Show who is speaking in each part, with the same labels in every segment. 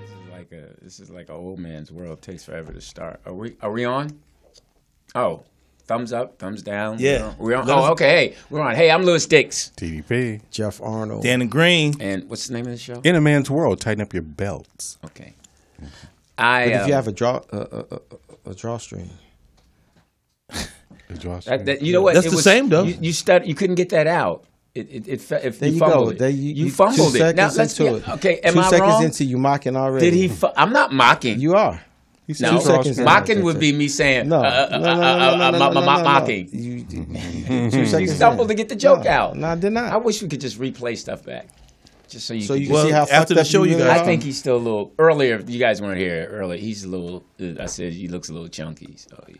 Speaker 1: This is like a this is like an old man's world. Takes forever to start. Are we are we on? Oh, thumbs up, thumbs down.
Speaker 2: Yeah.
Speaker 1: we're on. We're
Speaker 2: Let
Speaker 1: on.
Speaker 2: us-
Speaker 1: Oh, okay. Hey, we're on. Hey, I'm Lewis Dix.
Speaker 3: TDP.
Speaker 4: Jeff Arnold.
Speaker 2: Dan and Green.
Speaker 1: And what's the name of the show?
Speaker 3: In a man's world, tighten up your belts.
Speaker 1: Okay. I.
Speaker 4: If you
Speaker 1: um,
Speaker 4: have a draw a, a, a, a drawstring,
Speaker 1: that- that- you know what?
Speaker 2: That's
Speaker 1: It
Speaker 2: the same, though.
Speaker 1: You, you stud- You couldn't get that out. It, it, it, fe- if
Speaker 4: there
Speaker 1: you,
Speaker 4: you, go.
Speaker 1: fumbled it.
Speaker 4: There you,
Speaker 1: you,
Speaker 4: you-
Speaker 1: fumbled
Speaker 4: two
Speaker 1: it. Now
Speaker 4: Seconds
Speaker 1: let's
Speaker 4: into
Speaker 1: get-
Speaker 4: it.
Speaker 1: Okay, am
Speaker 4: two
Speaker 1: I
Speaker 4: seconds
Speaker 1: wrong?
Speaker 4: into you mocking already.
Speaker 1: Did he? Fu- I'm not mocking.
Speaker 4: You are.
Speaker 3: He said
Speaker 1: no,
Speaker 3: two seconds
Speaker 4: seconds.
Speaker 1: mocking would be me saying
Speaker 4: No.
Speaker 1: uh, uh,
Speaker 4: no,
Speaker 1: uh,
Speaker 4: no, no,
Speaker 1: uh,
Speaker 4: no, no,
Speaker 1: uh, ma-
Speaker 4: no,
Speaker 1: ma-
Speaker 4: no,
Speaker 1: ma-
Speaker 4: no.
Speaker 1: mocking.
Speaker 4: You, two seconds in.
Speaker 1: stumbled Mm-hmm. to get the joke
Speaker 4: No,
Speaker 1: out.
Speaker 4: No, I did not.
Speaker 1: I wish we could just replay stuff back, just so you.
Speaker 4: So
Speaker 1: could
Speaker 4: you
Speaker 1: just-
Speaker 4: can see
Speaker 2: Well,
Speaker 4: how
Speaker 2: after
Speaker 4: fucked
Speaker 2: the
Speaker 4: up
Speaker 2: show
Speaker 4: you
Speaker 2: you
Speaker 4: really
Speaker 2: guys-
Speaker 1: I
Speaker 4: are?
Speaker 1: think he's still a little earlier. You guys weren't here earlier. He's a little. I said he looks a little chunky. So he-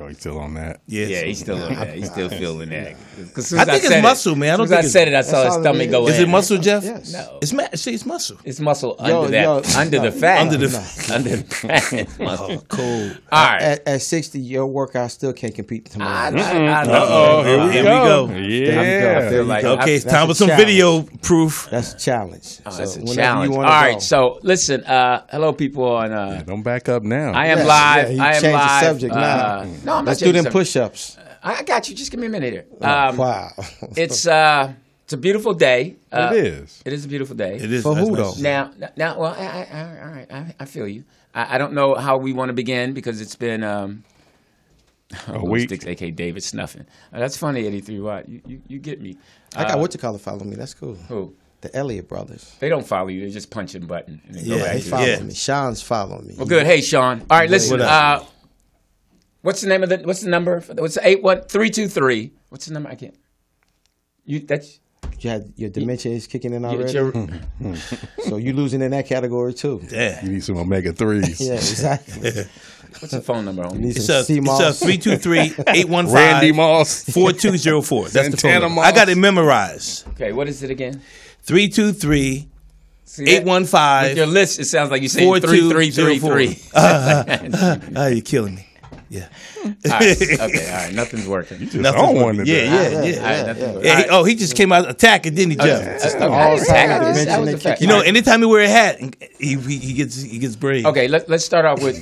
Speaker 3: Oh, he's still on that.
Speaker 2: Yes.
Speaker 1: yeah, he's still. on that. He's still feeling that. 'Cause soon
Speaker 2: I
Speaker 1: as
Speaker 2: think it's
Speaker 1: said it-
Speaker 2: muscle, man. I don't
Speaker 1: soon as
Speaker 2: think
Speaker 1: I said it. I
Speaker 4: That's
Speaker 1: saw his
Speaker 4: all it
Speaker 1: stomach
Speaker 4: is.
Speaker 1: go.
Speaker 2: Is
Speaker 1: in.
Speaker 2: it muscle, Jeff?
Speaker 4: Yes.
Speaker 1: No.
Speaker 2: It's ma- see, it's muscle.
Speaker 1: It's muscle
Speaker 4: Yo,
Speaker 1: under that.
Speaker 4: yo,
Speaker 1: under the
Speaker 4: no,
Speaker 1: fat.
Speaker 2: Under the-
Speaker 1: no. under the fat. muscle.
Speaker 2: Cool.
Speaker 1: All right.
Speaker 4: Oh, At, at 60, your workout still can't compete
Speaker 1: I,
Speaker 4: tomorrow.
Speaker 1: I, I know.
Speaker 2: Uh-oh, here we
Speaker 1: Here
Speaker 2: go.
Speaker 3: Yeah.
Speaker 4: There you
Speaker 1: Like,
Speaker 4: go.
Speaker 2: Okay, it's
Speaker 4: That's
Speaker 2: time for
Speaker 4: a
Speaker 2: some
Speaker 4: challenge.
Speaker 2: video proof.
Speaker 4: That's a challenge.
Speaker 1: Oh, that's
Speaker 4: So
Speaker 1: a
Speaker 4: whenever
Speaker 1: challenge.
Speaker 4: you
Speaker 1: All
Speaker 4: wanna
Speaker 1: right.
Speaker 4: go.
Speaker 1: So listen. Uh, hello, people on uh,
Speaker 3: Don't back up now.
Speaker 1: I am
Speaker 4: Yes,
Speaker 1: live.
Speaker 4: yeah, he
Speaker 1: I am
Speaker 4: changed the
Speaker 1: live.
Speaker 4: subject now. Hmm.
Speaker 1: Uh, no, I'm
Speaker 4: let's
Speaker 1: not
Speaker 4: do them
Speaker 1: changing the
Speaker 4: push ups.
Speaker 1: subject. I I got you. Just give me a minute here. Um,
Speaker 4: wow.
Speaker 1: It's uh, it's a beautiful day. Uh,
Speaker 3: it is.
Speaker 1: It is a beautiful day.
Speaker 2: It is
Speaker 4: For
Speaker 2: that's
Speaker 4: who,
Speaker 2: nice.
Speaker 4: though?
Speaker 1: Now, now, well, I, I, I, all right, I, I feel you. I, I don't know how we want to begin because it's been um,
Speaker 3: A week.
Speaker 1: Sticks, aka David Snuffin. Uh, that's funny, eighty three Watt. You, you, you get me. Uh,
Speaker 4: I got what you call it follow me. That's cool.
Speaker 1: Who?
Speaker 4: The Elliott brothers.
Speaker 1: They don't follow you. They just punch and button. And then go
Speaker 2: Yeah,
Speaker 1: back
Speaker 4: They
Speaker 1: to it.
Speaker 4: follow
Speaker 2: Yeah.
Speaker 4: me. Sean's following me.
Speaker 1: Well, good. Hey, Sean. All right, listen.
Speaker 2: What up?
Speaker 1: Uh, what's the name of the? What's the number? for the- What's the eight one three two three? What's the number? I can't. You that's
Speaker 4: You had, your dementia is kicking in
Speaker 1: you-
Speaker 4: already.
Speaker 1: uh,
Speaker 4: Hmm.
Speaker 1: your-
Speaker 4: so you losing in that category too.
Speaker 2: Yeah.
Speaker 3: You need some omega threes.
Speaker 4: Yeah, exactly.
Speaker 1: what's the phone number? homie?
Speaker 4: Need
Speaker 2: It's
Speaker 4: some
Speaker 2: a,
Speaker 4: sea
Speaker 2: it's a
Speaker 4: moss.
Speaker 2: 323-815.
Speaker 3: Randy Moss.
Speaker 2: 4204. That's the phone
Speaker 3: Santana
Speaker 2: number.
Speaker 3: Moss.
Speaker 2: I got it memorized.
Speaker 1: Okay, what is it again? See that? With your
Speaker 2: 323-815.
Speaker 1: list, it sounds like you're saying
Speaker 2: Four,
Speaker 1: three
Speaker 2: two,
Speaker 1: three
Speaker 2: zero,
Speaker 1: three
Speaker 2: four.
Speaker 1: three.
Speaker 2: Oh, you're killing me. Yeah.
Speaker 1: Okay, all right, nothing's working.
Speaker 3: I don't want to.
Speaker 2: Yeah, yeah, yeah.
Speaker 1: All right, nothing's working.
Speaker 2: Yeah, he,
Speaker 1: All right.
Speaker 2: oh, he just came out attacking, didn't he, Jeff?
Speaker 1: Okay,
Speaker 4: all
Speaker 1: that-
Speaker 4: time
Speaker 1: that was- that
Speaker 4: dimension
Speaker 1: was
Speaker 4: they
Speaker 1: a fact.
Speaker 4: kick
Speaker 2: You know, anytime he wear a hat, he he, he gets he gets brave.
Speaker 1: Okay, let, let's start off with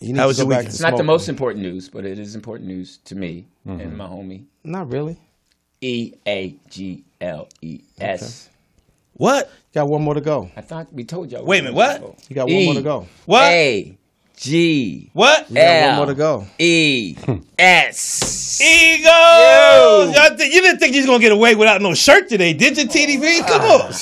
Speaker 4: You need
Speaker 2: How
Speaker 4: to
Speaker 2: was
Speaker 4: go
Speaker 2: your
Speaker 4: back
Speaker 2: weekend?
Speaker 4: to
Speaker 1: it's not the
Speaker 4: smoking.
Speaker 1: most important news, but it is important news to me and my homie
Speaker 4: Not really.
Speaker 1: E A G L E S.
Speaker 2: What?
Speaker 4: Got one more to go.
Speaker 1: I thought we told y'all.
Speaker 2: Wait a minute, what?
Speaker 4: You got one
Speaker 1: E.
Speaker 4: more to go.
Speaker 2: What?
Speaker 1: A G
Speaker 2: What?
Speaker 4: You got one more to go.
Speaker 1: E S.
Speaker 2: Eagles! Y'all think- you didn't think you was gonna get away without no shirt today, did you, TDP? Come on.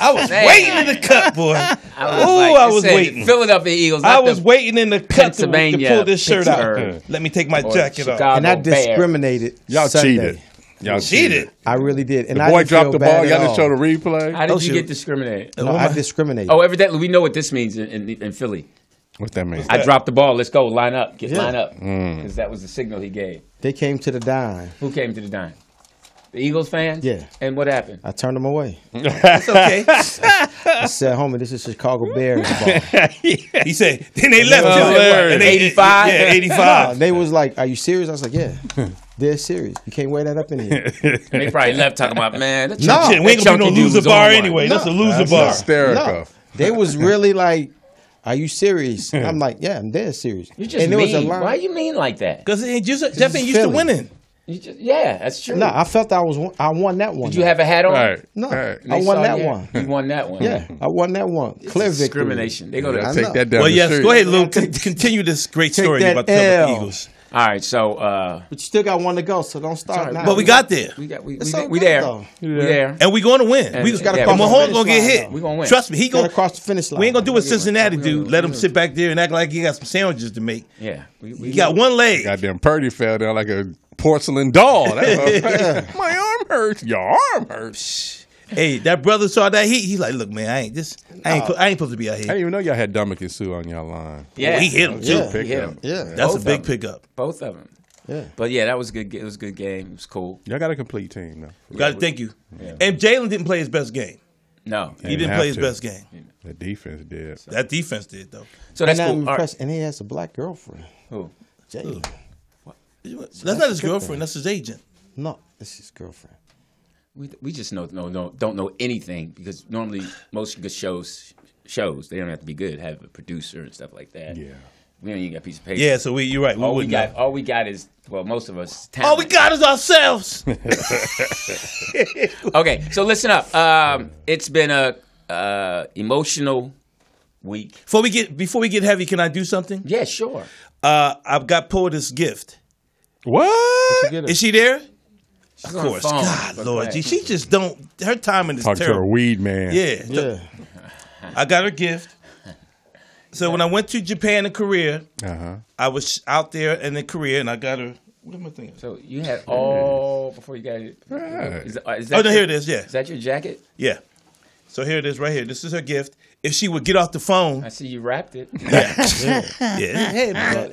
Speaker 2: I was
Speaker 1: Man.
Speaker 2: waiting in the cup, boy.
Speaker 1: I was
Speaker 2: Ooh,
Speaker 1: like,
Speaker 2: I
Speaker 1: it
Speaker 2: was
Speaker 1: said
Speaker 2: waiting.
Speaker 1: Philadelphia Eagles.
Speaker 2: I
Speaker 1: not
Speaker 2: was
Speaker 1: the
Speaker 2: waiting in the cup to, to
Speaker 1: Pennsylvania,
Speaker 2: pull this shirt
Speaker 1: Pittsburgh,
Speaker 2: out. Let me take my
Speaker 1: or
Speaker 2: jacket off.
Speaker 1: Chicago
Speaker 4: And I
Speaker 1: Bears.
Speaker 4: discriminated.
Speaker 3: Y'all
Speaker 4: Sunday.
Speaker 3: cheated. Y'all
Speaker 2: Cheated.
Speaker 3: cheated.
Speaker 4: I really did. And I
Speaker 3: Boy
Speaker 4: didn't feel
Speaker 3: dropped the
Speaker 4: bad
Speaker 3: ball.
Speaker 4: at
Speaker 3: Y'all
Speaker 4: all.
Speaker 3: didn't show the replay.
Speaker 1: How did
Speaker 2: Oh,
Speaker 1: you
Speaker 2: shoot.
Speaker 1: get discriminated?
Speaker 4: No, I discriminated.
Speaker 1: Oh, evidently we know what this means in, in, in Philly.
Speaker 3: What that mean?
Speaker 1: I dropped the ball. Let's go. Line up. Get
Speaker 4: Yeah.
Speaker 1: line up. Because that was the signal he gave.
Speaker 4: They came to the dime.
Speaker 1: Who came to the dime? The Eagles fans.
Speaker 4: Yeah.
Speaker 1: And what happened?
Speaker 4: I turned them away.
Speaker 2: It's okay.
Speaker 4: I said, homie, this is Chicago Bears ball.
Speaker 2: he said, then they left
Speaker 3: That's
Speaker 2: too.
Speaker 3: hilarious.
Speaker 2: And they-
Speaker 1: 85?
Speaker 2: Yeah,
Speaker 4: And
Speaker 2: 85.
Speaker 4: they was like, are you serious? I was like, yeah. They're serious. You can't wear that up in here.
Speaker 1: They probably left talking about man. That
Speaker 4: No.
Speaker 1: chunky-
Speaker 2: Shit, we ain't
Speaker 1: that
Speaker 2: gonna be no
Speaker 1: chunky dude
Speaker 2: loser
Speaker 1: was on
Speaker 2: bar
Speaker 1: one.
Speaker 2: anyway. That's a loser
Speaker 3: That's
Speaker 2: bar.
Speaker 3: hysterical.
Speaker 4: No, they was really like, Are you serious? I'm like, yeah, I'm dead serious.
Speaker 1: You just
Speaker 4: and there
Speaker 1: mean.
Speaker 4: was a line.
Speaker 1: Why you mean like that?
Speaker 2: Because Jeff ain't used to
Speaker 4: Philly.
Speaker 2: winning.
Speaker 1: You just, yeah, that's true.
Speaker 4: No, I felt I was. I won that one.
Speaker 1: Did you have a hat on?
Speaker 3: All right.
Speaker 4: no,
Speaker 3: All right.
Speaker 4: I
Speaker 1: They
Speaker 4: won
Speaker 1: saw
Speaker 4: that
Speaker 1: you-
Speaker 4: one.
Speaker 1: You won that one.
Speaker 4: Yeah, I won that one. Clear victory.
Speaker 1: Discrimination. They go to
Speaker 3: I'll
Speaker 4: I
Speaker 3: take
Speaker 4: know.
Speaker 3: that down
Speaker 2: Well,
Speaker 3: the
Speaker 2: yes.
Speaker 3: street.
Speaker 2: Go ahead, Lou. Con- continue this great story
Speaker 4: that
Speaker 2: about the Philadelphia
Speaker 4: L.
Speaker 2: Eagles.
Speaker 1: All right, so uh,
Speaker 4: But you still got one to go, so don't start
Speaker 1: Sorry,
Speaker 4: now.
Speaker 1: but
Speaker 2: But we got there,
Speaker 1: we got we,
Speaker 4: It's
Speaker 1: we,
Speaker 4: all
Speaker 1: we
Speaker 4: good,
Speaker 1: there.
Speaker 4: though.
Speaker 1: We there.
Speaker 2: and we're going to win. we
Speaker 1: just gotta
Speaker 2: and
Speaker 1: cross the
Speaker 2: Mahomes
Speaker 4: finish
Speaker 2: gonna get
Speaker 4: line,
Speaker 2: hit.
Speaker 4: though.
Speaker 1: We gonna win.
Speaker 2: Trust me, he
Speaker 4: got
Speaker 2: gonna.
Speaker 4: to cross the finish line.
Speaker 2: We ain't gonna do what Cincinnati
Speaker 1: We gonna-
Speaker 2: do.
Speaker 1: we
Speaker 2: Let him
Speaker 1: gonna
Speaker 2: sit back there and act like he got some sandwiches to make.
Speaker 1: Yeah, we, we
Speaker 2: He got one leg.
Speaker 3: Goddamn Purdy fell down like a porcelain doll. That's what I'm saying. My arm hurts. Your arm hurts.
Speaker 2: Hey, that brother saw that heat. He's like, look, man, I ain't this. I ain't. I ain't supposed to be out
Speaker 3: I didn't
Speaker 2: here.
Speaker 3: even know y'all had Dominic and Sue on y'all line.
Speaker 1: Yeah,
Speaker 2: he hit him too.
Speaker 4: Yeah.
Speaker 3: Pick
Speaker 1: hit
Speaker 3: up.
Speaker 1: him.
Speaker 4: Yeah,
Speaker 2: That's
Speaker 1: Both
Speaker 2: a
Speaker 1: of
Speaker 2: big
Speaker 1: them.
Speaker 2: pickup.
Speaker 1: both of them.
Speaker 4: yeah.
Speaker 1: But yeah, that was a good. ga- It was a good game. It was cool.
Speaker 3: Y'all got a complete team now.
Speaker 2: Got to thank you. And Jalen didn't play his best game.
Speaker 1: No,
Speaker 2: He
Speaker 3: Didn't
Speaker 2: didn't
Speaker 3: have
Speaker 2: play his
Speaker 3: to.
Speaker 2: best game.
Speaker 3: The defense did.
Speaker 2: That defense did though.
Speaker 1: so
Speaker 4: And
Speaker 1: that's
Speaker 4: I'm
Speaker 1: cool. All right.
Speaker 4: impressed. And he has a black girlfriend.
Speaker 1: Cool.
Speaker 4: Jalen.
Speaker 2: That's not his girlfriend. That's his agent.
Speaker 4: No, it's his girlfriend.
Speaker 1: We, we just know, know, know don't know anything because normally most good shows shows they don't have to be good have a producer and stuff like that.
Speaker 3: Yeah.
Speaker 1: we don't even got a piece of paper.
Speaker 2: Yeah. So we, you're right. We
Speaker 1: all we
Speaker 2: wouldn't.
Speaker 1: got
Speaker 2: know.
Speaker 1: all we got is well most of us. is Talent.
Speaker 2: All we got is ourselves.
Speaker 1: Okay, so listen up. Um, it's been a uh, emotional week.
Speaker 2: Before we get before we get heavy, can I do something?
Speaker 1: Yeah, sure.
Speaker 2: Uh, I've got Poetess gift.
Speaker 3: What?
Speaker 4: Get her.
Speaker 2: Is she there?
Speaker 1: She's
Speaker 2: Of
Speaker 1: on the
Speaker 2: course.
Speaker 1: phone,
Speaker 2: God,
Speaker 1: but
Speaker 2: Lord,
Speaker 1: glad.
Speaker 2: gee, she just don't. Her timing is
Speaker 3: Talk to
Speaker 2: terrible.
Speaker 3: her weed man.
Speaker 2: Yeah.
Speaker 4: Yeah.
Speaker 2: I got her gift. So when I went to Japan and Korea,
Speaker 3: Uh huh.
Speaker 2: I was out there and in Korea, and I got her. What am I thinking?
Speaker 1: So you had all before you got it.
Speaker 3: Right.
Speaker 1: Is, uh, is that
Speaker 2: Oh no,
Speaker 1: your-
Speaker 2: here it is. Yeah,
Speaker 1: Is that your jacket?
Speaker 2: yeah. So here it is, right here. This is her gift. If she would get off the phone,
Speaker 1: I see you wrapped it.
Speaker 2: yeah. Hey, man.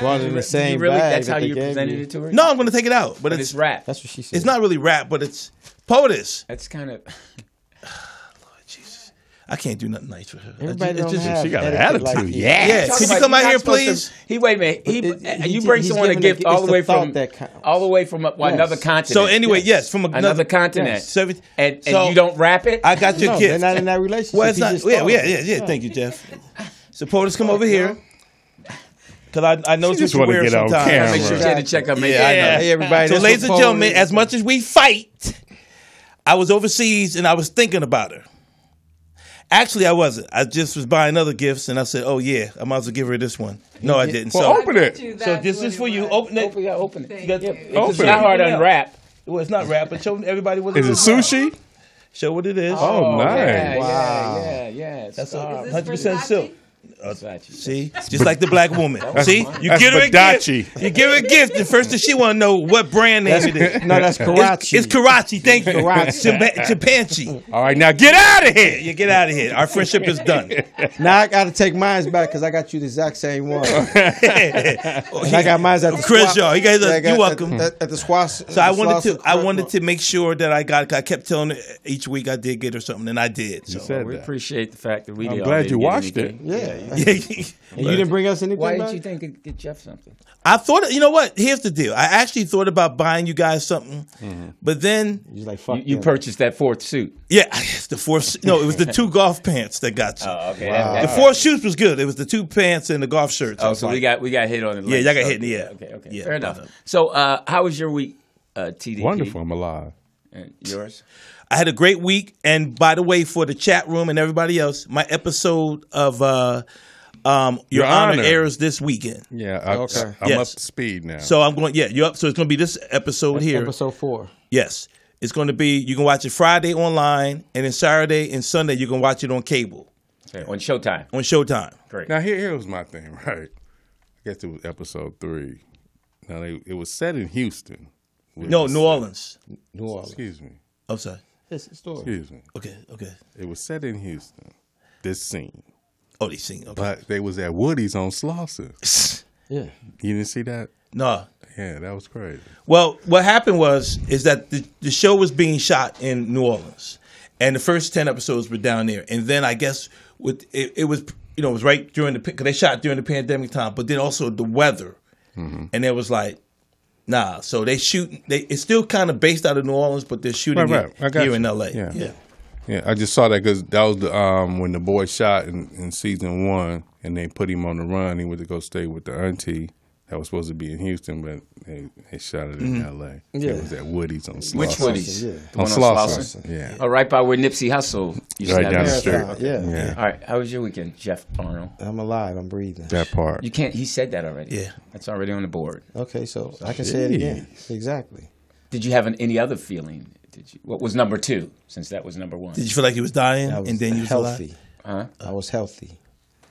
Speaker 4: Brought in the same
Speaker 1: you really?
Speaker 4: bag
Speaker 1: That's
Speaker 4: that
Speaker 1: how
Speaker 4: they
Speaker 1: you
Speaker 4: gave
Speaker 1: presented
Speaker 4: you.
Speaker 1: it to her.
Speaker 2: no, I'm gonna take it out, but,
Speaker 1: but
Speaker 2: it's
Speaker 1: it's wrapped.
Speaker 4: That's what she said.
Speaker 2: it's not really rap, but it's POTUS.
Speaker 1: That's kind of.
Speaker 2: Jesus, I can't do nothing nice for her.
Speaker 4: Everybody
Speaker 2: It's
Speaker 4: don't
Speaker 2: just-
Speaker 4: have
Speaker 3: She got an
Speaker 4: etiquette like
Speaker 3: attitude.
Speaker 4: that.
Speaker 3: yeah.
Speaker 2: Yeah, could you come out here, please?
Speaker 1: he wait a minute. He, uh,
Speaker 4: But it- he-
Speaker 1: you bring
Speaker 4: he's
Speaker 1: someone a
Speaker 4: giving a
Speaker 1: gift
Speaker 4: gi-
Speaker 1: all
Speaker 4: it's
Speaker 1: the way
Speaker 4: the thought
Speaker 1: from
Speaker 4: that counts.
Speaker 1: all the way from uh, well,
Speaker 4: Yes.
Speaker 1: another continent.
Speaker 2: So anyway, yes, from another,
Speaker 1: another, continent.
Speaker 2: Seven-
Speaker 1: and and
Speaker 2: so
Speaker 1: you don't wrap it.
Speaker 2: I got your
Speaker 4: No, they're
Speaker 2: gift.
Speaker 4: not in that relationship.
Speaker 2: Well, it's
Speaker 4: He
Speaker 2: not.
Speaker 4: just
Speaker 2: Yeah,
Speaker 4: thought
Speaker 2: yeah,
Speaker 4: of
Speaker 2: yeah,
Speaker 4: it.
Speaker 2: yeah. Thank you, Jeff. Supporters, come over here. Cause I, I know
Speaker 3: She just
Speaker 2: what you
Speaker 3: wanna
Speaker 2: wear
Speaker 3: get on
Speaker 2: sometimes.
Speaker 3: camera.
Speaker 1: Make sure she had to check up. Make
Speaker 2: Yeah.
Speaker 1: sure I know.
Speaker 4: Hey, everybody.
Speaker 2: So,
Speaker 4: that's
Speaker 2: ladies
Speaker 4: what
Speaker 2: and gentlemen,
Speaker 4: Paul is.
Speaker 2: as much as we fight, I was overseas and I was thinking about her. Actually, I wasn't. I just was buying other gifts, and I said, "Oh yeah, I might as well give her this one." No, I didn't.
Speaker 3: Well,
Speaker 2: So,
Speaker 3: open it.
Speaker 2: so this is for you. Open it.
Speaker 1: Open, yeah, open it.
Speaker 2: That's-
Speaker 1: Open
Speaker 3: Open
Speaker 1: it's not
Speaker 3: it.
Speaker 1: hard to unwrap.
Speaker 2: Well, it's not wrapped, but show everybody what it
Speaker 3: Is it
Speaker 2: is.
Speaker 3: sushi?
Speaker 2: Show what it is.
Speaker 3: Oh,
Speaker 1: Yeah,
Speaker 3: nice.
Speaker 4: Wow.
Speaker 1: yeah, yeah, yeah.
Speaker 2: That's
Speaker 1: Stop.
Speaker 2: a hundred percent silk.
Speaker 1: Versace.
Speaker 2: See, just like the black woman. See, you
Speaker 3: that's
Speaker 2: give her a gift.
Speaker 3: Badachi.
Speaker 2: You give her a gift. The first thing she want to know what brand name it is.
Speaker 4: No,
Speaker 2: It's,
Speaker 4: that's Karachi.
Speaker 2: it's Karachi. Thank you.
Speaker 4: Karachi.
Speaker 2: Japa- Japanchi.
Speaker 3: All right, now get out of here.
Speaker 2: You get out of here. Our friendship is done.
Speaker 4: Now I got to take mine back because I got you the exact same one. And I got mine at the
Speaker 2: Chris, y'all. You guys,
Speaker 4: Yeah, I
Speaker 2: are
Speaker 4: got-
Speaker 2: you're welcome.
Speaker 4: At, at, at the squash.
Speaker 2: So I wanted to, I wanted to make sure that I got. I kept telling her each week I did get her something, and I did. So.
Speaker 3: said
Speaker 1: We
Speaker 3: that.
Speaker 1: appreciate the fact that we.
Speaker 3: I'm
Speaker 1: all
Speaker 3: glad
Speaker 1: didn't
Speaker 3: you
Speaker 1: get
Speaker 3: watched it.
Speaker 1: anything.
Speaker 4: Yeah.
Speaker 2: I
Speaker 4: And you didn't bring us anything.
Speaker 1: Why
Speaker 4: back?
Speaker 1: didn't you think of get Jeff something?
Speaker 2: thought, you know what? Here's the deal. I actually thought about buying you guys something, but then
Speaker 4: He's like, fuck.
Speaker 1: Mm-hmm. You
Speaker 4: them.
Speaker 1: purchased that fourth suit.
Speaker 2: Yeah, it's the four. No, it was the two golf pants that got you.
Speaker 1: Oh, okay.
Speaker 2: the four shoots was good. It was the two pants and the golf shirts. I
Speaker 1: Oh,
Speaker 2: was
Speaker 1: so
Speaker 2: like,
Speaker 1: we got we got hit on the
Speaker 2: Yeah,
Speaker 1: legs.
Speaker 2: y'all got
Speaker 1: Okay,
Speaker 2: hit in the air.
Speaker 1: Okay, okay,
Speaker 2: Yeah,
Speaker 1: fair enough.
Speaker 2: whatever.
Speaker 1: So, uh, how was your week, uh, TDP?
Speaker 3: Wonderful. I'm alive.
Speaker 1: And yours?
Speaker 2: I had a great week. And by the way, for the chat room and everybody else, my episode of uh, um, Your,
Speaker 3: Your
Speaker 2: Honor.
Speaker 3: Honor.
Speaker 2: airs this weekend.
Speaker 3: Yeah. I,
Speaker 4: Okay.
Speaker 3: I, am
Speaker 2: Yes.
Speaker 3: up to speed now.
Speaker 2: So I'm going. Yeah, you up? So it's going to be this episode here.
Speaker 4: Episode four.
Speaker 2: Yes, it's going to be. You can watch it Friday online, and then Saturday and Sunday you can watch it on cable
Speaker 1: Okay, on Showtime.
Speaker 2: on Showtime.
Speaker 1: Great.
Speaker 3: now here, here was my thing, right? I guess it was episode three. Now they, it was set in Houston. It
Speaker 2: No,
Speaker 3: was-
Speaker 2: New Orleans.
Speaker 4: New Orleans.
Speaker 3: Excuse me.
Speaker 2: I'm sorry.
Speaker 4: It's a story.
Speaker 3: Excuse me.
Speaker 2: Okay, okay.
Speaker 3: It was set in Houston. This scene,
Speaker 2: Oh, they sing. Okay.
Speaker 3: but they was at Woody's on Slauson.
Speaker 4: Yeah.
Speaker 3: You didn't see that?
Speaker 2: Nah.
Speaker 3: Yeah, that was crazy.
Speaker 2: Well, what happened was is that the, the show was being shot in New Orleans, and the first ten episodes were down there, and then I guess with it, it was you know it was right during the because they shot during the pandemic time, but then also the weather,
Speaker 1: Mm-hmm.
Speaker 2: and it was like. Nah, so they shoot. They it's still kind of based out of New Orleans, but they're shooting
Speaker 3: Right,
Speaker 2: it
Speaker 3: right. I got
Speaker 2: here
Speaker 3: you.
Speaker 2: in L.A.
Speaker 3: Yeah.
Speaker 2: yeah.
Speaker 3: Yeah, I just saw that because that was the um when the boy shot in, in season one, and they put him on the run. He went to go stay with the auntie that was supposed to be in Houston, but they, they shot it in L.A.
Speaker 4: Yeah.
Speaker 3: It was at Woody's on Slauson.
Speaker 1: Which Woody's?
Speaker 4: yeah.
Speaker 1: The
Speaker 3: On
Speaker 1: one
Speaker 3: Slauson.
Speaker 1: Slauson?
Speaker 3: Yeah.
Speaker 1: Oh, right by where Nipsey Hussle used
Speaker 3: Right
Speaker 1: to have
Speaker 3: down the
Speaker 1: his-
Speaker 3: street.
Speaker 4: Yeah, yeah.
Speaker 3: Yeah,
Speaker 1: All right, how was your weekend, Jeff Arnold?
Speaker 4: I'm alive. I'm breathing.
Speaker 3: that part.
Speaker 1: You can't. He said that already.
Speaker 2: Yeah.
Speaker 1: that's already on the board.
Speaker 4: Okay, so I can say it again. Exactly.
Speaker 1: Did you have an, any other feeling? Did you? What was number two? Since that was number one.
Speaker 2: Did you feel like you was dying
Speaker 4: I was
Speaker 2: and then you was
Speaker 4: healthy.
Speaker 2: alive?
Speaker 4: I was healthy.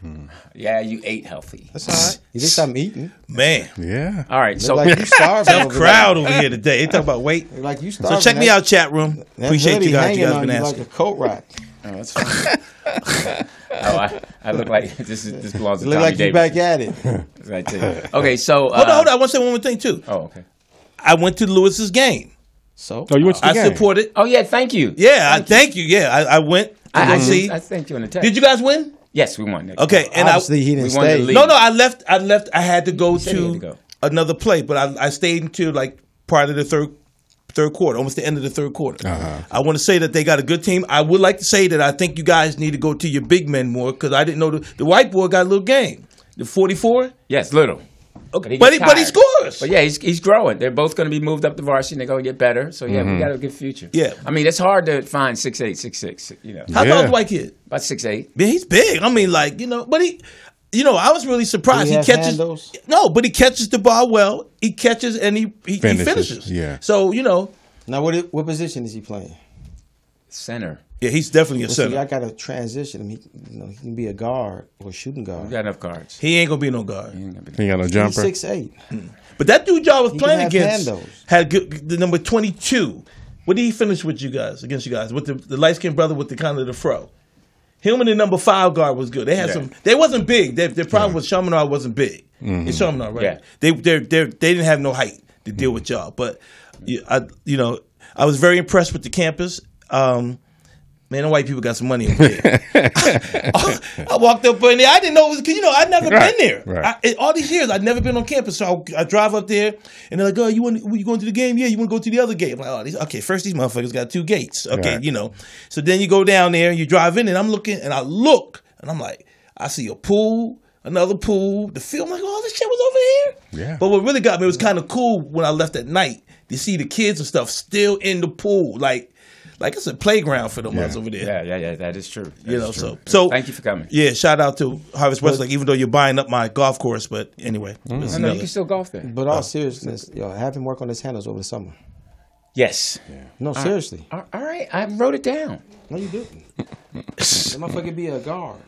Speaker 1: Hmm. yeah, you ate healthy.
Speaker 4: That's all right. At least I'm eating.
Speaker 2: Man,
Speaker 3: Yeah.
Speaker 1: All right, so
Speaker 4: Look like you starving.
Speaker 2: tough
Speaker 4: over there.
Speaker 2: crowd over here today. They talk about weight.
Speaker 4: Look Like you
Speaker 2: So
Speaker 4: starving.
Speaker 2: check me
Speaker 4: That-
Speaker 2: out, chat room.
Speaker 4: that
Speaker 2: Appreciate
Speaker 4: hoodie
Speaker 2: you guys.
Speaker 4: hanging
Speaker 2: You guys
Speaker 4: on
Speaker 2: been
Speaker 4: you
Speaker 2: asking.
Speaker 4: Like a coat rack.
Speaker 1: oh, that's fine. oh, I, I look like this. Is, this belongs to
Speaker 4: It look
Speaker 1: Tommy
Speaker 4: like you
Speaker 1: Davis.
Speaker 4: back at it.
Speaker 1: That's what I tell you. Okay, so
Speaker 2: hold on, hold on. I want to say one more thing too.
Speaker 1: uh, Oh, okay.
Speaker 2: I went to Lewis's game.
Speaker 4: So
Speaker 3: Oh, you went to the
Speaker 2: I
Speaker 3: game.
Speaker 2: supported.
Speaker 1: Oh yeah, thank you.
Speaker 2: Yeah, I thank you. Yeah, I, I went.
Speaker 1: I, I,
Speaker 2: see.
Speaker 1: did, I thanked you in the text.
Speaker 2: Did you guys win?
Speaker 1: Yes, we won.
Speaker 2: Okay, and
Speaker 4: obviously
Speaker 2: I
Speaker 4: he didn't
Speaker 1: we wanted to
Speaker 4: stay.
Speaker 1: leave.
Speaker 2: no no I left I left I had to go
Speaker 1: said he had
Speaker 2: to,
Speaker 1: to go.
Speaker 2: another play, but I, I stayed until like part of the third third quarter, almost the end of the third quarter.
Speaker 3: Uh-huh.
Speaker 2: I want to say that they got a good team. I would like to say that I think you guys need to go to your big men more because I didn't know the, the white boy got a little game. The forty four.
Speaker 1: Yes, little. Okay,
Speaker 2: But he-
Speaker 1: gets
Speaker 2: but he
Speaker 1: tired.
Speaker 2: scores.
Speaker 1: But yeah, he's, he's growing. They're both going to be moved up to varsity. and They're going to get better. So yeah,
Speaker 4: Mm-hmm.
Speaker 1: we got a good future.
Speaker 2: Yeah.
Speaker 1: I mean it's hard to find six eight six six. You know,
Speaker 2: How
Speaker 3: Yeah.
Speaker 2: tall is the white kid?
Speaker 1: about six eight.
Speaker 2: Man, he's big. I mean, like you know, but he, you know, I was really surprised.
Speaker 4: Do he
Speaker 2: He,
Speaker 4: have
Speaker 2: catches
Speaker 4: handles?
Speaker 2: no, but he catches the ball well. He catches and he he
Speaker 3: Finishes,
Speaker 2: finishes. He finishes.
Speaker 3: yeah.
Speaker 2: So you know,
Speaker 4: Now what? What position is he playing?
Speaker 1: Center.
Speaker 2: yeah, he's definitely a
Speaker 4: See, I
Speaker 2: center.
Speaker 4: got to transition him. He, you know, he can be a guard or a shooting
Speaker 1: We
Speaker 4: guard.
Speaker 1: got enough guards.
Speaker 2: He ain't gonna be no guard.
Speaker 3: You got a
Speaker 4: He's
Speaker 3: jumper.
Speaker 4: six eight.
Speaker 2: But that dude y'all was
Speaker 4: He
Speaker 2: playing
Speaker 4: can have
Speaker 2: against
Speaker 4: handles.
Speaker 2: had good, the number twenty two. What did he finish with you guys against you guys with the, the light skinned brother with the kind of the fro? Him and the number five guard was good. They had
Speaker 1: Yeah.
Speaker 2: some. They wasn't big. Their, their problem was Shamanard wasn't big. It's Shamanard, right?
Speaker 1: Yeah.
Speaker 2: They they they they didn't have no height to deal with y'all. But you, I you know I was very impressed with the campus. Um, man, the white people got some money over there. I walked up in there. I didn't know it was because you know I'd never
Speaker 3: Right,
Speaker 2: been there.
Speaker 3: right.
Speaker 2: I, in all these years, I'd never been on campus. So I, I drive up there, and they're like, "Oh, you want you going to the game? Yeah, you want to go to the other game?" I'm like, "Oh, these, okay." First, these motherfuckers got two gates. Okay,
Speaker 3: Right.
Speaker 2: you know. So then you go down there, and you drive in, and I'm looking, and I look, and I'm like, I see a pool. Another pool, the field. I'm like, oh, this shit was over here.
Speaker 3: Yeah.
Speaker 2: But what really got me it was kind of cool when I left at night to see the kids and stuff still in the pool, like, like it's a playground for them yeah. over there
Speaker 1: Yeah, yeah, yeah. That is true. That
Speaker 2: you
Speaker 1: is
Speaker 2: know,
Speaker 1: true.
Speaker 2: so so
Speaker 1: thank you for coming.
Speaker 2: Yeah, shout out to Harvest Westlake, even though you're buying up my golf course, but anyway.
Speaker 4: Mm-hmm.
Speaker 2: it's
Speaker 1: No, no, you
Speaker 2: another- Oh.
Speaker 1: can still golf there.
Speaker 4: But all seriousness, yo, have him work on his handles over the summer.
Speaker 1: Yes.
Speaker 4: No, seriously.
Speaker 1: All all right, I wrote it down.
Speaker 4: No, you didn't. that motherfucker be a guard.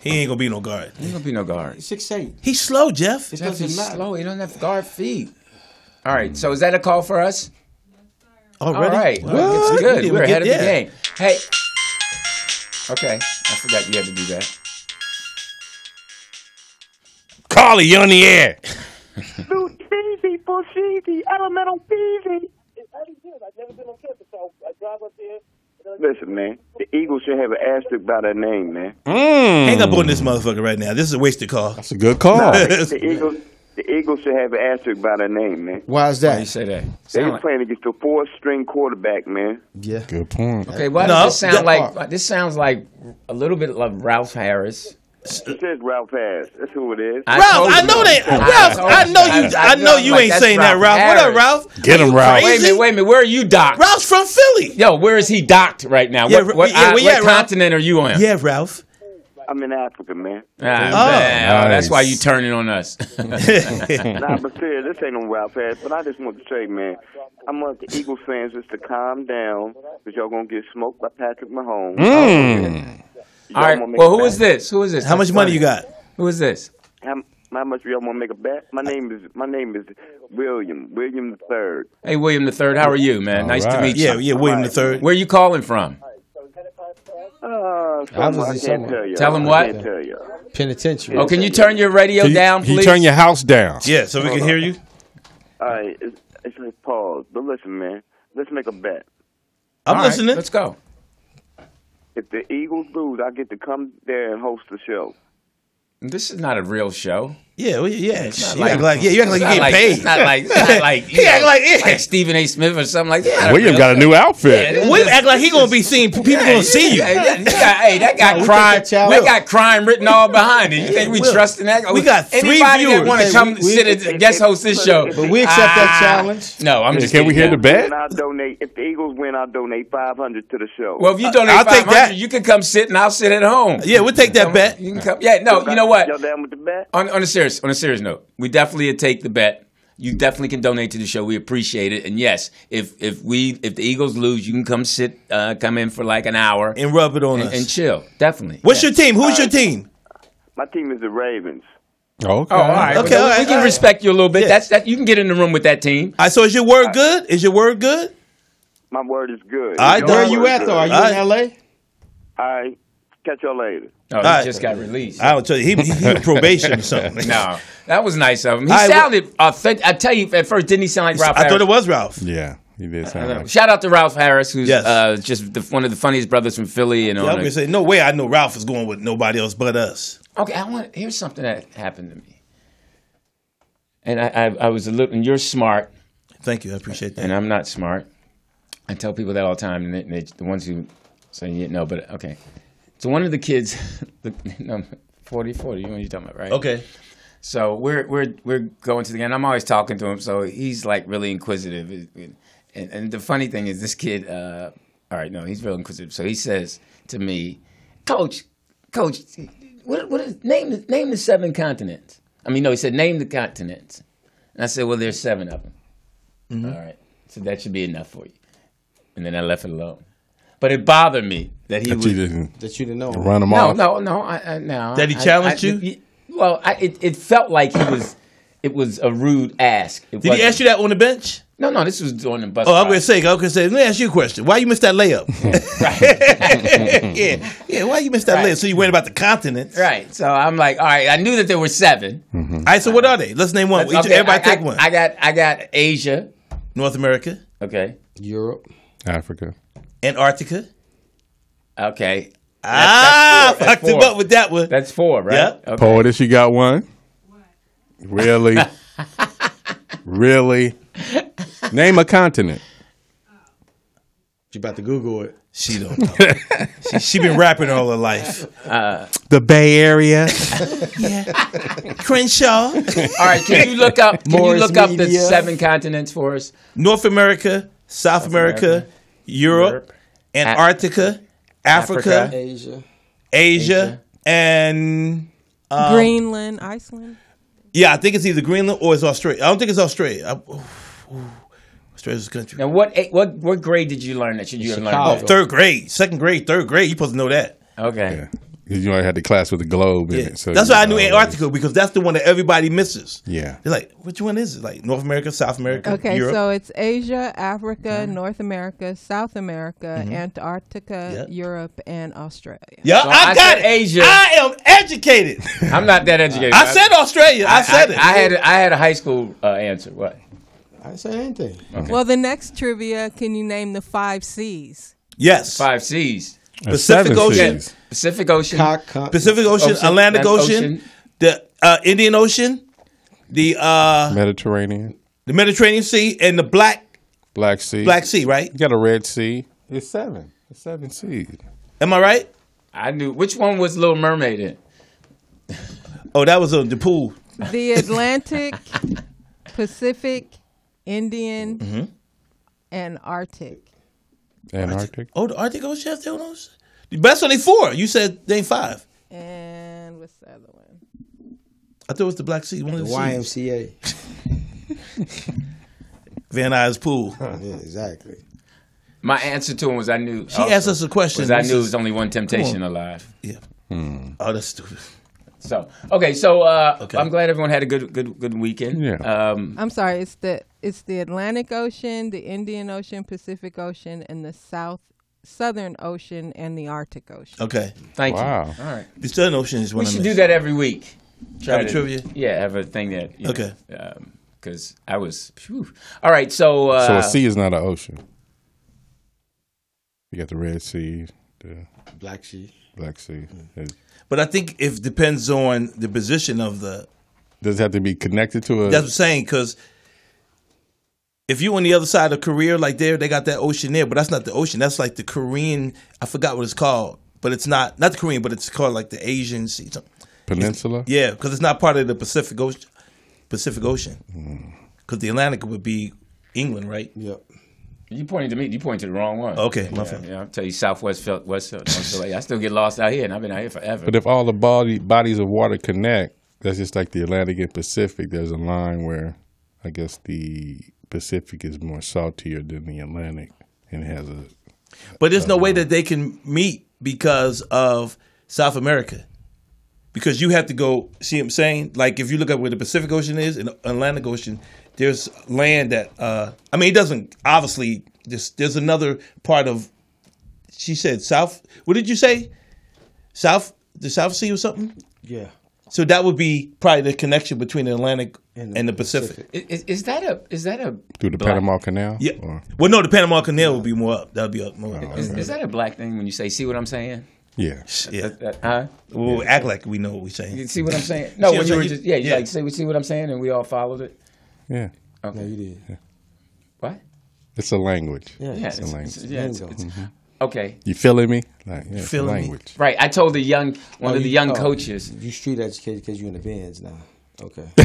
Speaker 2: he ain't gonna be no guard.
Speaker 1: There's gonna be no guards.
Speaker 4: Six eight.
Speaker 2: He's slow, Jeff.
Speaker 4: It
Speaker 1: Jeff,
Speaker 4: doesn't
Speaker 1: he's
Speaker 4: matter.
Speaker 1: slow. He doesn't have guard feet. All right, so is that a call for us? All right,
Speaker 2: What?
Speaker 1: it's good.
Speaker 2: We
Speaker 1: We're ahead of the
Speaker 2: yeah.
Speaker 1: game. Hey, okay, I forgot you had to do that.
Speaker 3: Carly, you on the air.
Speaker 5: Blue cheesy, full cheesy, elemental peasy. I've never been on campus, so I drive up there.
Speaker 6: Listen, man, the Eagles should have an asterisk by their name, man.
Speaker 2: Hmm. Mm. Hang up on
Speaker 1: Mm.
Speaker 2: this motherfucker right now. This is a wasted call.
Speaker 3: It's a good call.
Speaker 6: The Eagles, the Eagles should have an asterisk by their name, man.
Speaker 4: Why is
Speaker 1: You
Speaker 4: that?
Speaker 1: say that.
Speaker 6: They
Speaker 1: Sound
Speaker 6: was
Speaker 1: like-
Speaker 6: playing against a four-string quarterback, man.
Speaker 4: Yeah.
Speaker 3: Good point.
Speaker 1: okay, why
Speaker 2: No,
Speaker 1: does this sound
Speaker 2: that
Speaker 1: like?
Speaker 4: part.
Speaker 1: This sounds like a little bit like Ralph Harris.
Speaker 6: It says Ralph Pass. That's who it is.
Speaker 1: I
Speaker 2: Ralph,
Speaker 1: told
Speaker 2: I
Speaker 1: you.
Speaker 2: know that.
Speaker 1: I
Speaker 2: Ralph,
Speaker 1: told
Speaker 2: I know you. I know
Speaker 1: I'm
Speaker 2: you
Speaker 1: like,
Speaker 2: ain't
Speaker 1: that's
Speaker 2: saying that, Ralph. What up,
Speaker 1: Harris.
Speaker 2: Ralph?
Speaker 3: Get him, Ralph.
Speaker 1: Wait a
Speaker 2: Crazy?
Speaker 1: minute, wait a minute. Where are you docked?
Speaker 2: Ralph's from Philly.
Speaker 1: Yo, where is he docked right now?
Speaker 2: Yeah,
Speaker 1: what
Speaker 2: Ra-
Speaker 1: what,
Speaker 2: yeah,
Speaker 1: I-
Speaker 2: where you
Speaker 1: what
Speaker 2: at, Ralph?
Speaker 1: continent are you on?
Speaker 2: Yeah, Ralph.
Speaker 6: I'm in Africa, man.
Speaker 2: Oh.
Speaker 1: Ah, man. Oh, that's
Speaker 3: Nice.
Speaker 1: why you turning on us.
Speaker 6: Nah, but serious, this ain't no Ralph Pass. But I just want to say, man, I want the Eagles fans just to calm down because y'all gonna get smoked by Patrick Mahomes.
Speaker 1: Hmm. Mm. All right. Well, who is this? Who is this?
Speaker 2: How much
Speaker 1: That's
Speaker 2: money
Speaker 1: funny.
Speaker 2: you got?
Speaker 1: Who is this?
Speaker 6: How, how much y'all want to make a bet? My name is my name is William William the Third.
Speaker 1: Hey, William the Third. How are you, man?
Speaker 3: All
Speaker 1: nice to
Speaker 3: right.
Speaker 1: meet you.
Speaker 2: Yeah, yeah, William the Third.
Speaker 1: Where you calling from?
Speaker 6: Uh,
Speaker 4: I was
Speaker 6: I
Speaker 4: just
Speaker 6: can't
Speaker 4: saying-
Speaker 6: tell you.
Speaker 1: Tell 'em
Speaker 6: I
Speaker 1: what?
Speaker 6: Can't tell you.
Speaker 4: Penitentiary.
Speaker 1: Oh, can you turn your radio
Speaker 3: Can you-
Speaker 1: down,
Speaker 3: can
Speaker 1: please?
Speaker 3: you turn your house down.
Speaker 2: Yeah, so we can hear you.
Speaker 6: All right, it's, it's like pause. But listen, man, let's make a bet.
Speaker 2: I'm
Speaker 1: All right,
Speaker 2: listening.
Speaker 1: let's go.
Speaker 6: If the Eagles lose, I get to come there and host the show.
Speaker 1: This is not a real show.
Speaker 2: Yeah, well, yeah.
Speaker 1: not
Speaker 2: you
Speaker 1: like-
Speaker 2: act like yeah, you act like you
Speaker 1: Not
Speaker 2: get
Speaker 1: like,
Speaker 2: paid.
Speaker 1: It's not like, it's not like
Speaker 2: He act like, yeah.
Speaker 1: Stephen A. Smith or something like that.
Speaker 3: William got a new outfit.
Speaker 1: Yeah,
Speaker 2: William act like he gonna be seen. People gonna see you.
Speaker 1: Hey, that- you got- hey, that got
Speaker 4: we
Speaker 1: crime.
Speaker 4: think that y'all-
Speaker 1: That got crime written all behind it. You think we
Speaker 2: Will,
Speaker 1: trusting that?
Speaker 2: we got three
Speaker 1: Anybody
Speaker 2: viewers.
Speaker 1: that want
Speaker 4: Hey,
Speaker 1: to come
Speaker 4: we- we-
Speaker 1: sit and guest host this show, Ah.
Speaker 4: But we accept that challenge.
Speaker 1: No, I'm
Speaker 3: Yeah,
Speaker 1: just.
Speaker 3: can we
Speaker 1: kidding.
Speaker 3: hear the bet?
Speaker 7: And I'll donate. If the Eagles win, I'll donate five hundred to the show.
Speaker 1: Well, if you donate
Speaker 2: Uh, I'll take
Speaker 1: five
Speaker 2: that.
Speaker 1: hundred, you can come sit and I'll sit at home.
Speaker 2: Yeah, we'll take that bet.
Speaker 1: You can come. Yeah, no, you know what?
Speaker 7: Y'all down with the bet?
Speaker 1: On on a serious on a serious note, we definitely would take the bet. You definitely can donate to the show. We appreciate it. And yes, if if we if the Eagles lose, you can come sit, uh, come in for like an hour and,
Speaker 2: and rub it on us.
Speaker 1: and chill. Definitely.
Speaker 2: What's your team? Who's your team?
Speaker 7: My team is the Ravens.
Speaker 3: Okay.
Speaker 1: Oh, all right.
Speaker 2: Okay,
Speaker 1: Okay,
Speaker 2: all right,
Speaker 1: we can
Speaker 2: all right.
Speaker 1: respect you a little bit.
Speaker 2: Yeah.
Speaker 1: That's that. You can get in the room with that team.
Speaker 2: I so is your word good? Is your word good?
Speaker 7: My word is good.
Speaker 2: All right,
Speaker 7: Y'all
Speaker 4: Where
Speaker 2: dog.
Speaker 4: you
Speaker 7: word
Speaker 4: at
Speaker 7: good.
Speaker 4: though? Are you
Speaker 2: I-
Speaker 4: in L.A.?
Speaker 7: All right. Catch y'all later.
Speaker 1: Oh, he
Speaker 2: right.
Speaker 1: just got released.
Speaker 2: I don't tell you. He, he, he on probation or something.
Speaker 1: no, that was nice of him. He
Speaker 2: All right, well-
Speaker 1: sounded authentic. I tell you, at first, didn't he sound like Ralph?
Speaker 2: I thought
Speaker 1: Harris?
Speaker 2: it was Ralph.
Speaker 3: Yeah, he did sound like
Speaker 1: Shout out to Ralph Harris, who's
Speaker 2: Yes.
Speaker 1: uh, just the, one of the funniest brothers from Philly. And
Speaker 2: I'm
Speaker 1: on
Speaker 2: gonna
Speaker 1: a,
Speaker 2: say no way. I know Ralph is going with nobody else but us.
Speaker 1: okay, I want here's something that happened to me, and I, I, I was a little. And you're smart,
Speaker 2: Thank you. I appreciate that.
Speaker 1: and I'm not smart. I tell people that all the time, and they, they, the ones who say yeah, no, but okay. So one of the kids, the, no, 40, 40, you know what you're talking about, right?
Speaker 2: Okay.
Speaker 1: So we're we're we're going to the game. I'm always talking to him, so he's like really inquisitive. And and the funny thing is, this kid. Uh, all right, no, he's real inquisitive. So he says to me, "Coach, coach, what what is name the- name the seven continents?" I mean, no, he said name the continents, and I said, "Well, there's seven of them." All right, so that should be enough for you. And then I left it alone. But it bothered me that he
Speaker 3: that
Speaker 1: was
Speaker 3: you didn't
Speaker 4: That you didn't know.
Speaker 3: run him
Speaker 1: no,
Speaker 3: off.
Speaker 1: no, no, I, I, no.
Speaker 2: That he
Speaker 1: I-
Speaker 2: challenged
Speaker 1: I-
Speaker 2: you?
Speaker 1: y- Well, I, it, it felt like he was. It was a rude ask. It
Speaker 2: Did he ask you that on the bench?
Speaker 1: No, no. This was during the bus.
Speaker 2: Oh, I'm
Speaker 1: ride.
Speaker 2: gonna say. I'm gonna say. Let me ask you a question. Why you missed that layup? yeah, yeah. Why you missed that
Speaker 1: Right.
Speaker 2: layup? So you went about the continents.
Speaker 1: Right. So I'm like, all right. I knew that there were seven.
Speaker 2: All right. So what are they? Let's name one. Each-
Speaker 1: Okay,
Speaker 2: everybody
Speaker 1: I,
Speaker 2: take
Speaker 1: I-
Speaker 2: one.
Speaker 1: I got. I got Asia.
Speaker 2: North America,
Speaker 1: Okay.
Speaker 4: Europe.
Speaker 3: Africa.
Speaker 2: Antarctica.
Speaker 1: Okay.
Speaker 2: ah,
Speaker 1: that's four. That's
Speaker 2: fucked him
Speaker 1: four.
Speaker 2: up with that one.
Speaker 1: That's four, right?
Speaker 2: Yep.
Speaker 1: Okay.
Speaker 3: Poetess, you got one? Really? really? Name a continent.
Speaker 4: You about to Google it?
Speaker 2: She don't know. she, she been rapping all her life.
Speaker 1: Uh,
Speaker 3: The Bay Area.
Speaker 2: Crenshaw,
Speaker 1: All right. Can you look up? Can you
Speaker 4: Morris
Speaker 1: look up the
Speaker 4: Media.
Speaker 1: seven continents for us?
Speaker 2: North America, South America,
Speaker 1: America,
Speaker 2: Europe,
Speaker 1: Europe,
Speaker 2: Antarctica, Africa,
Speaker 1: Africa,
Speaker 4: Asia.
Speaker 2: Asia, and um,
Speaker 8: Um, Greenland, Iceland.
Speaker 2: yeah, I think it's either Greenland or it's Australia. I don't think it's Australia. I, ooh, ooh, Australia's a country.
Speaker 1: Now, what? a- What? What grade did you learn that? Should you have
Speaker 4: Chicago.
Speaker 1: learned?
Speaker 2: Third grade, second grade, third grade. You supposed to know that.
Speaker 1: that? Okay.
Speaker 3: You already had the class with the globe in
Speaker 2: Yeah.
Speaker 3: it. So
Speaker 2: that's
Speaker 3: you
Speaker 2: why I knew
Speaker 3: always-
Speaker 2: Antarctica because that's the one that everybody misses.
Speaker 3: Yeah.
Speaker 2: They're like, which one is it? Like North America, South America,
Speaker 8: Okay,
Speaker 2: Europe. Mm-hmm.
Speaker 8: so it's Asia, Africa, North America, South America, Antarctica,
Speaker 2: Yep.
Speaker 8: Europe, and Australia.
Speaker 2: Mm-hmm. yeah, I
Speaker 1: I
Speaker 2: got
Speaker 1: said
Speaker 2: it.
Speaker 1: Asia.
Speaker 2: I am educated.
Speaker 1: I'm not that educated.
Speaker 2: I said Australia. I, said it.
Speaker 1: I had I had a high school uh, answer. What?
Speaker 4: I didn't say anything.
Speaker 8: Well, the next trivia, can you name the five C's?
Speaker 2: yes.
Speaker 1: Five C's.
Speaker 3: That's
Speaker 2: Pacific
Speaker 3: seven
Speaker 2: Ocean.
Speaker 3: seas.
Speaker 1: Pacific Ocean.
Speaker 4: Cock, cock.
Speaker 2: Pacific Ocean,
Speaker 1: Ocean,
Speaker 2: Atlantic
Speaker 1: Atlantic
Speaker 2: Ocean,
Speaker 1: Ocean.
Speaker 2: the uh, Indian Ocean, the uh,
Speaker 3: Mediterranean.
Speaker 2: the Mediterranean Sea, and the Black
Speaker 3: Black Sea.
Speaker 2: Black Sea. Right?
Speaker 3: You got a Red Sea. It's seven. It's seven seas.
Speaker 2: Am I right?
Speaker 1: I knew which one was Little Mermaid in.
Speaker 2: Oh, that was uh, the pool.
Speaker 8: The Atlantic, Pacific, Indian,
Speaker 2: Mm-hmm.
Speaker 8: and Arctic.
Speaker 3: Antarctic.
Speaker 2: Oh, the Arctic Ocean has their own ocean. That's only four. You said they ain't five.
Speaker 8: And what's the other one?
Speaker 2: I thought it was the Black Sea. One of the seas.
Speaker 4: YMCA.
Speaker 2: Van Nuys pool.
Speaker 4: Yeah, exactly.
Speaker 1: My answer to him was I knew.
Speaker 2: She asked us a question.
Speaker 1: I
Speaker 2: This
Speaker 1: knew there
Speaker 2: is-
Speaker 1: was only one temptation alive.
Speaker 2: Yeah. Oh, that's stupid.
Speaker 1: So okay, so uh,
Speaker 2: Okay.
Speaker 1: I'm glad everyone had a good good good weekend.
Speaker 3: Yeah.
Speaker 1: Um,
Speaker 8: I'm sorry, it's the it's the Atlantic Ocean, the Indian Ocean, Pacific Ocean, and the South Southern Ocean and the Arctic Ocean.
Speaker 2: Okay.
Speaker 1: thank
Speaker 3: Wow.
Speaker 1: you. All right.
Speaker 2: The Southern Ocean is one
Speaker 1: We
Speaker 2: I
Speaker 1: should do
Speaker 2: missed.
Speaker 1: that every week. Try
Speaker 2: Have a trivia?
Speaker 1: Yeah, have a thing that. You
Speaker 2: Okay.
Speaker 1: Because I was. phew. All right. So. Uh,
Speaker 3: So a sea is not an ocean. You got the Red Sea, the
Speaker 4: Black sheep.
Speaker 3: Black Sea.
Speaker 2: But I think it depends on the position of the
Speaker 3: Does it have to be connected to a?
Speaker 2: That's what I'm saying. Because if you on the other side of Korea, like there, they got that ocean there, but that's not the ocean. That's like the Korean. I forgot what it's called, but it's not not the Korean, but it's called like the Asian Sea. some-
Speaker 3: peninsula.
Speaker 2: Yeah, because it's not part of the Pacific Ocean. Pacific Ocean. Because the Atlantic would be England, right?
Speaker 4: Yep.
Speaker 1: You pointed to me. You pointed to the wrong one.
Speaker 2: Okay, my
Speaker 1: yeah,
Speaker 2: fault.
Speaker 1: yeah, I'll tell you, Southwest felt West. Phil- North Philly. I still get lost out here, and I've been out here forever.
Speaker 3: But if all the body bodies of water connect, that's just like the Atlantic and Pacific. There's a line where I guess the Pacific is more saltier than the Atlantic, and it has a uh,
Speaker 2: But there's no way that they can meet because of South America. Because you have to go, see what I'm saying? Like if you look up where the Pacific Ocean is and the Atlantic Ocean, there's land that, uh, I mean, it doesn't, obviously, there's, there's another part of, she said South, what did you say? South, the South Sea or something?
Speaker 4: Yeah.
Speaker 2: So that would be probably the connection between the Atlantic and
Speaker 4: And
Speaker 2: the,
Speaker 4: the
Speaker 2: Pacific.
Speaker 4: Pacific.
Speaker 1: I- is, is that a is that a
Speaker 3: through the
Speaker 1: black-
Speaker 3: Panama Canal.
Speaker 2: Yeah.
Speaker 3: Or-
Speaker 2: Well, no, the Panama Canal would be more up. That would be up more. up.
Speaker 1: Is, is that a black thing when you say see what I'm saying?
Speaker 3: yeah.
Speaker 2: yeah.
Speaker 1: That- huh?
Speaker 2: We'll act like we know what we're saying.
Speaker 1: You see what I'm saying? No,
Speaker 2: See
Speaker 1: when
Speaker 2: what
Speaker 1: you
Speaker 2: I'm
Speaker 1: were
Speaker 2: saying?
Speaker 1: just yeah, you
Speaker 2: Yeah.
Speaker 1: like see see what I'm saying, and we all followed it.
Speaker 3: Yeah.
Speaker 4: No, you did.
Speaker 1: What?
Speaker 3: It's a language.
Speaker 4: Yeah.
Speaker 1: Yeah,
Speaker 4: It's
Speaker 1: it's,
Speaker 3: language. Mm-hmm.
Speaker 1: it's- yeah, it's-
Speaker 4: Lingo.
Speaker 1: it's- okay.
Speaker 3: You feeling me? Like, yeah, it's a
Speaker 2: Feeling me.
Speaker 3: language.
Speaker 1: Right, I told the young one
Speaker 4: Oh,
Speaker 1: of the
Speaker 4: you-
Speaker 1: young
Speaker 4: oh,
Speaker 1: coaches.
Speaker 4: You street educated because you in the bands now. Okay. we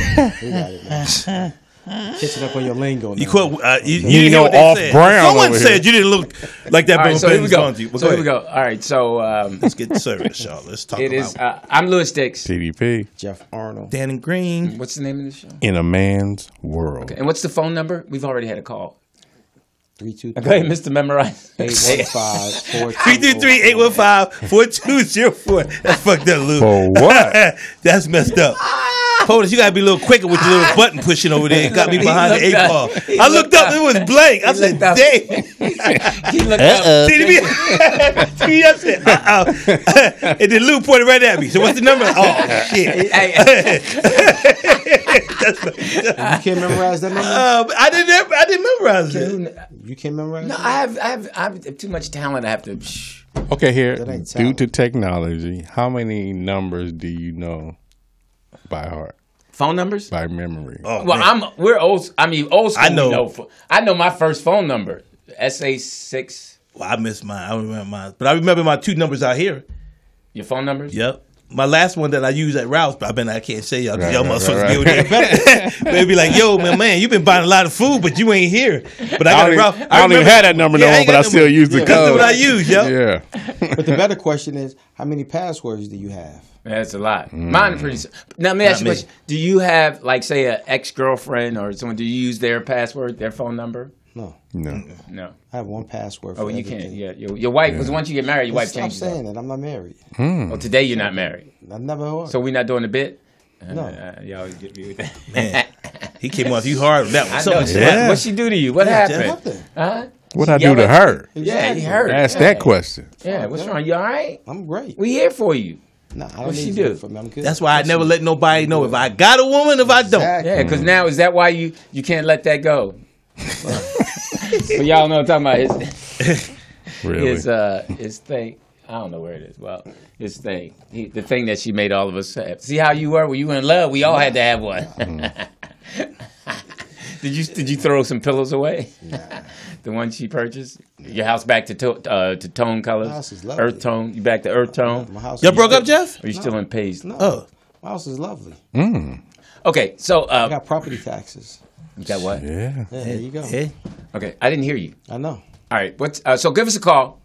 Speaker 4: got it now. Catching up on your lingo now.
Speaker 2: You quote. Uh, you, you,
Speaker 3: You
Speaker 2: didn't
Speaker 3: know
Speaker 2: hear what they
Speaker 3: off
Speaker 2: said.
Speaker 3: Brown
Speaker 2: Someone
Speaker 3: over
Speaker 2: said you didn't look like that.
Speaker 1: All right,
Speaker 2: Bill
Speaker 1: so here we
Speaker 2: Clinton's
Speaker 1: go.
Speaker 2: going to you. Well,
Speaker 1: so
Speaker 2: go
Speaker 1: here we
Speaker 2: ahead.
Speaker 1: go. All right, so um,
Speaker 2: Let's get serious, y'all. Let's talk
Speaker 1: it
Speaker 2: about
Speaker 1: is. Uh, I'm Lewis Dix.
Speaker 3: TDP
Speaker 4: Jeff Arnold.
Speaker 2: Dan and Green.
Speaker 1: What's the name of the show?
Speaker 3: in a man's world.
Speaker 1: And what's the phone number? We've already had a call.
Speaker 4: Three two
Speaker 1: Go ahead,
Speaker 4: three
Speaker 1: Mr. Memorize.
Speaker 4: eight one five four two.
Speaker 2: 323-815-4204. That's fucked up, Lou.
Speaker 3: For what?
Speaker 2: That's messed up. Hold it, you gotta be a little quicker with your little button pushing over there. It got me
Speaker 1: He
Speaker 2: behind the
Speaker 1: looked
Speaker 2: eight
Speaker 1: up.
Speaker 2: ball.
Speaker 1: He
Speaker 2: I looked
Speaker 1: looked
Speaker 2: up, it was blank. I said,
Speaker 1: looked up.
Speaker 2: "Damn."
Speaker 1: He looked up.
Speaker 2: TDB. TDB, I said, uh-oh. and then Lou pointed right at me. So what's the number? Oh, shit.
Speaker 1: Hey,
Speaker 4: You can't memorize that number.
Speaker 2: Um, I didn't. I didn't memorize it.
Speaker 4: You can't memorize.
Speaker 1: no,
Speaker 4: that?
Speaker 1: I have, I have, I have too much talent. I have to. Shh.
Speaker 3: Okay, here
Speaker 4: That ain't
Speaker 3: due
Speaker 4: talent.
Speaker 3: to technology, how many numbers do you know by heart,
Speaker 1: Phone numbers?
Speaker 3: by memory?
Speaker 2: Oh,
Speaker 1: Well,
Speaker 2: man.
Speaker 1: I'm. We're old. I mean, old school.
Speaker 2: I
Speaker 1: I
Speaker 2: know.
Speaker 1: know. I know my first phone number. SA six.
Speaker 2: Well, I missed mine. I don't remember mine, but I remember my two numbers out here.
Speaker 1: Your phone numbers?
Speaker 2: Yep. My last one that I use at Ralph's, but I bet I can't say y'all. 'cause
Speaker 3: Right,
Speaker 2: y'all
Speaker 3: right,
Speaker 2: motherfuckers
Speaker 3: right,
Speaker 2: be over there. They'd be like, "Yo, man, man, you've been buying a lot of food, but you ain't here." But I
Speaker 3: I
Speaker 2: got
Speaker 3: don't,
Speaker 2: a
Speaker 3: even,
Speaker 2: Ralph.
Speaker 3: I don't even
Speaker 2: remember-
Speaker 3: have that number
Speaker 2: Yeah,
Speaker 3: no
Speaker 2: I
Speaker 3: more,
Speaker 2: ain't
Speaker 3: but
Speaker 2: got
Speaker 3: I
Speaker 2: that
Speaker 3: still
Speaker 2: one.
Speaker 3: use the code.
Speaker 2: That's what I use, yo.
Speaker 3: Yeah.
Speaker 4: But the better question is, how many passwords do you have?
Speaker 1: That's a lot. Mine are pretty. s- Now let me ask
Speaker 2: Mm. Not
Speaker 1: you a
Speaker 2: me.
Speaker 1: question. Do you have like say an ex girlfriend or someone? Do you use their password, their phone number?
Speaker 4: No,
Speaker 3: No.
Speaker 1: No.
Speaker 4: I have one password. For
Speaker 1: Oh, you can't.
Speaker 4: everything.
Speaker 1: Yeah, your, your wife. Because once you get married, your wife
Speaker 4: Stop
Speaker 1: changes. it.
Speaker 4: saying that. I'm not married.
Speaker 3: Hmm.
Speaker 2: Hmm.
Speaker 1: Well, today you're not married,
Speaker 4: I never heard.
Speaker 1: so we're not doing a bit.
Speaker 4: No.
Speaker 1: Uh, y'all get me with that.
Speaker 2: Man, he came off you hard with that one.
Speaker 1: I know.
Speaker 2: Something
Speaker 1: What,
Speaker 2: said-
Speaker 3: Yeah.
Speaker 1: what she do to you? What happened?
Speaker 4: nothing.
Speaker 1: Huh?
Speaker 3: What I do to her?
Speaker 1: Yeah,
Speaker 4: Exactly.
Speaker 1: you heard.
Speaker 3: Ask
Speaker 1: yeah.
Speaker 3: that question.
Speaker 1: Yeah, what's wrong? You all right?
Speaker 4: I'm great.
Speaker 1: We here for you.
Speaker 4: Nah, I don't
Speaker 1: What'd
Speaker 4: need
Speaker 1: she
Speaker 4: you
Speaker 1: do?
Speaker 4: for me. I'm good.
Speaker 2: That's why I never let nobody know if I got a woman, if I don't.
Speaker 4: Exactly.
Speaker 1: Yeah, because now is that why you you can't let that go? so y'all know what I'm talking about his
Speaker 3: Really?
Speaker 1: his uh his thing. I don't know where it is. Well, his thing, he, the thing that she made all of us have. See how you were when you were in love. We all had to have one. did you did you throw some pillows away? the one she purchased. Your house back to to, uh, to tone colors.
Speaker 4: house is lovely.
Speaker 1: earth tone. You back to earth tone.
Speaker 4: My house.
Speaker 2: Y'all
Speaker 4: is-
Speaker 2: broke up, Jeff?
Speaker 1: Are you still in Paisley?
Speaker 4: No.
Speaker 2: Oh.
Speaker 4: My house is lovely.
Speaker 1: Mm. Okay, so
Speaker 4: I
Speaker 1: uh,
Speaker 4: got property taxes.
Speaker 1: you got what?
Speaker 3: yeah.
Speaker 4: Yeah, there you go.
Speaker 2: Yeah.
Speaker 1: Okay, I didn't hear you.
Speaker 4: I know.
Speaker 1: All right. What's, uh, so give us a call.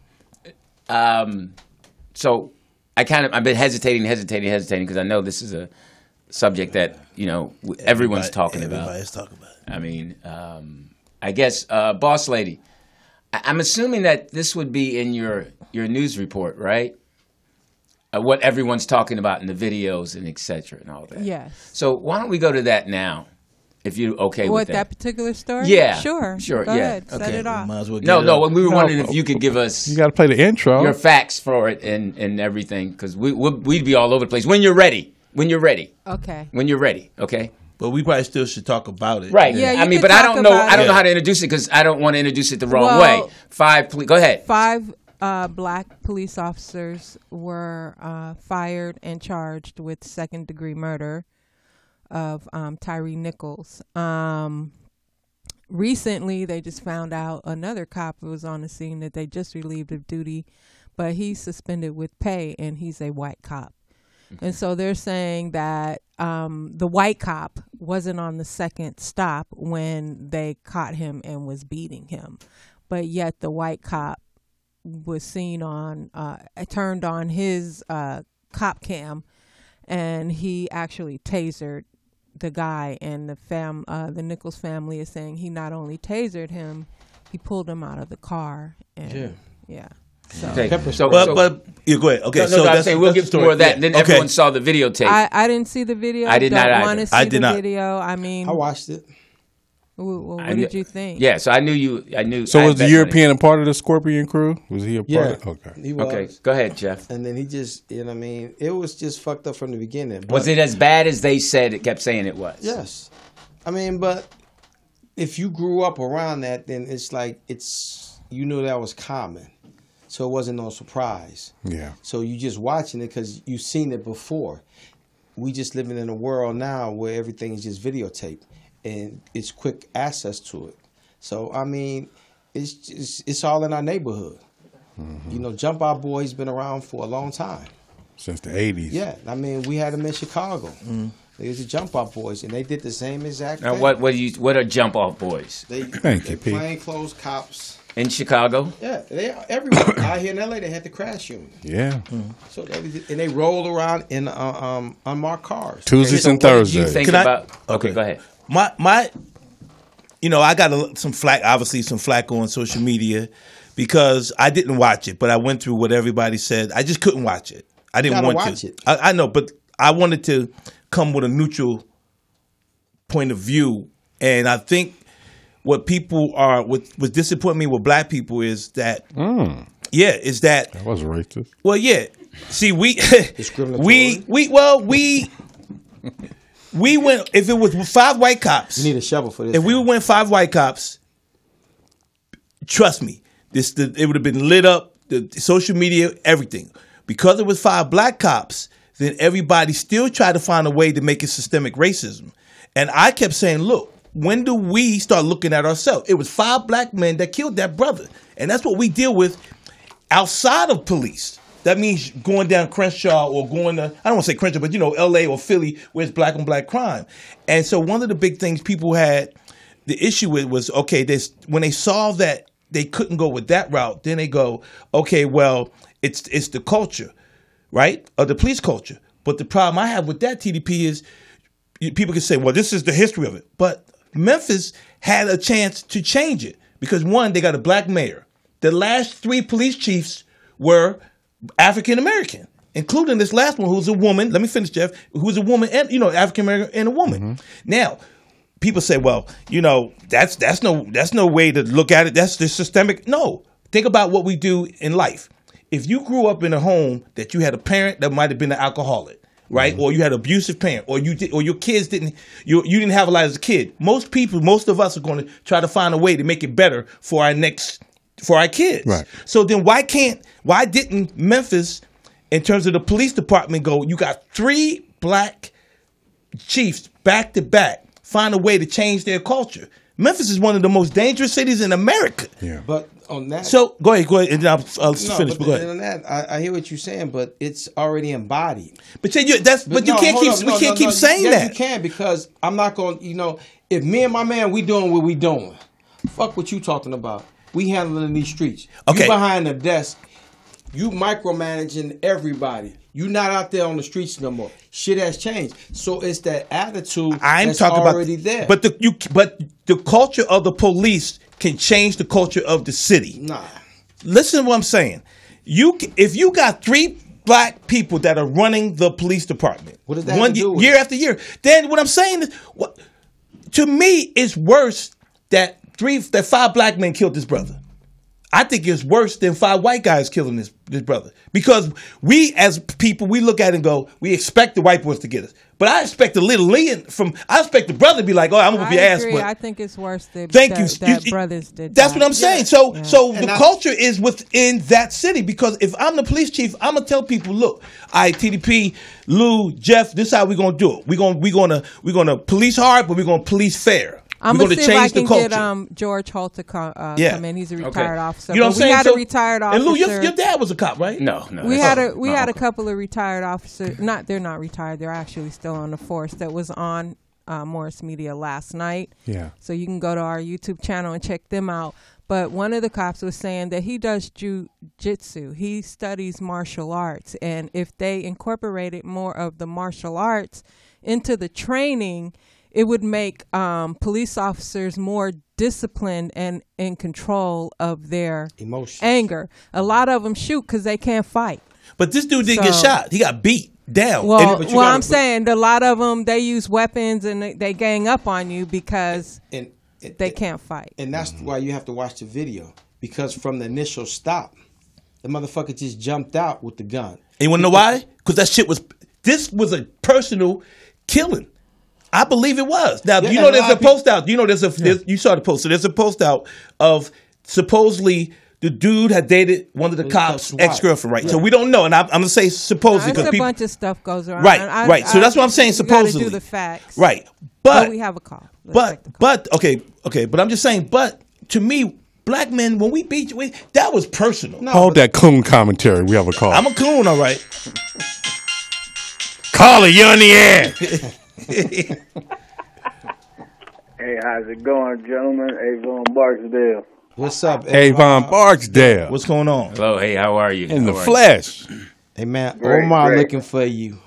Speaker 1: Um, so I kind of I've been hesitating, hesitating, hesitating because I know this is a subject that you know w- everyone's talking about.
Speaker 2: Everybody's talking about.
Speaker 1: I mean, um, I guess uh, boss lady. I- I'm assuming that this would be in your your news report, right? Uh, what everyone's talking about in the videos and et cetera and all that.
Speaker 8: Yes.
Speaker 1: So why don't we go to that now, if you okay
Speaker 8: What
Speaker 1: with
Speaker 8: that particular story?
Speaker 1: Yeah.
Speaker 8: Sure.
Speaker 1: Sure,
Speaker 8: Go
Speaker 1: yeah.
Speaker 8: ahead. Set
Speaker 1: Okay.
Speaker 8: it
Speaker 2: it.
Speaker 8: off.
Speaker 2: Might as well get
Speaker 1: No,
Speaker 2: it
Speaker 1: no.
Speaker 2: up.
Speaker 1: We were
Speaker 3: No.
Speaker 1: wondering if you could give us
Speaker 3: You got to play the intro.
Speaker 1: your facts for it and, and everything because we, we'll, we'd be all over the place when you're ready when you're ready
Speaker 8: Okay.
Speaker 1: when you're ready okay
Speaker 2: But we probably still should talk about it.
Speaker 1: right
Speaker 8: Yeah, you
Speaker 1: i mean
Speaker 8: could
Speaker 1: but i
Speaker 8: talk
Speaker 1: don't know
Speaker 8: about
Speaker 1: i don't
Speaker 8: it.
Speaker 1: know how to introduce it because i don't want to introduce it the wrong
Speaker 8: Well-
Speaker 1: way five please go ahead
Speaker 8: Five uh, black police officers were uh, fired and charged with second degree murder of um, Tyree Nichols. Um, recently, they just found out another cop who was on the scene that they just relieved of duty, but he's suspended with pay and he's a white cop.
Speaker 2: Mm-hmm.
Speaker 8: And so they're saying that um, the white cop wasn't on the second stop when they caught him and was beating him. But yet the white cop was seen on, uh, turned on his uh, cop cam and he actually tasered the guy and the fam uh, the Nichols family is saying he not only tasered him, he pulled him out of the car and yeah.
Speaker 4: Yeah.
Speaker 8: So
Speaker 1: Okay, so,
Speaker 2: But
Speaker 1: so-
Speaker 2: but yeah, go ahead. Okay,
Speaker 1: no, no,
Speaker 2: so
Speaker 1: no, I'm
Speaker 2: that's,
Speaker 1: saying we'll
Speaker 2: that's
Speaker 1: give
Speaker 2: the
Speaker 1: some
Speaker 2: story.
Speaker 1: more of that. And
Speaker 2: Yeah.
Speaker 1: then everyone saw the videotape.
Speaker 8: I, I didn't see the video.
Speaker 1: I did
Speaker 8: don't
Speaker 1: not
Speaker 8: want to
Speaker 1: either.
Speaker 8: see
Speaker 2: I did
Speaker 8: the
Speaker 2: not.
Speaker 8: video. I mean,
Speaker 4: I watched it.
Speaker 8: wh- wh- what
Speaker 1: I knew-
Speaker 8: did you think?
Speaker 1: yeah, so I knew you. I knew.
Speaker 3: So
Speaker 1: I
Speaker 3: was the
Speaker 1: bet money.
Speaker 3: European a part of the Scorpion crew? Was he a part?
Speaker 4: Yeah.
Speaker 3: Of, okay.
Speaker 4: He was.
Speaker 1: Okay, go ahead, Jeff.
Speaker 4: And then he just, you know what I mean? It was just fucked up from the beginning.
Speaker 1: Was
Speaker 4: but-
Speaker 1: it as bad as they said? It kept saying it was.
Speaker 4: Yes. I mean, but if you grew up around that, then it's like, it's, you knew that was common. So it wasn't no surprise.
Speaker 3: Yeah.
Speaker 4: So you just watching it because you've seen it before. We just living in a world now where everything is just videotaped and it's quick access to it. So I mean, it's just, it's all in our neighborhood. You know, Jump Out Boy's been around for a long time.
Speaker 3: Since the eighties.
Speaker 4: Yeah, I mean, we had them in Chicago.
Speaker 2: Mm-hmm.
Speaker 4: They was the Jump Out Boys, and they did the same exact.
Speaker 1: Now
Speaker 4: thing.
Speaker 1: what? What do you? What are jump off boys
Speaker 4: They,
Speaker 3: Thank you,
Speaker 4: they
Speaker 3: Pete.
Speaker 4: plainclothes cops.
Speaker 1: in Chicago?
Speaker 4: Yeah, they everywhere out here in LA. They had the crash unit,
Speaker 3: Yeah.
Speaker 2: Mm-hmm.
Speaker 4: so they, was- and they rolled around in uh, um, unmarked cars.
Speaker 3: Tuesdays and
Speaker 1: You
Speaker 3: Thursdays.
Speaker 1: think
Speaker 2: Can I-
Speaker 1: about? Okay,
Speaker 2: okay.
Speaker 1: go ahead.
Speaker 2: my my you know i got a, some flack obviously some flack on social media because i didn't watch it but i went through what everybody said i just couldn't watch it i didn't
Speaker 4: gotta
Speaker 2: want
Speaker 4: watch
Speaker 2: to
Speaker 4: it.
Speaker 2: I, I know but i wanted to come with a neutral point of view and i think what people are what was disappointing me with black people is that yeah is that
Speaker 3: That was racist.
Speaker 2: well, yeah. See, we
Speaker 4: Discriminatory.
Speaker 2: we we well we we went if it was five white cops.
Speaker 4: You need a shovel for this.
Speaker 2: If we
Speaker 4: one.
Speaker 2: went five white cops, trust me, this the, it would have been lit up. The, the social media, everything, because it was five black cops. Then everybody still tried to find a way to make it systemic racism, and I kept saying, "Look, when do we start looking at ourselves? It was five black men that killed that brother, and that's what we deal with outside of police. That means going down Crenshaw or going to, I don't want to say Crenshaw, but you know, LA or Philly, where it's black on black crime. And so one of the big things people had the issue with was okay, this, when they saw that they couldn't go with that route, then they go, okay, well, it's, it's the culture, right? Of the police culture. But the problem I have with that TDP is you- people can say, well, this is the history of it. But Memphis had a chance to change it because one, they got a black mayor. The last three police chiefs were African American, including this last one, who's a woman. Let me finish, Jeff. Who's a woman and you know African American and a woman. Now, people say, well, you know, that's that's no that's no way to look at it. That's the systemic. No, think about what we do in life. If you grew up in a home that you had a parent that might have been an alcoholic, right, or you had an abusive parent, or you did, or your kids didn't, you you didn't have a lot as a kid. Most people, most of us, are going to try to find a way to make it better for our next for our kids.
Speaker 3: Right.
Speaker 2: So then, why can't why didn't Memphis, in terms of the police department, go? You got three black Chiefs back to back find a way to change their culture. Memphis is one of the most dangerous cities in America.
Speaker 3: Yeah.
Speaker 4: but on that,
Speaker 2: So go ahead, go ahead, and I'll, I'll
Speaker 4: no,
Speaker 2: finish. But,
Speaker 4: But
Speaker 2: go
Speaker 4: then
Speaker 2: ahead.
Speaker 4: on that, I, I hear what you're saying, but it's already embodied.
Speaker 2: But you, that's but, you
Speaker 4: no,
Speaker 2: can't
Speaker 4: hold
Speaker 2: keep
Speaker 4: up.
Speaker 2: we
Speaker 4: No,
Speaker 2: can't
Speaker 4: no,
Speaker 2: keep
Speaker 4: no.
Speaker 2: saying
Speaker 4: Yes,
Speaker 2: that.
Speaker 4: You can because I'm not going. to You know, if me and my man we doing what we doing, fuck what you talking about. We handling these streets.
Speaker 2: Okay.
Speaker 4: You behind the desk. You micromanaging everybody. You not out there on the streets no more. Shit has changed. So it's that attitude
Speaker 2: I'm
Speaker 4: that's
Speaker 2: talking
Speaker 4: already
Speaker 2: about
Speaker 4: there.
Speaker 2: But the you but the culture of the police can change the culture of the city.
Speaker 4: nah.
Speaker 2: listen to what I'm saying. You c- if you got three black people that are running the police department,
Speaker 4: What does that
Speaker 2: one
Speaker 4: have to
Speaker 2: ye-
Speaker 4: do with
Speaker 2: year
Speaker 4: it?
Speaker 2: after year, then what I'm saying is, what, to me, it's worse that three that five black men killed this brother. I think it's worse than five white guys killing this this brother because we as people we look at it and go we expect the white boys to get us, but I expect the little Leon from I expect the brother to be like oh I'm gonna
Speaker 8: I
Speaker 2: be ass,
Speaker 8: agree.
Speaker 2: but
Speaker 8: I think it's worse that
Speaker 2: Thank
Speaker 8: that,
Speaker 2: you.
Speaker 8: that
Speaker 2: You-
Speaker 8: brothers did.
Speaker 2: That's
Speaker 8: that.
Speaker 2: what I'm saying. So,
Speaker 8: Yeah.
Speaker 2: so the
Speaker 4: I-
Speaker 2: culture is within that city because if I'm the police chief, I'm gonna tell people, look, I TDP, Lou, Jeff, this is how we're gonna do it. We're gonna we're gonna we're gonna police hard, but we're gonna police fair.
Speaker 8: I'm
Speaker 2: we're
Speaker 8: gonna
Speaker 2: gonna
Speaker 8: see if I can get um, George Holt to come, uh,
Speaker 2: Yeah.
Speaker 8: come in. He's a
Speaker 1: Okay.
Speaker 8: retired officer.
Speaker 2: you know what
Speaker 8: But
Speaker 2: I'm saying?
Speaker 8: We had
Speaker 2: So-
Speaker 8: a retired officer.
Speaker 2: And Lou, your, your dad was a cop, right?
Speaker 1: No, no.
Speaker 8: we
Speaker 1: that's
Speaker 8: had a
Speaker 1: not-
Speaker 8: we
Speaker 1: my
Speaker 8: had a
Speaker 1: uncle.
Speaker 8: couple of retired officers. Not they're not retired. They're actually still on the force. That was on uh, Morris Media last night.
Speaker 3: Yeah.
Speaker 8: So you can go to our YouTube channel and check them out. But one of the cops was saying that he does jujitsu. He studies martial arts, and if they incorporated more of the martial arts into the training, it would make um, police officers more disciplined and in control of their
Speaker 4: Emotions.
Speaker 8: anger. A lot of them shoot because they can't fight.
Speaker 2: But this dude didn't get
Speaker 8: So-
Speaker 2: shot. He got beat down.
Speaker 8: Well,
Speaker 2: And- but you
Speaker 8: well,
Speaker 2: gotta-
Speaker 8: I'm saying a lot of them they use weapons and they, they gang up on you because
Speaker 4: And it,
Speaker 8: they can't fight.
Speaker 4: and that's why you have to watch the video because from the initial stop, the motherfucker just jumped out with the gun.
Speaker 2: And you wanna know why? Because that shit was this was a personal killing. I believe it was. Now
Speaker 4: Yeah,
Speaker 2: you
Speaker 4: and
Speaker 2: know
Speaker 4: a
Speaker 2: there's
Speaker 4: lot
Speaker 2: a
Speaker 4: of people-
Speaker 2: post out. You know there's a there's, you saw the post. So there's a post out of supposedly the dude had dated one of the cops'
Speaker 4: cops' wife.
Speaker 2: ex girlfriend, right? So we don't know. And I'm, I'm gonna say supposedly
Speaker 8: There's
Speaker 2: because
Speaker 8: a
Speaker 2: people
Speaker 8: bunch of stuff goes around.
Speaker 2: Right,
Speaker 8: I-
Speaker 2: right. So
Speaker 8: I-
Speaker 2: that's what I'm saying,
Speaker 8: you gotta
Speaker 2: supposedly.
Speaker 8: do the facts.
Speaker 2: right,
Speaker 8: But,
Speaker 2: but
Speaker 8: we have a call. Let's take the
Speaker 2: but
Speaker 8: call.
Speaker 2: but okay okay. But I'm just saying. But to me, black men when we beat we, that was personal.
Speaker 3: Hold that coon commentary. We have a call.
Speaker 2: I'm a coon, all right.
Speaker 3: caller. You're on the air.
Speaker 9: Hey, how's it going, gentlemen? Avon Barksdale.
Speaker 4: What's up?
Speaker 3: Avon Barksdale
Speaker 2: What's going on?
Speaker 1: Hello, Oh, hey, how are you?
Speaker 3: in the
Speaker 1: How are you?
Speaker 3: flesh.
Speaker 4: Hey man,
Speaker 9: Great,
Speaker 4: Omar
Speaker 9: great.
Speaker 4: looking for you.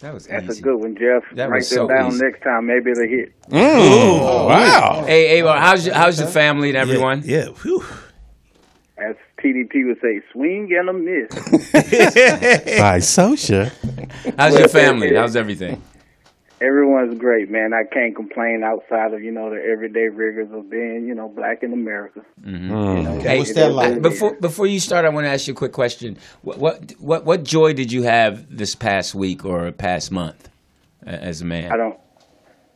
Speaker 1: That was
Speaker 9: That's
Speaker 1: easy.
Speaker 9: a good one, Jeff.
Speaker 1: That
Speaker 9: Write
Speaker 1: was
Speaker 9: that
Speaker 1: so
Speaker 9: down
Speaker 1: easy.
Speaker 9: next time. Maybe it'll hit.
Speaker 4: Oh,
Speaker 3: Wow.
Speaker 1: Mm. Hey, Avon, how's your, how's your family and everyone?
Speaker 2: Yeah. yeah. Whew.
Speaker 9: As TDP would say, swing and a miss.
Speaker 3: By Sosha.
Speaker 1: How's your family? How's everything?
Speaker 9: Everyone's great, man. I can't complain outside of, you know, the everyday rigors of being, you know, black in America.
Speaker 1: Mm-hmm.
Speaker 2: Mm.
Speaker 1: Hey,
Speaker 4: What's that like?
Speaker 1: Before before you start, I want to ask you a quick question. What what what, what joy did you have this past week or past month a- as a man?
Speaker 9: I don't,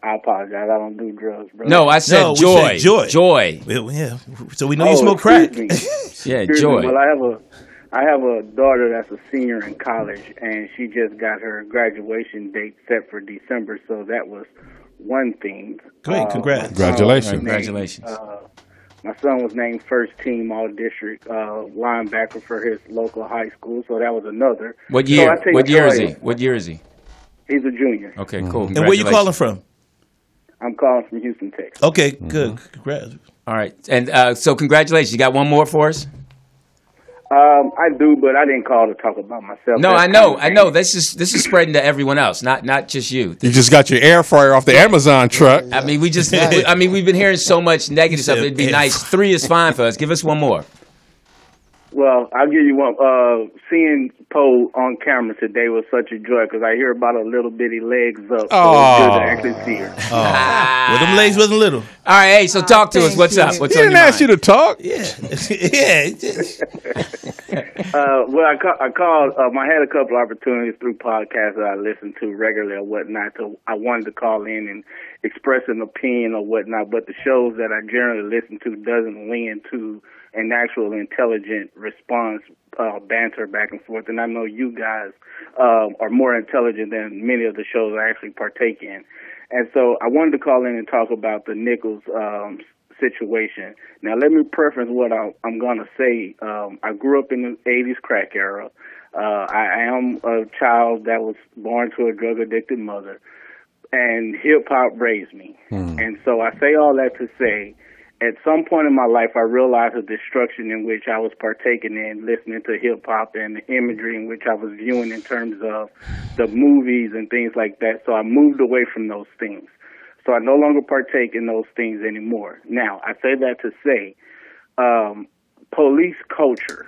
Speaker 9: I apologize. I don't do drugs, bro.
Speaker 1: no, I said
Speaker 2: No, we
Speaker 1: joy,
Speaker 2: said joy.
Speaker 1: joy.
Speaker 2: Well, yeah. So we know
Speaker 9: Oh,
Speaker 2: you smoke crack.
Speaker 9: excuse me.
Speaker 1: Yeah,
Speaker 9: Excuse me,
Speaker 1: joy.
Speaker 9: Well, I have a, I have a daughter that's a senior in college, and she just got her graduation date set for December. So that was one thing.
Speaker 2: Great,
Speaker 9: Uh,
Speaker 4: Oh,
Speaker 2: congrats.
Speaker 9: my son was
Speaker 3: Congratulations.
Speaker 9: named,
Speaker 1: Congratulations.
Speaker 9: uh, my son was named first team all district uh, linebacker for his local high school. So that was another.
Speaker 1: What
Speaker 9: So I
Speaker 1: year?
Speaker 9: tell you
Speaker 1: what year
Speaker 9: what,
Speaker 1: is he? What year is he?
Speaker 9: He's a junior.
Speaker 1: Okay, cool.
Speaker 2: And where you calling from?
Speaker 1: Congratulations.
Speaker 9: I'm calling from Houston, Texas.
Speaker 2: Okay, good. Congrats.
Speaker 1: Mm-hmm. All right, and uh, so congratulations. You got one more for us?
Speaker 9: Um, I do, but I didn't call to talk about myself.
Speaker 1: No,
Speaker 9: That's
Speaker 1: I know,
Speaker 9: kind of
Speaker 1: I know.
Speaker 9: mean.
Speaker 1: This is this is spreading to everyone else, not not just you.
Speaker 3: You just got your air fryer off the Amazon truck.
Speaker 1: I mean, we just. we- I mean, we've been hearing so much negative stuff. It'd be nice. Three is fine for us. Give us one more.
Speaker 9: Well, I'll give you one. Uh, seeing Poe on camera today was such a joy because I hear about her little bitty legs up.
Speaker 3: Aw.
Speaker 9: So it's good to actually see her.
Speaker 2: Well, them legs wasn't little.
Speaker 1: Oh. All right, hey. So talk to us.
Speaker 8: thank
Speaker 1: What's
Speaker 8: you.
Speaker 1: up? What's
Speaker 3: He
Speaker 1: on
Speaker 3: didn't
Speaker 1: your
Speaker 3: ask you
Speaker 1: mind?
Speaker 3: to talk.
Speaker 2: Yeah. yeah. it just-
Speaker 9: Uh, well, I, ca- I called. Um, I had a couple opportunities through podcasts that I listen to regularly or whatnot. So I wanted to call in and express an opinion or whatnot. But the shows that I generally listen to doesn't lend to an actual intelligent response uh, banter back and forth. And I know you guys um, are more intelligent than many of the shows I actually partake in. And so I wanted to call in and talk about the Nichols um, situation. Now, let me preference what I, I'm going to say. Um, I grew up in the 80s crack era. Uh, I am a child that was born to a drug addicted mother, and hip hop raised me. And so I say all that to say, at some point in my life, I realized the destruction in which I was partaking in, listening to hip hop and the imagery in which I was viewing in terms of the movies and things like that. So I moved away from those things. So I no longer partake in those things anymore. Now, I say that to say, um, police culture.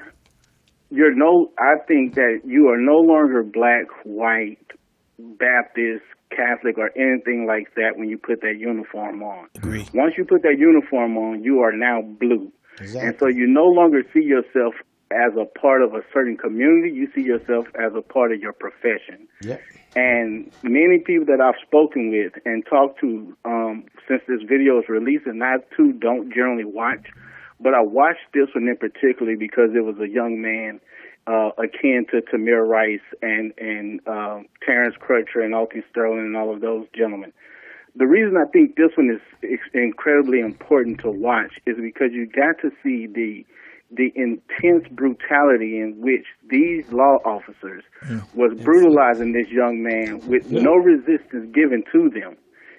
Speaker 9: You're no, I think that you are no longer black, white, Baptist, Catholic, or anything like that when you put that uniform on.
Speaker 2: Agree.
Speaker 9: Once you put that uniform on, you are now blue. And so you no longer see yourself as a part of a certain community, you see yourself as a part of your profession.
Speaker 4: Yep.
Speaker 9: And many people that I've spoken with and talked to um, since this video is released, and I too don't generally watch, but I watched this one in particularly because it was a young man uh, akin to Tamir Rice and and uh, Terrence Crutcher and Alton Sterling and all of those gentlemen. The reason I think this one is ex- incredibly important to watch is because you got to see the the intense brutality in which these law officers was brutalizing this young man with no resistance given to them.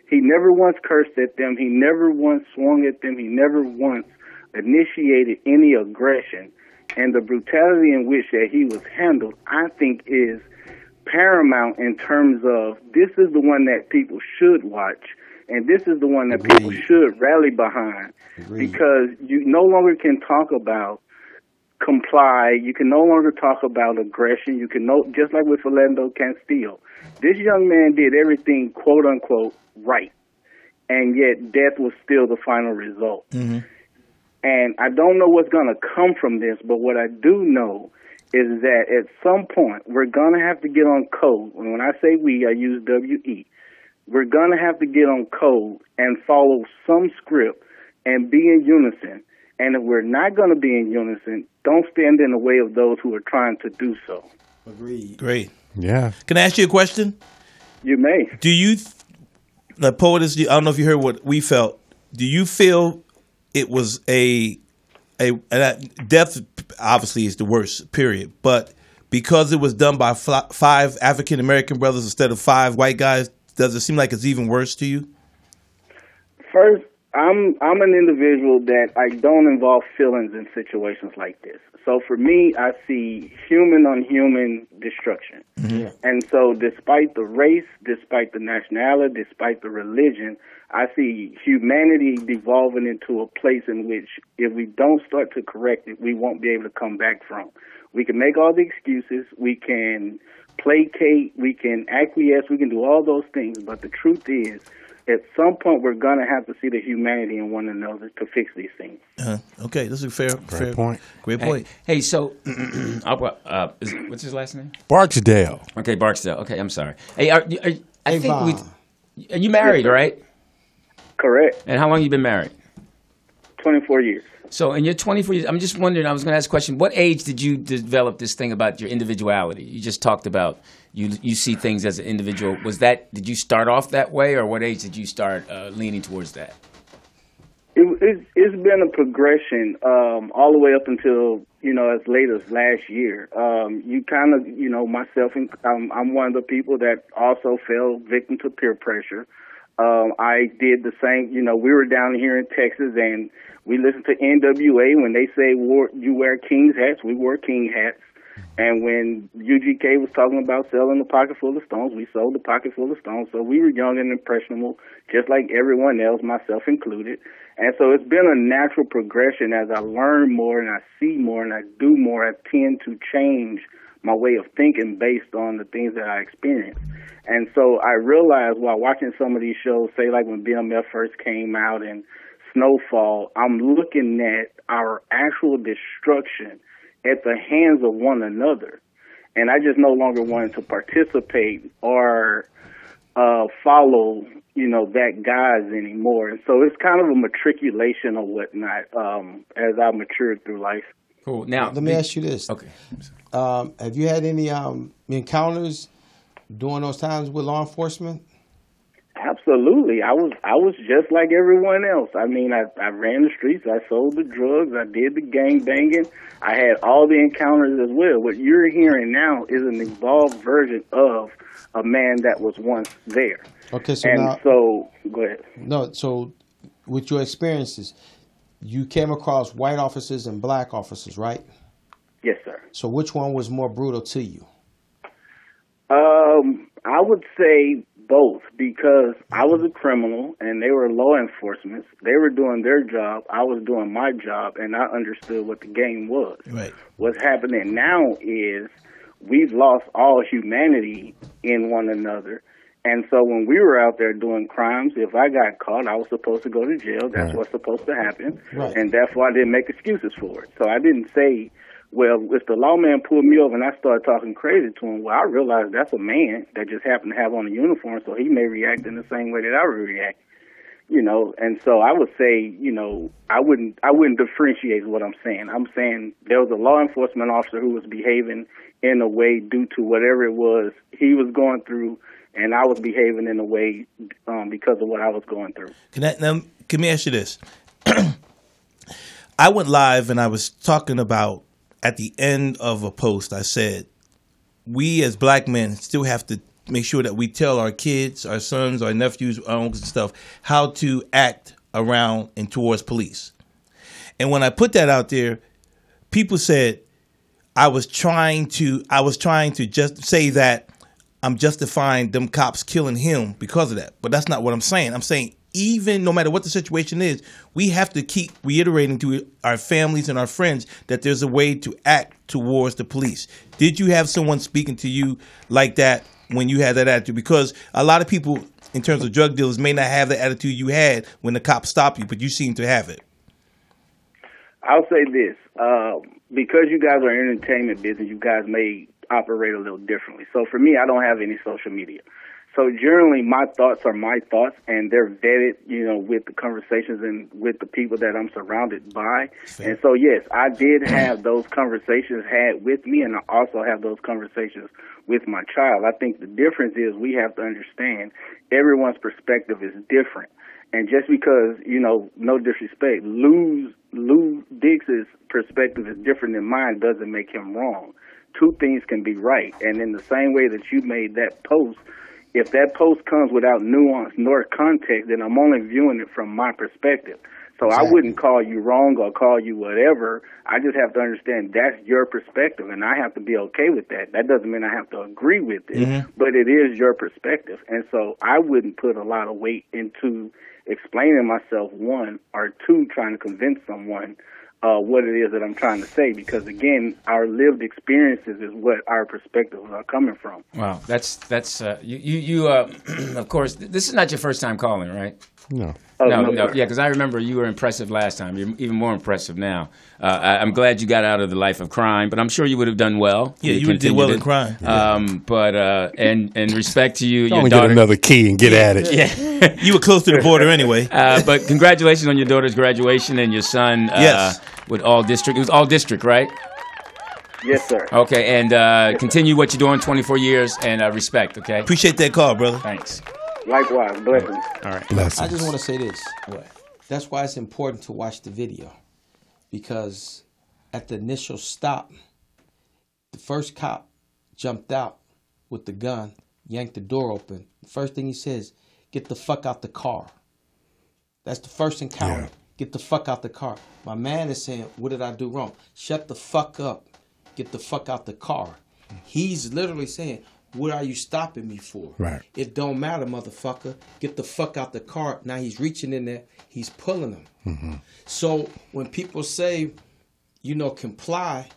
Speaker 9: He never once cursed at them. He never once swung at them. He never once initiated any aggression. And the brutality in which that he was handled, I think, is paramount in terms of this is the one that people should watch, and this is the one that people should rally behind because you no longer can talk about comply. You can no longer talk about aggression. You can no just like with Orlando Castillo. This young man did everything quote unquote right. And yet death was still the final result. And I don't know what's going to come from this, but what I do know is that at some point we're going to have to get on code. And when I say we, I use WE. We're going to have to get on code and follow some script and be in unison. And if we're not going to be in unison, don't stand in the way of those who are trying to do so.
Speaker 4: Agreed.
Speaker 2: Great.
Speaker 3: Yeah.
Speaker 2: Can I ask you a question?
Speaker 9: You may.
Speaker 2: Do you, th- the poet is, I don't know if you heard what we felt. Do you feel it was a, a, and I- death obviously is the worst, period. But because it was done by fl- five African American brothers instead of five white guys, does it seem like it's even worse to you?
Speaker 9: First, I'm I'm an individual that I don't involve feelings in situations like this. So for me, I see human on human destruction.
Speaker 4: Mm-hmm.
Speaker 9: And so despite the race, despite the nationality, despite the religion, I see humanity devolving into a place in which if we don't start to correct it, we won't be able to come back from. We can make all the excuses, we can placate, we can acquiesce, we can do all those things, but the truth is at some point we're going to have to see the humanity in one another to fix these things.
Speaker 2: Uh, okay, this is a fair, great fair
Speaker 3: point.
Speaker 2: Great
Speaker 1: Hey,
Speaker 2: point.
Speaker 1: hey, so I'll, uh, is, what's his last name?
Speaker 3: Barksdale.
Speaker 1: Okay, Barksdale. Okay, I'm sorry. Hey, are, are, I
Speaker 4: Hey,
Speaker 1: think
Speaker 4: Vaughn.
Speaker 1: we. Are you married, right?
Speaker 9: Correct.
Speaker 1: And how long you been married?
Speaker 9: 24 years.
Speaker 1: So, and you're 24 years. I'm just wondering. I was going to ask a question. What age did you develop this thing about your individuality? You just talked about you you see things as an individual. Was that did you start off that way, or what age did you start uh, leaning towards that?
Speaker 9: It, it, it's been a progression um, all the way up until you know as late as last year. Um, you kind of you know myself and um, I'm one of the people that also fell victim to peer pressure. Um, I did the same. You know, we were down here in Texas and we listened to NWA when they say war, you wear king's hats. We wore king hats. And when UGK was talking about selling a pocket full of stones, we sold a pocket full of stones. So we were young and impressionable, just like everyone else, myself included. And so it's been a natural progression as I learn more and I see more and I do more. I tend to change my way of thinking based on the things that I experience. And so I realized while watching some of these shows, say like when BMF first came out and Snowfall, I'm looking at our actual destruction at the hands of one another. And I just no longer wanted to participate or uh, follow, you know, that guise anymore. And so it's kind of a matriculation or whatnot um, as I matured through life.
Speaker 1: Cool. Now,
Speaker 4: Let me ask you this.
Speaker 1: Okay.
Speaker 4: Um, have you had any um, encounters during those times with law enforcement?
Speaker 9: Absolutely. I was I was just like everyone else. I mean, I, I ran the streets, I sold the drugs, I did the gang banging. I had all the encounters as well. What you're hearing now is an evolved version of a man that was once there.
Speaker 4: Okay, so
Speaker 9: and
Speaker 4: now
Speaker 9: so go ahead.
Speaker 4: no, so with your experiences, you came across white officers and black officers, right?
Speaker 9: Yes, sir.
Speaker 4: So which one was more brutal to you?
Speaker 9: Um, I would say both because I was a criminal and they were law enforcement. They were doing their job, I was doing my job, and I understood what the game was.
Speaker 2: Right.
Speaker 9: What's happening now is we've lost all humanity in one another, And so when we were out there doing crimes, if I got caught, I was supposed to go to jail. That's
Speaker 3: Right.
Speaker 9: what's supposed to happen.
Speaker 4: Right.
Speaker 9: And therefore, I didn't make excuses for it. So I didn't say, well, if the lawman pulled me over and I started talking crazy to him, well, I realized that's a man that just happened to have on a uniform, so he may react in the same way that I would react you know and so i would say you know i wouldn't i wouldn't differentiate what i'm saying i'm saying there was a law enforcement officer who was behaving in a way due to whatever it was he was going through and i was behaving in a way um, because of what i was going through
Speaker 2: Can I, now, can me ask you this? I went live and I was talking about at the end of a post. I said, "We as black men still have to make sure that we tell our kids, our sons, our nephews, our uncles, and stuff how to act around and towards police." And when I put that out there, people said, "I was trying to, I was trying to just say that." I'm justifying them cops killing him because of that. But that's not what I'm saying. I'm saying even no matter what the situation is, we have to keep reiterating to our families and our friends that there's a way to act towards the police. Did you have someone speaking to you like that when you had that attitude? Because a lot of people in terms of drug dealers may not have the attitude you had when the cops stop you, but you seem to have it.
Speaker 9: I'll say this: uh, because you guys are in entertainment business, you guys may operate a little differently. So for me, I don't have any social media. So generally, my thoughts are my thoughts, and they're vetted, you know, with the conversations and with the people that I'm surrounded by. And so, yes, I did have those conversations had with me, and I also have those conversations with my child. I think the difference is we have to understand everyone's perspective is different. And just because, you know, no disrespect, Lou's, Lou Diggs's perspective is different than mine doesn't make him wrong. Two things can be right. And in the same way that you made that post, if that post comes without nuance nor context, then I'm only viewing it from my perspective. So I wouldn't call you wrong or call you whatever. I just have to understand that's your perspective, and I have to be okay with that. That doesn't mean I have to agree with it,
Speaker 1: Mm-hmm.
Speaker 9: but it is your perspective. And so I wouldn't put a lot of weight into explaining myself, one, or two, trying to convince someone uh, what it is that I'm trying to say, because again, our lived experiences is what our perspectives are coming from.
Speaker 1: Wow, that's that's uh, you you, you uh, of course th- this is not your first time calling, right?
Speaker 3: No.
Speaker 9: Oh,
Speaker 1: no,
Speaker 9: no,
Speaker 1: no,
Speaker 9: sir.
Speaker 1: yeah, because I remember you were impressive last time. You're even more impressive now. Uh, I, I'm glad you got out of the life of crime, but I'm sure you would have done well.
Speaker 2: Yeah,
Speaker 1: if
Speaker 2: you did
Speaker 1: continued
Speaker 2: well
Speaker 1: it.
Speaker 2: in crime.
Speaker 1: Um, but uh, and and respect to you, your
Speaker 3: I'm gonna get
Speaker 1: daughter.
Speaker 3: another key and get at it. Yeah.
Speaker 2: You were close to the border anyway.
Speaker 1: Uh, but congratulations on your daughter's graduation and your son. Uh,
Speaker 2: Yes.
Speaker 1: With all district, it was all district, right?
Speaker 9: Yes, sir.
Speaker 1: Okay, and uh, continue what you're doing. 24 years and uh, respect. Okay.
Speaker 2: Appreciate that call, brother.
Speaker 1: Thanks.
Speaker 9: Likewise, blessings.
Speaker 1: All right.
Speaker 3: Blessings.
Speaker 4: I just want to say this. That's why it's important to watch the video because at the initial stop, the first cop jumped out with the gun, yanked the door open. The first thing he says, get the fuck out the car. That's the first encounter.
Speaker 3: Yeah.
Speaker 4: Get the fuck out the car. My man is saying, what did I do wrong? Shut the fuck up. Get the fuck out the car. He's literally saying, what are you stopping me for?
Speaker 3: Right.
Speaker 4: It don't matter, motherfucker. Get the fuck out the car. Now he's reaching in there. He's pulling him. So when people say, you know, comply,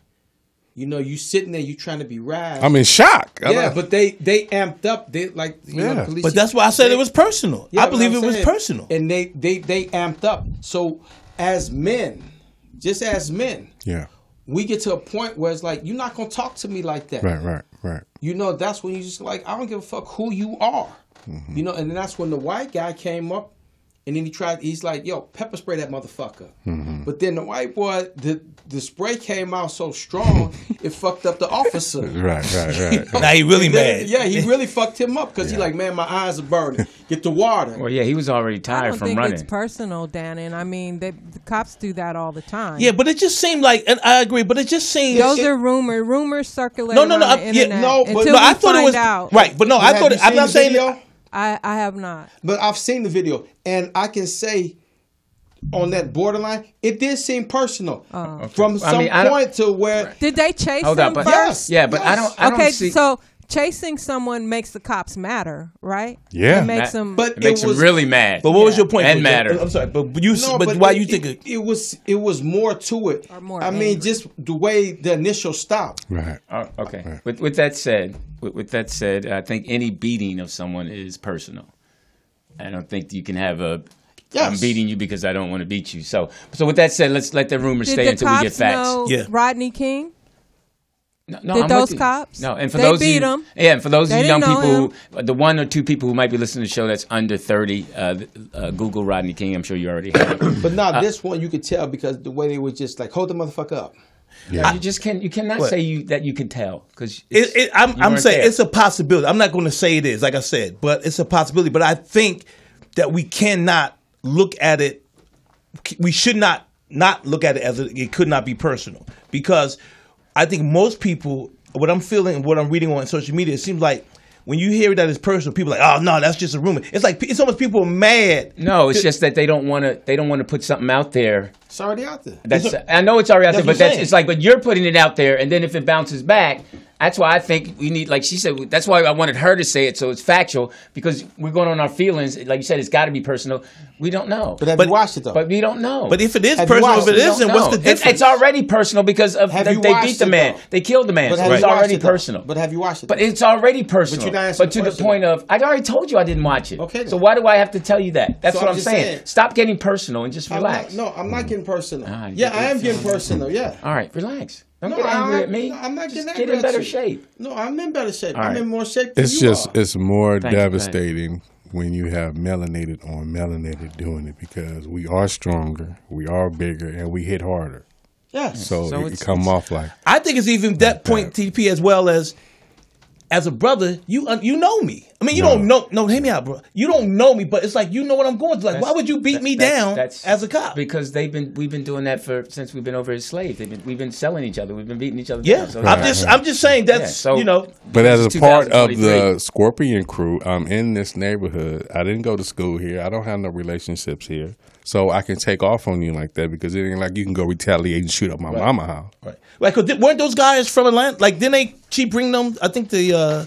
Speaker 4: you know, you sitting there, you trying to be rash.
Speaker 3: I'm in shock. I
Speaker 4: yeah,
Speaker 3: like-
Speaker 4: but they they amped up. They like you know,
Speaker 3: Yeah.
Speaker 4: police.
Speaker 2: But that's why I said it was personal.
Speaker 4: Yeah,
Speaker 2: I
Speaker 4: but
Speaker 2: believe
Speaker 4: I'm
Speaker 2: it was
Speaker 4: saying-
Speaker 2: personal.
Speaker 4: And they they they amped up. So as men, just as men,
Speaker 3: yeah.
Speaker 4: we get to a point where it's like you're not gonna talk to me like that.
Speaker 3: Right. Right. Right.
Speaker 4: You know, that's when you just like, I don't give a fuck who you are.
Speaker 3: Mm-hmm.
Speaker 4: You know, and then that's when the white guy came up and then he tried, he's like, yo, pepper spray that motherfucker.
Speaker 3: Mm.
Speaker 4: But then the white boy, the, the spray came out so strong, it fucked up the officer.
Speaker 3: Right. Right. Right.
Speaker 2: Now he really
Speaker 4: And then-
Speaker 2: mad.
Speaker 4: Yeah, he really fucked him up because he like, man, my eyes are burning. Get the water.
Speaker 1: Well, yeah, he was already
Speaker 8: I
Speaker 1: tired
Speaker 8: don't
Speaker 1: from
Speaker 8: think
Speaker 1: running.
Speaker 8: it's personal, Dannon. I mean, they, the cops do that all the time.
Speaker 2: Yeah, but it just seemed like, and I agree, but it just seemed.
Speaker 8: those are rumor rumors circulating.
Speaker 2: no, no, no,
Speaker 8: on the
Speaker 2: I- yeah,
Speaker 8: internet
Speaker 2: no,
Speaker 4: but-
Speaker 2: no.
Speaker 8: until we
Speaker 2: I thought
Speaker 8: find
Speaker 2: it was
Speaker 8: out.
Speaker 2: right, but no, I
Speaker 4: Have
Speaker 2: thought
Speaker 4: you
Speaker 2: it, I'm
Speaker 4: seen
Speaker 2: not
Speaker 4: the
Speaker 2: saying.
Speaker 4: video?
Speaker 8: I, I have not.
Speaker 4: But I've seen the video, and I can say on that borderline, it did seem personal. From some
Speaker 1: I mean, I don't-
Speaker 4: point to where
Speaker 8: Did they chase
Speaker 1: Hold
Speaker 8: him
Speaker 1: on, but
Speaker 8: first?
Speaker 4: Yes,
Speaker 1: yeah, but I
Speaker 4: yes.
Speaker 1: don't. I
Speaker 8: okay,
Speaker 1: don't see,
Speaker 8: so chasing someone makes the cops madder, right?
Speaker 3: Yeah.
Speaker 8: It makes
Speaker 1: Ma-
Speaker 8: them.
Speaker 4: But
Speaker 1: It makes
Speaker 4: it
Speaker 1: him
Speaker 4: was
Speaker 1: really mad.
Speaker 2: But what was your point?
Speaker 1: And
Speaker 2: Boogie?
Speaker 1: matter.
Speaker 2: I'm sorry, but you,
Speaker 4: No,
Speaker 2: but, why
Speaker 4: it-
Speaker 2: you think?
Speaker 4: it, it was? It was more to it.
Speaker 8: Or more
Speaker 4: I mean,
Speaker 8: angry.
Speaker 4: just the way the initial stop.
Speaker 3: Right.
Speaker 1: Oh, okay. With, with that said, with, with that said, I think any beating of someone is personal. I don't think you can have a. am
Speaker 4: Yes.
Speaker 1: beating you because I don't want to beat you. So, so with that said, let's let that rumor
Speaker 8: did
Speaker 1: stay
Speaker 8: the
Speaker 1: until
Speaker 8: cops
Speaker 1: we get facts.
Speaker 8: know
Speaker 2: Yeah.
Speaker 8: Rodney King?
Speaker 1: No, no,
Speaker 8: Did
Speaker 1: with
Speaker 8: those
Speaker 1: you.
Speaker 8: cops?
Speaker 1: No, and for
Speaker 8: They
Speaker 1: those
Speaker 8: beat
Speaker 1: of you,
Speaker 8: him.
Speaker 1: yeah, and for those of
Speaker 8: They
Speaker 1: you young
Speaker 8: didn't
Speaker 1: people,
Speaker 8: know
Speaker 1: who, the one or two people who might be listening to the show that's under thirty, uh, th- uh, Google Rodney King. I'm sure you already have. it. Uh,
Speaker 4: But now this one, you could tell because the way they were just like, hold the motherfucker up.
Speaker 1: Ah, you just can not You cannot
Speaker 2: What?
Speaker 1: say you that you can tell because
Speaker 2: It, it, I'm, I'm saying
Speaker 1: there.
Speaker 2: it's a possibility. I'm not going to say it is, like I said, but it's a possibility. But I think that we cannot look at it. We should not not look at it as a, it could not be personal because I think most people, what I'm feeling, and what I'm reading on social media, it seems like when you hear that it's personal, people are like, oh no, that's just a rumor. It's like it's almost people are mad.
Speaker 1: no. It's just that they don't want to. They don't want to put something out there
Speaker 4: It's already out there.
Speaker 1: That's I know it's already out
Speaker 2: That's what
Speaker 1: there, but
Speaker 2: I'm
Speaker 1: that's
Speaker 2: saying.
Speaker 1: it's like but you're putting it out there, and then if it bounces back, that's why I think we need like she said. That's why I wanted her to say it so it's factual because we're going on our feelings. Like you said, it's got to be personal. We don't know,
Speaker 4: But have
Speaker 2: But-
Speaker 4: you watched it though?
Speaker 1: But we don't know.
Speaker 2: But if it is
Speaker 4: Have you
Speaker 2: personal, if
Speaker 4: watched
Speaker 2: it
Speaker 4: it? You
Speaker 2: isn't, what's the
Speaker 1: It's,
Speaker 2: difference?
Speaker 1: it's already personal because of
Speaker 4: Have
Speaker 1: they,
Speaker 4: you
Speaker 1: they beat
Speaker 4: watched
Speaker 1: the
Speaker 4: it,
Speaker 1: man,
Speaker 4: though?
Speaker 1: they killed the man.
Speaker 4: But
Speaker 1: So
Speaker 4: have
Speaker 1: it's
Speaker 4: you watched
Speaker 1: already
Speaker 4: it, though?
Speaker 1: personal.
Speaker 4: But have you watched it,
Speaker 1: But
Speaker 4: though?
Speaker 1: it's already personal.
Speaker 4: you're not answering the
Speaker 1: But to the
Speaker 4: question,
Speaker 1: point
Speaker 4: though.
Speaker 1: of, I already told you I didn't watch it.
Speaker 4: Okay, then.
Speaker 1: So why do I have to tell you that? That's
Speaker 4: So
Speaker 1: what
Speaker 4: I'm
Speaker 1: I'm,
Speaker 4: just
Speaker 1: saying.
Speaker 4: saying-
Speaker 1: Stop getting personal and just
Speaker 4: I'm
Speaker 1: relax.
Speaker 4: not, no, I'm not getting personal.
Speaker 1: Ah, you
Speaker 4: yeah,
Speaker 1: get
Speaker 4: I am
Speaker 1: it.
Speaker 4: getting personal. Yeah.
Speaker 1: All right, relax. Don't
Speaker 4: No,
Speaker 1: get angry
Speaker 4: I-
Speaker 1: at me.
Speaker 4: no, I'm not
Speaker 1: Just
Speaker 4: getting
Speaker 1: get
Speaker 4: angry
Speaker 1: in
Speaker 4: at
Speaker 1: better
Speaker 4: you.
Speaker 1: shape.
Speaker 4: No, I'm in better shape. I'm
Speaker 1: right.
Speaker 4: in more shape than
Speaker 3: It's
Speaker 4: you
Speaker 3: just
Speaker 4: are.
Speaker 3: it's more
Speaker 1: Thank you, thank you.
Speaker 3: devastating when you have melanated on melanated doing it because we are stronger, we are bigger, and we hit harder.
Speaker 4: Yes.
Speaker 1: So
Speaker 3: So, it can
Speaker 1: it's-
Speaker 3: come off like
Speaker 2: I think it's even that point, TP, as well as as a brother, you un- you know me. I mean, you don't know. No, hear me out, bro. You don't know me, but it's like you know what I'm going through. Like, why would you beat
Speaker 1: That-
Speaker 2: me
Speaker 1: that's-
Speaker 2: down
Speaker 1: that's-
Speaker 2: as a cop?
Speaker 1: Because they've been we've been doing that for since we've been over as slaves. They've been we've been selling each other. We've been beating each other.
Speaker 2: yeah,
Speaker 1: down. So
Speaker 2: I'm
Speaker 1: it's
Speaker 2: just
Speaker 1: not-
Speaker 2: I'm just saying that's
Speaker 1: Yeah, so-
Speaker 2: you know.
Speaker 3: But as
Speaker 1: This
Speaker 3: a
Speaker 1: is
Speaker 3: part of
Speaker 1: 2023.
Speaker 3: the Scorpion crew, I'm in this neighborhood. I didn't go to school here. I don't have no relationships here. So I can take off on you like that because it ain't like you can go retaliate and shoot up my mama house.
Speaker 2: Right. Like, 'cause th- weren't those guys from Atlanta? Like, didn't they? She bring them. I think the. uh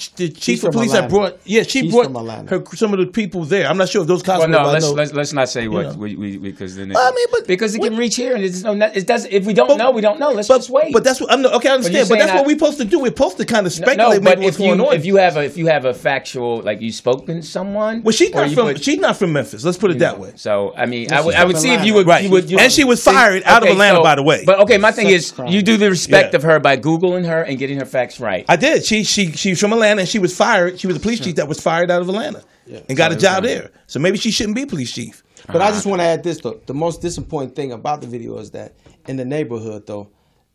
Speaker 2: ch- the chief
Speaker 4: from
Speaker 2: of police that
Speaker 4: Atlanta.
Speaker 2: brought, yeah, she
Speaker 4: She's
Speaker 2: brought
Speaker 4: from Atlanta.
Speaker 2: her some of the people there. I'm not sure if those cops.
Speaker 1: Well,
Speaker 2: were,
Speaker 1: no,
Speaker 2: but I
Speaker 1: let's,
Speaker 2: know-
Speaker 1: let's let's not say what
Speaker 2: know.
Speaker 1: we, we because then it,
Speaker 2: Well, I mean, but-
Speaker 1: because it
Speaker 2: what-
Speaker 1: can reach here and it's no it does not if we don't
Speaker 2: But-
Speaker 1: know we don't know let's
Speaker 2: but,
Speaker 1: just wait
Speaker 2: But that's what I'm. not- Okay, I
Speaker 1: you're
Speaker 2: understand. But
Speaker 1: saying
Speaker 2: that's what
Speaker 1: I-
Speaker 2: we're supposed to do. We're supposed to kind of
Speaker 1: no,
Speaker 2: speculate.
Speaker 1: no
Speaker 2: maybe
Speaker 1: but
Speaker 2: what's
Speaker 1: if you
Speaker 2: going on.
Speaker 1: if you have a if you have a factual like you spoken to someone
Speaker 2: Well, she's
Speaker 1: or
Speaker 2: not
Speaker 1: you
Speaker 2: from
Speaker 1: put- Mm.
Speaker 2: she's not from Memphis. Let's put it that way.
Speaker 1: So I mean, I would,
Speaker 4: she's
Speaker 1: I would
Speaker 4: from
Speaker 1: see if
Speaker 4: Atlanta.
Speaker 1: you would,
Speaker 2: Right.
Speaker 1: you would, you
Speaker 2: And she was fired out of Atlanta, by the way.
Speaker 1: But okay, my thing
Speaker 4: Sex
Speaker 1: is,
Speaker 4: crime.
Speaker 1: you do the respect
Speaker 2: Yeah.
Speaker 1: of her by googling her and getting her facts right.
Speaker 2: I did. She she she's from Atlanta, and she was fired. She was a police chief that was fired out of Atlanta, and got a job there. So maybe she shouldn't be a police chief.
Speaker 4: But
Speaker 3: Uh-huh.
Speaker 4: I just want to add this though. The most disappointing thing about the video is that in the neighborhood though,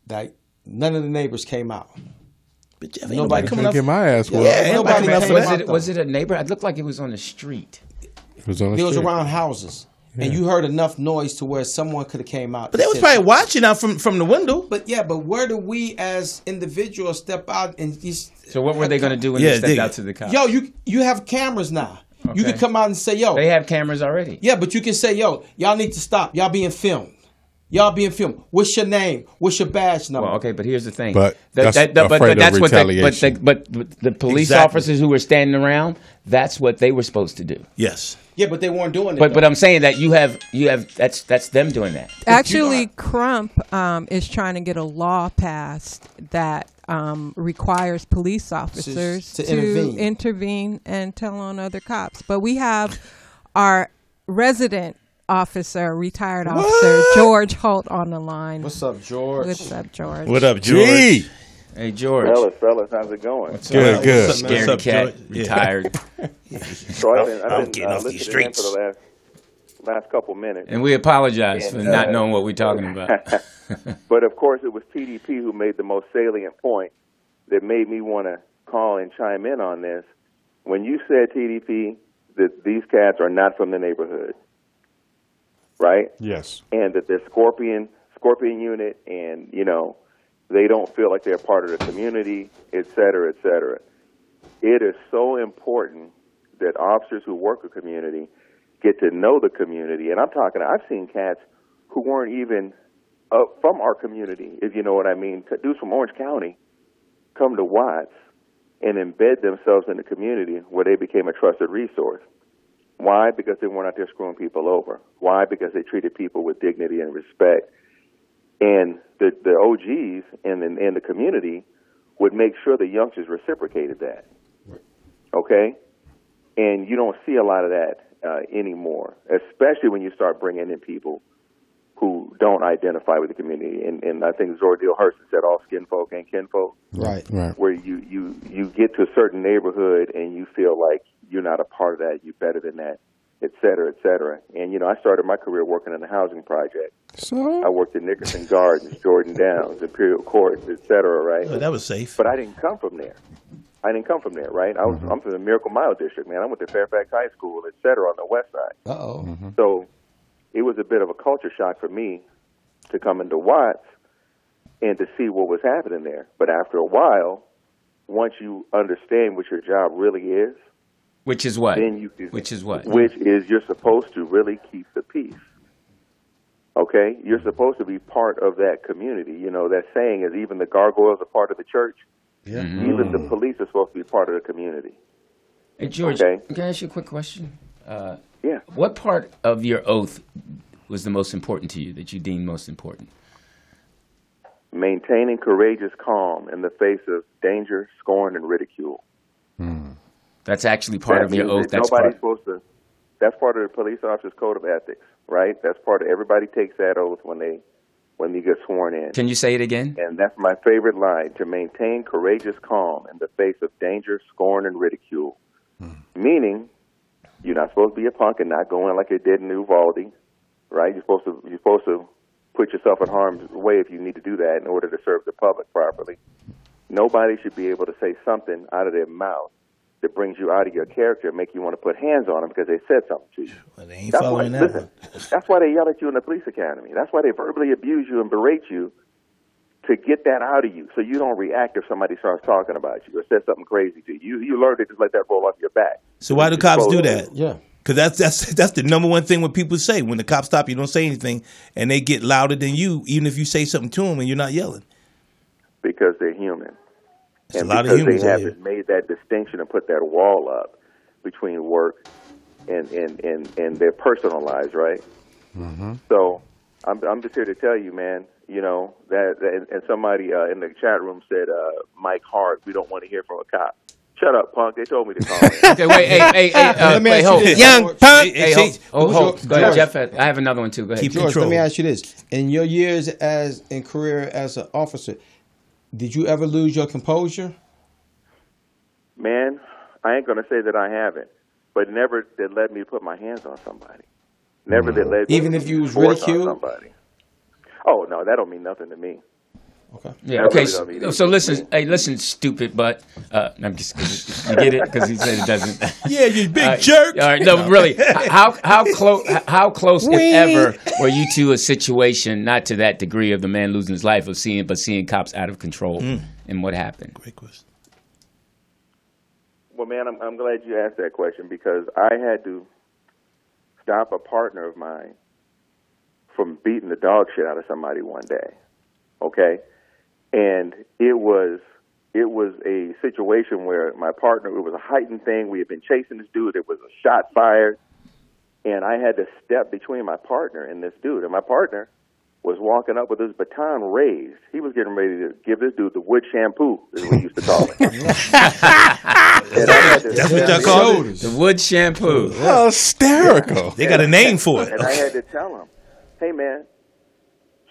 Speaker 4: like none of the neighbors came out.
Speaker 2: But Jeff, ain't
Speaker 4: Nobody
Speaker 2: nobody coming
Speaker 3: Didn't
Speaker 2: up.
Speaker 3: get my ass
Speaker 2: yeah,
Speaker 3: whooped.
Speaker 2: ain't
Speaker 4: Nobody
Speaker 2: nobody coming up
Speaker 4: came
Speaker 2: for
Speaker 4: out.
Speaker 1: was
Speaker 2: that.
Speaker 1: it was it a neighbor? It looked like it was on the street.
Speaker 3: It was on the
Speaker 4: It was
Speaker 3: street.
Speaker 4: around houses, and you heard enough noise to where someone could have came out.
Speaker 2: But they was probably watching out from from the window.
Speaker 4: But yeah, but where do we as individuals step out and just?
Speaker 1: So what were they going to do when
Speaker 2: Yeah,
Speaker 1: they stepped
Speaker 2: dig
Speaker 1: out
Speaker 2: it.
Speaker 1: to the cops?
Speaker 4: Yo, you you have cameras now. You
Speaker 1: Okay.
Speaker 4: can come out and say, yo,
Speaker 1: they have cameras already.
Speaker 4: yeah, but you can say, yo, y'all need to stop. Y'all being filmed. Y'all being filmed. What's your name? What's your badge number?
Speaker 1: Well, okay, but here's the thing.
Speaker 3: But
Speaker 1: That-
Speaker 3: that's
Speaker 1: that- that- but,
Speaker 3: afraid
Speaker 1: but
Speaker 3: of
Speaker 1: that's what they, but, they,
Speaker 3: retaliation.
Speaker 1: but the police
Speaker 2: Exactly.
Speaker 1: officers who were standing around, that's what they were supposed to do.
Speaker 2: Yes.
Speaker 4: Yeah, but they weren't doing it.
Speaker 1: But
Speaker 4: though.
Speaker 1: but I'm saying that you have you have that's that's them doing that.
Speaker 4: you
Speaker 8: Actually,
Speaker 4: don't-
Speaker 8: Crump um, is trying to get a law passed that um, requires police officers
Speaker 4: to intervene.
Speaker 8: intervene and tell on other cops. But we have our resident officer, retired officer George Holt on the line.
Speaker 4: what's up, George?
Speaker 8: What's up, George?
Speaker 2: up,
Speaker 3: Gee,
Speaker 1: Hey George,
Speaker 7: Fellas, fellas, how's it going?
Speaker 3: good, good.
Speaker 2: What's up,
Speaker 1: scared cat,
Speaker 2: George? Yeah.
Speaker 1: retired.
Speaker 7: So I've been,
Speaker 2: I'm
Speaker 7: I've been
Speaker 2: getting
Speaker 7: uh,
Speaker 2: off these
Speaker 7: listening in for
Speaker 2: streets.
Speaker 7: the last last couple minutes.
Speaker 1: And we apologize for
Speaker 7: Yeah.
Speaker 1: not knowing what we're talking about.
Speaker 7: But of course, it was TDP who made the most salient point that made me want to call and chime in on this. When you said TDP that these cats are not from the neighborhood, right?
Speaker 3: Yes.
Speaker 7: And that the scorpion scorpion unit and you know they don't feel like they're part of the community, et cetera, et cetera. It is so important that officers who work a community get to know the community. And I'm talking, I've seen cats who weren't even uh, from our community, if you know what I mean. Dudes from Orange County come to Watts and embed themselves in the community where they became a trusted resource. Why? Because they weren't out there screwing people over. Why? Because they treated people with dignity and respect. And the, the OGs and the, and the community would make sure the youngsters reciprocated that. Okay? And you don't see a lot of that uh, anymore, especially when you start bringing in people who don't identify with the community. And, and I think Zora Neale Hurston said all skin folk ain't kin folk
Speaker 4: Right.
Speaker 3: Right.
Speaker 7: where you you you get to a certain neighborhood and you feel like you're not a part of that, you're better than that, et cetera, et cetera. And you know, I started my career working in the housing project. I
Speaker 3: So
Speaker 7: worked in Nickerson Gardens, Jordan Downs, Imperial Courts, et cetera, right?
Speaker 2: Oh, that was safe. Mm-hmm.
Speaker 7: But I didn't come from there. I didn't come from there, right? I was, I'm from the Miracle Mile district, man. I went to Fairfax High School, et cetera, on the west side.
Speaker 4: Uh oh.
Speaker 7: So it was a bit of a culture shock for me to come into Watts and to see what was happening there. But after a while, once you understand what your job really is,
Speaker 1: Which is what?
Speaker 7: then you can,
Speaker 1: Which is what?
Speaker 7: which is you're supposed to really keep the peace. Okay, you're supposed to be part of that community. You know that saying is even the gargoyles are part of the church. Mm-hmm.
Speaker 4: Yeah.
Speaker 7: Even the police are supposed to be part of the community.
Speaker 1: Hey, George,
Speaker 7: Okay.
Speaker 1: can I ask you a quick question? Uh,
Speaker 7: Yeah.
Speaker 1: What part of your oath was the most important to you that you deemed most important?
Speaker 7: maintaining courageous calm in the face of danger, scorn, and ridicule.
Speaker 1: That's actually part
Speaker 7: That
Speaker 1: of your
Speaker 7: means
Speaker 1: oath.
Speaker 7: that
Speaker 1: That's
Speaker 7: nobody's
Speaker 1: part.
Speaker 7: supposed to. That's part of the police officer's code of ethics, right? That's part of everybody takes that oath when they when they get sworn in.
Speaker 1: Can you say it again?
Speaker 7: And that's my favorite line: to maintain courageous calm in the face of danger, scorn, and ridicule. Meaning, you're not supposed to be a punk and not go in like you did in Uvalde, right? You're supposed to you're supposed to put yourself in harm's way if you need to do that in order to serve the public properly. Nobody should be able to say something out of their mouth that brings you out of your character and make you want to put hands on them because they said something to you.
Speaker 2: Well, they ain't
Speaker 7: That's why,
Speaker 2: following that
Speaker 7: listen,
Speaker 2: one.
Speaker 7: that's why they yell at you in the police academy. That's why they verbally abuse you and berate you to get that out of you so you don't react if somebody starts talking about you or says something crazy to you. You, you learn to just let that roll off your back.
Speaker 2: So why do cops do
Speaker 7: Control
Speaker 2: that?
Speaker 4: Yeah.
Speaker 2: Because that's that's that's the number one thing what people say. When the cops stop, you don't say anything, and they get louder than you, even if you say something to them and you're not yelling.
Speaker 7: because they're human.
Speaker 2: There's
Speaker 7: and
Speaker 2: a lot of
Speaker 7: because
Speaker 2: humans
Speaker 7: they
Speaker 2: out here.
Speaker 7: haven't made that distinction and put that wall up between work and and and, and their personal lives, right?
Speaker 2: Mm-hmm.
Speaker 7: So I'm I'm just here to tell you, man. You know that, that- and, and somebody uh, in the chat room said, uh, "Mike Hart, we don't want to hear from a cop." Shut up, punk. They told me to call. in.
Speaker 1: Okay, wait, hey, hey, hey, uh,
Speaker 4: Let me
Speaker 1: wait,
Speaker 4: ask you
Speaker 1: hold.
Speaker 4: this,
Speaker 1: Young
Speaker 4: George.
Speaker 2: Hey,
Speaker 1: punk. Hey, hold,
Speaker 2: see,
Speaker 1: hold,
Speaker 4: who's
Speaker 1: hold.
Speaker 4: your-
Speaker 1: Go ahead,
Speaker 4: George.
Speaker 1: Jeff. I have another one too. Go ahead.
Speaker 2: Keep-
Speaker 4: George,
Speaker 2: Control.
Speaker 4: let me ask you this: In your years as in career as an officer, did you ever lose your composure?
Speaker 7: man, I ain't gonna say that I haven't, but never that led me to put my hands on somebody. Never that led me
Speaker 4: Mm. Even
Speaker 7: to
Speaker 4: if you was
Speaker 7: force on
Speaker 4: ridiculed?
Speaker 7: somebody. Oh no, that don't mean nothing to me.
Speaker 4: Okay.
Speaker 1: Yeah.
Speaker 7: That
Speaker 1: Okay.
Speaker 7: really don't mean
Speaker 1: So,
Speaker 7: anything
Speaker 1: so
Speaker 7: to
Speaker 1: listen.
Speaker 7: me.
Speaker 1: Hey, listen, stupid. But uh, I'm just you get it because he said it doesn't.
Speaker 2: Yeah, you big
Speaker 1: All right,
Speaker 2: jerk.
Speaker 1: All right, no, really. How how close how close if ever were you to a situation not to that degree of the man losing his life of seeing but seeing cops out of control and what happened?
Speaker 2: Hmm. Great question.
Speaker 7: Well, man, I'm, I'm glad you asked that question because I had to stop a partner of mine from beating the dog shit out of somebody one day. Okay, and it was it was a situation where my partner it was a heightened thing. We had been chasing this dude. There was a shot fired, and I had to step between my partner and this dude. And my partner was walking up with his baton raised. He was getting ready to give this dude the wood shampoo, is what we used to call it. And I had to
Speaker 2: That's what
Speaker 7: step
Speaker 2: y'all call it.
Speaker 1: The wood shampoo.
Speaker 3: hysterical.
Speaker 2: They got a name for it.
Speaker 7: And I had to tell him, hey, man,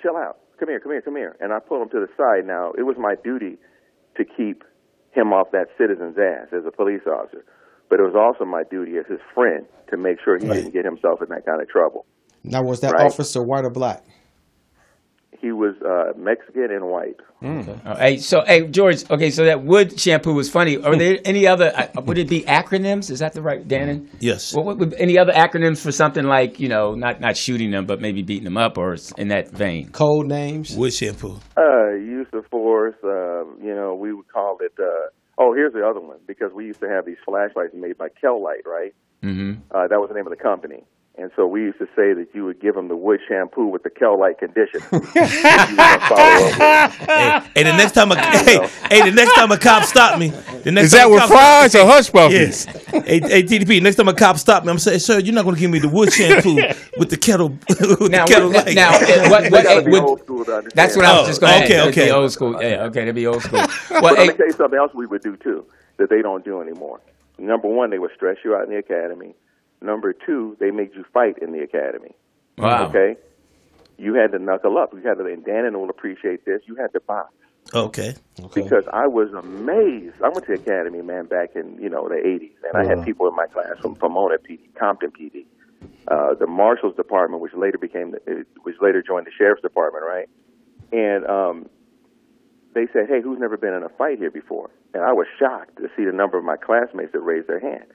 Speaker 7: chill out. Come here, come here, come here. And I pulled him to the side. Now, it was my duty to keep him off that citizen's ass as a police officer, but it was also my duty as his friend to make sure he didn't get himself in that kind of trouble.
Speaker 4: Now was that
Speaker 7: Right.
Speaker 4: officer white or black?
Speaker 7: He was uh, Mexican and white.
Speaker 1: Oh, hey, so hey George. Okay, so that wood shampoo was funny. Are there any other? uh, Would it be acronyms? Is that the right, Dannon?
Speaker 2: Yes.
Speaker 1: What, what would any other acronyms for something like you know not not shooting them but maybe beating them up or s- in that vein?
Speaker 4: Code names.
Speaker 2: Wood shampoo.
Speaker 7: Uh, use of force, uh, you know, we would call it. Uh, oh, here's the other one because we used to have these flashlights made by Kell Light, right?
Speaker 1: Mm-hmm.
Speaker 7: Uh, that was the name of the company. And so we used to say that you would give them the wood shampoo with the Kel-like conditioner. you were gonna follow up with.
Speaker 2: hey, hey, the next time a hey, hey, the next time a cop stop me, the next
Speaker 3: Is
Speaker 2: time
Speaker 3: that
Speaker 2: a
Speaker 3: with
Speaker 2: cop-
Speaker 3: fries or hush
Speaker 2: Yes.
Speaker 3: puppies?
Speaker 2: hey, hey, TDP. Next time a cop stop me, I'm saying, sir, you're not going to give me the wood shampoo with the kettle with
Speaker 1: Now,
Speaker 2: the kettle
Speaker 1: what-
Speaker 2: light.
Speaker 1: now, what- what-
Speaker 7: You gotta be
Speaker 1: what-
Speaker 7: old school to understand.
Speaker 1: That's what I was
Speaker 2: Oh,
Speaker 1: just going to
Speaker 2: okay,
Speaker 1: say.
Speaker 2: okay.
Speaker 1: Old school. Yeah, okay, that'd be old school. Well,
Speaker 7: But let me
Speaker 1: hey,
Speaker 7: tell you something else we would do too that they don't do anymore. Number one, they would stress you out in the academy. Number two, they made you fight in the academy.
Speaker 1: wow.
Speaker 7: Okay, you had to knuckle up. You had to, and Dannon will appreciate this. You had to box
Speaker 2: okay.
Speaker 4: Okay.
Speaker 7: because I was amazed. I went to the academy, man, back in you know the '80s, and I had people in my class from Pomona PD, Compton PD, uh, the Marshals Department, which later became, the, uh, which later joined the Sheriff's Department, right? And um, they said, "Hey, who's never been in a fight here before?" And I was shocked to see the number of my classmates that raised their hand.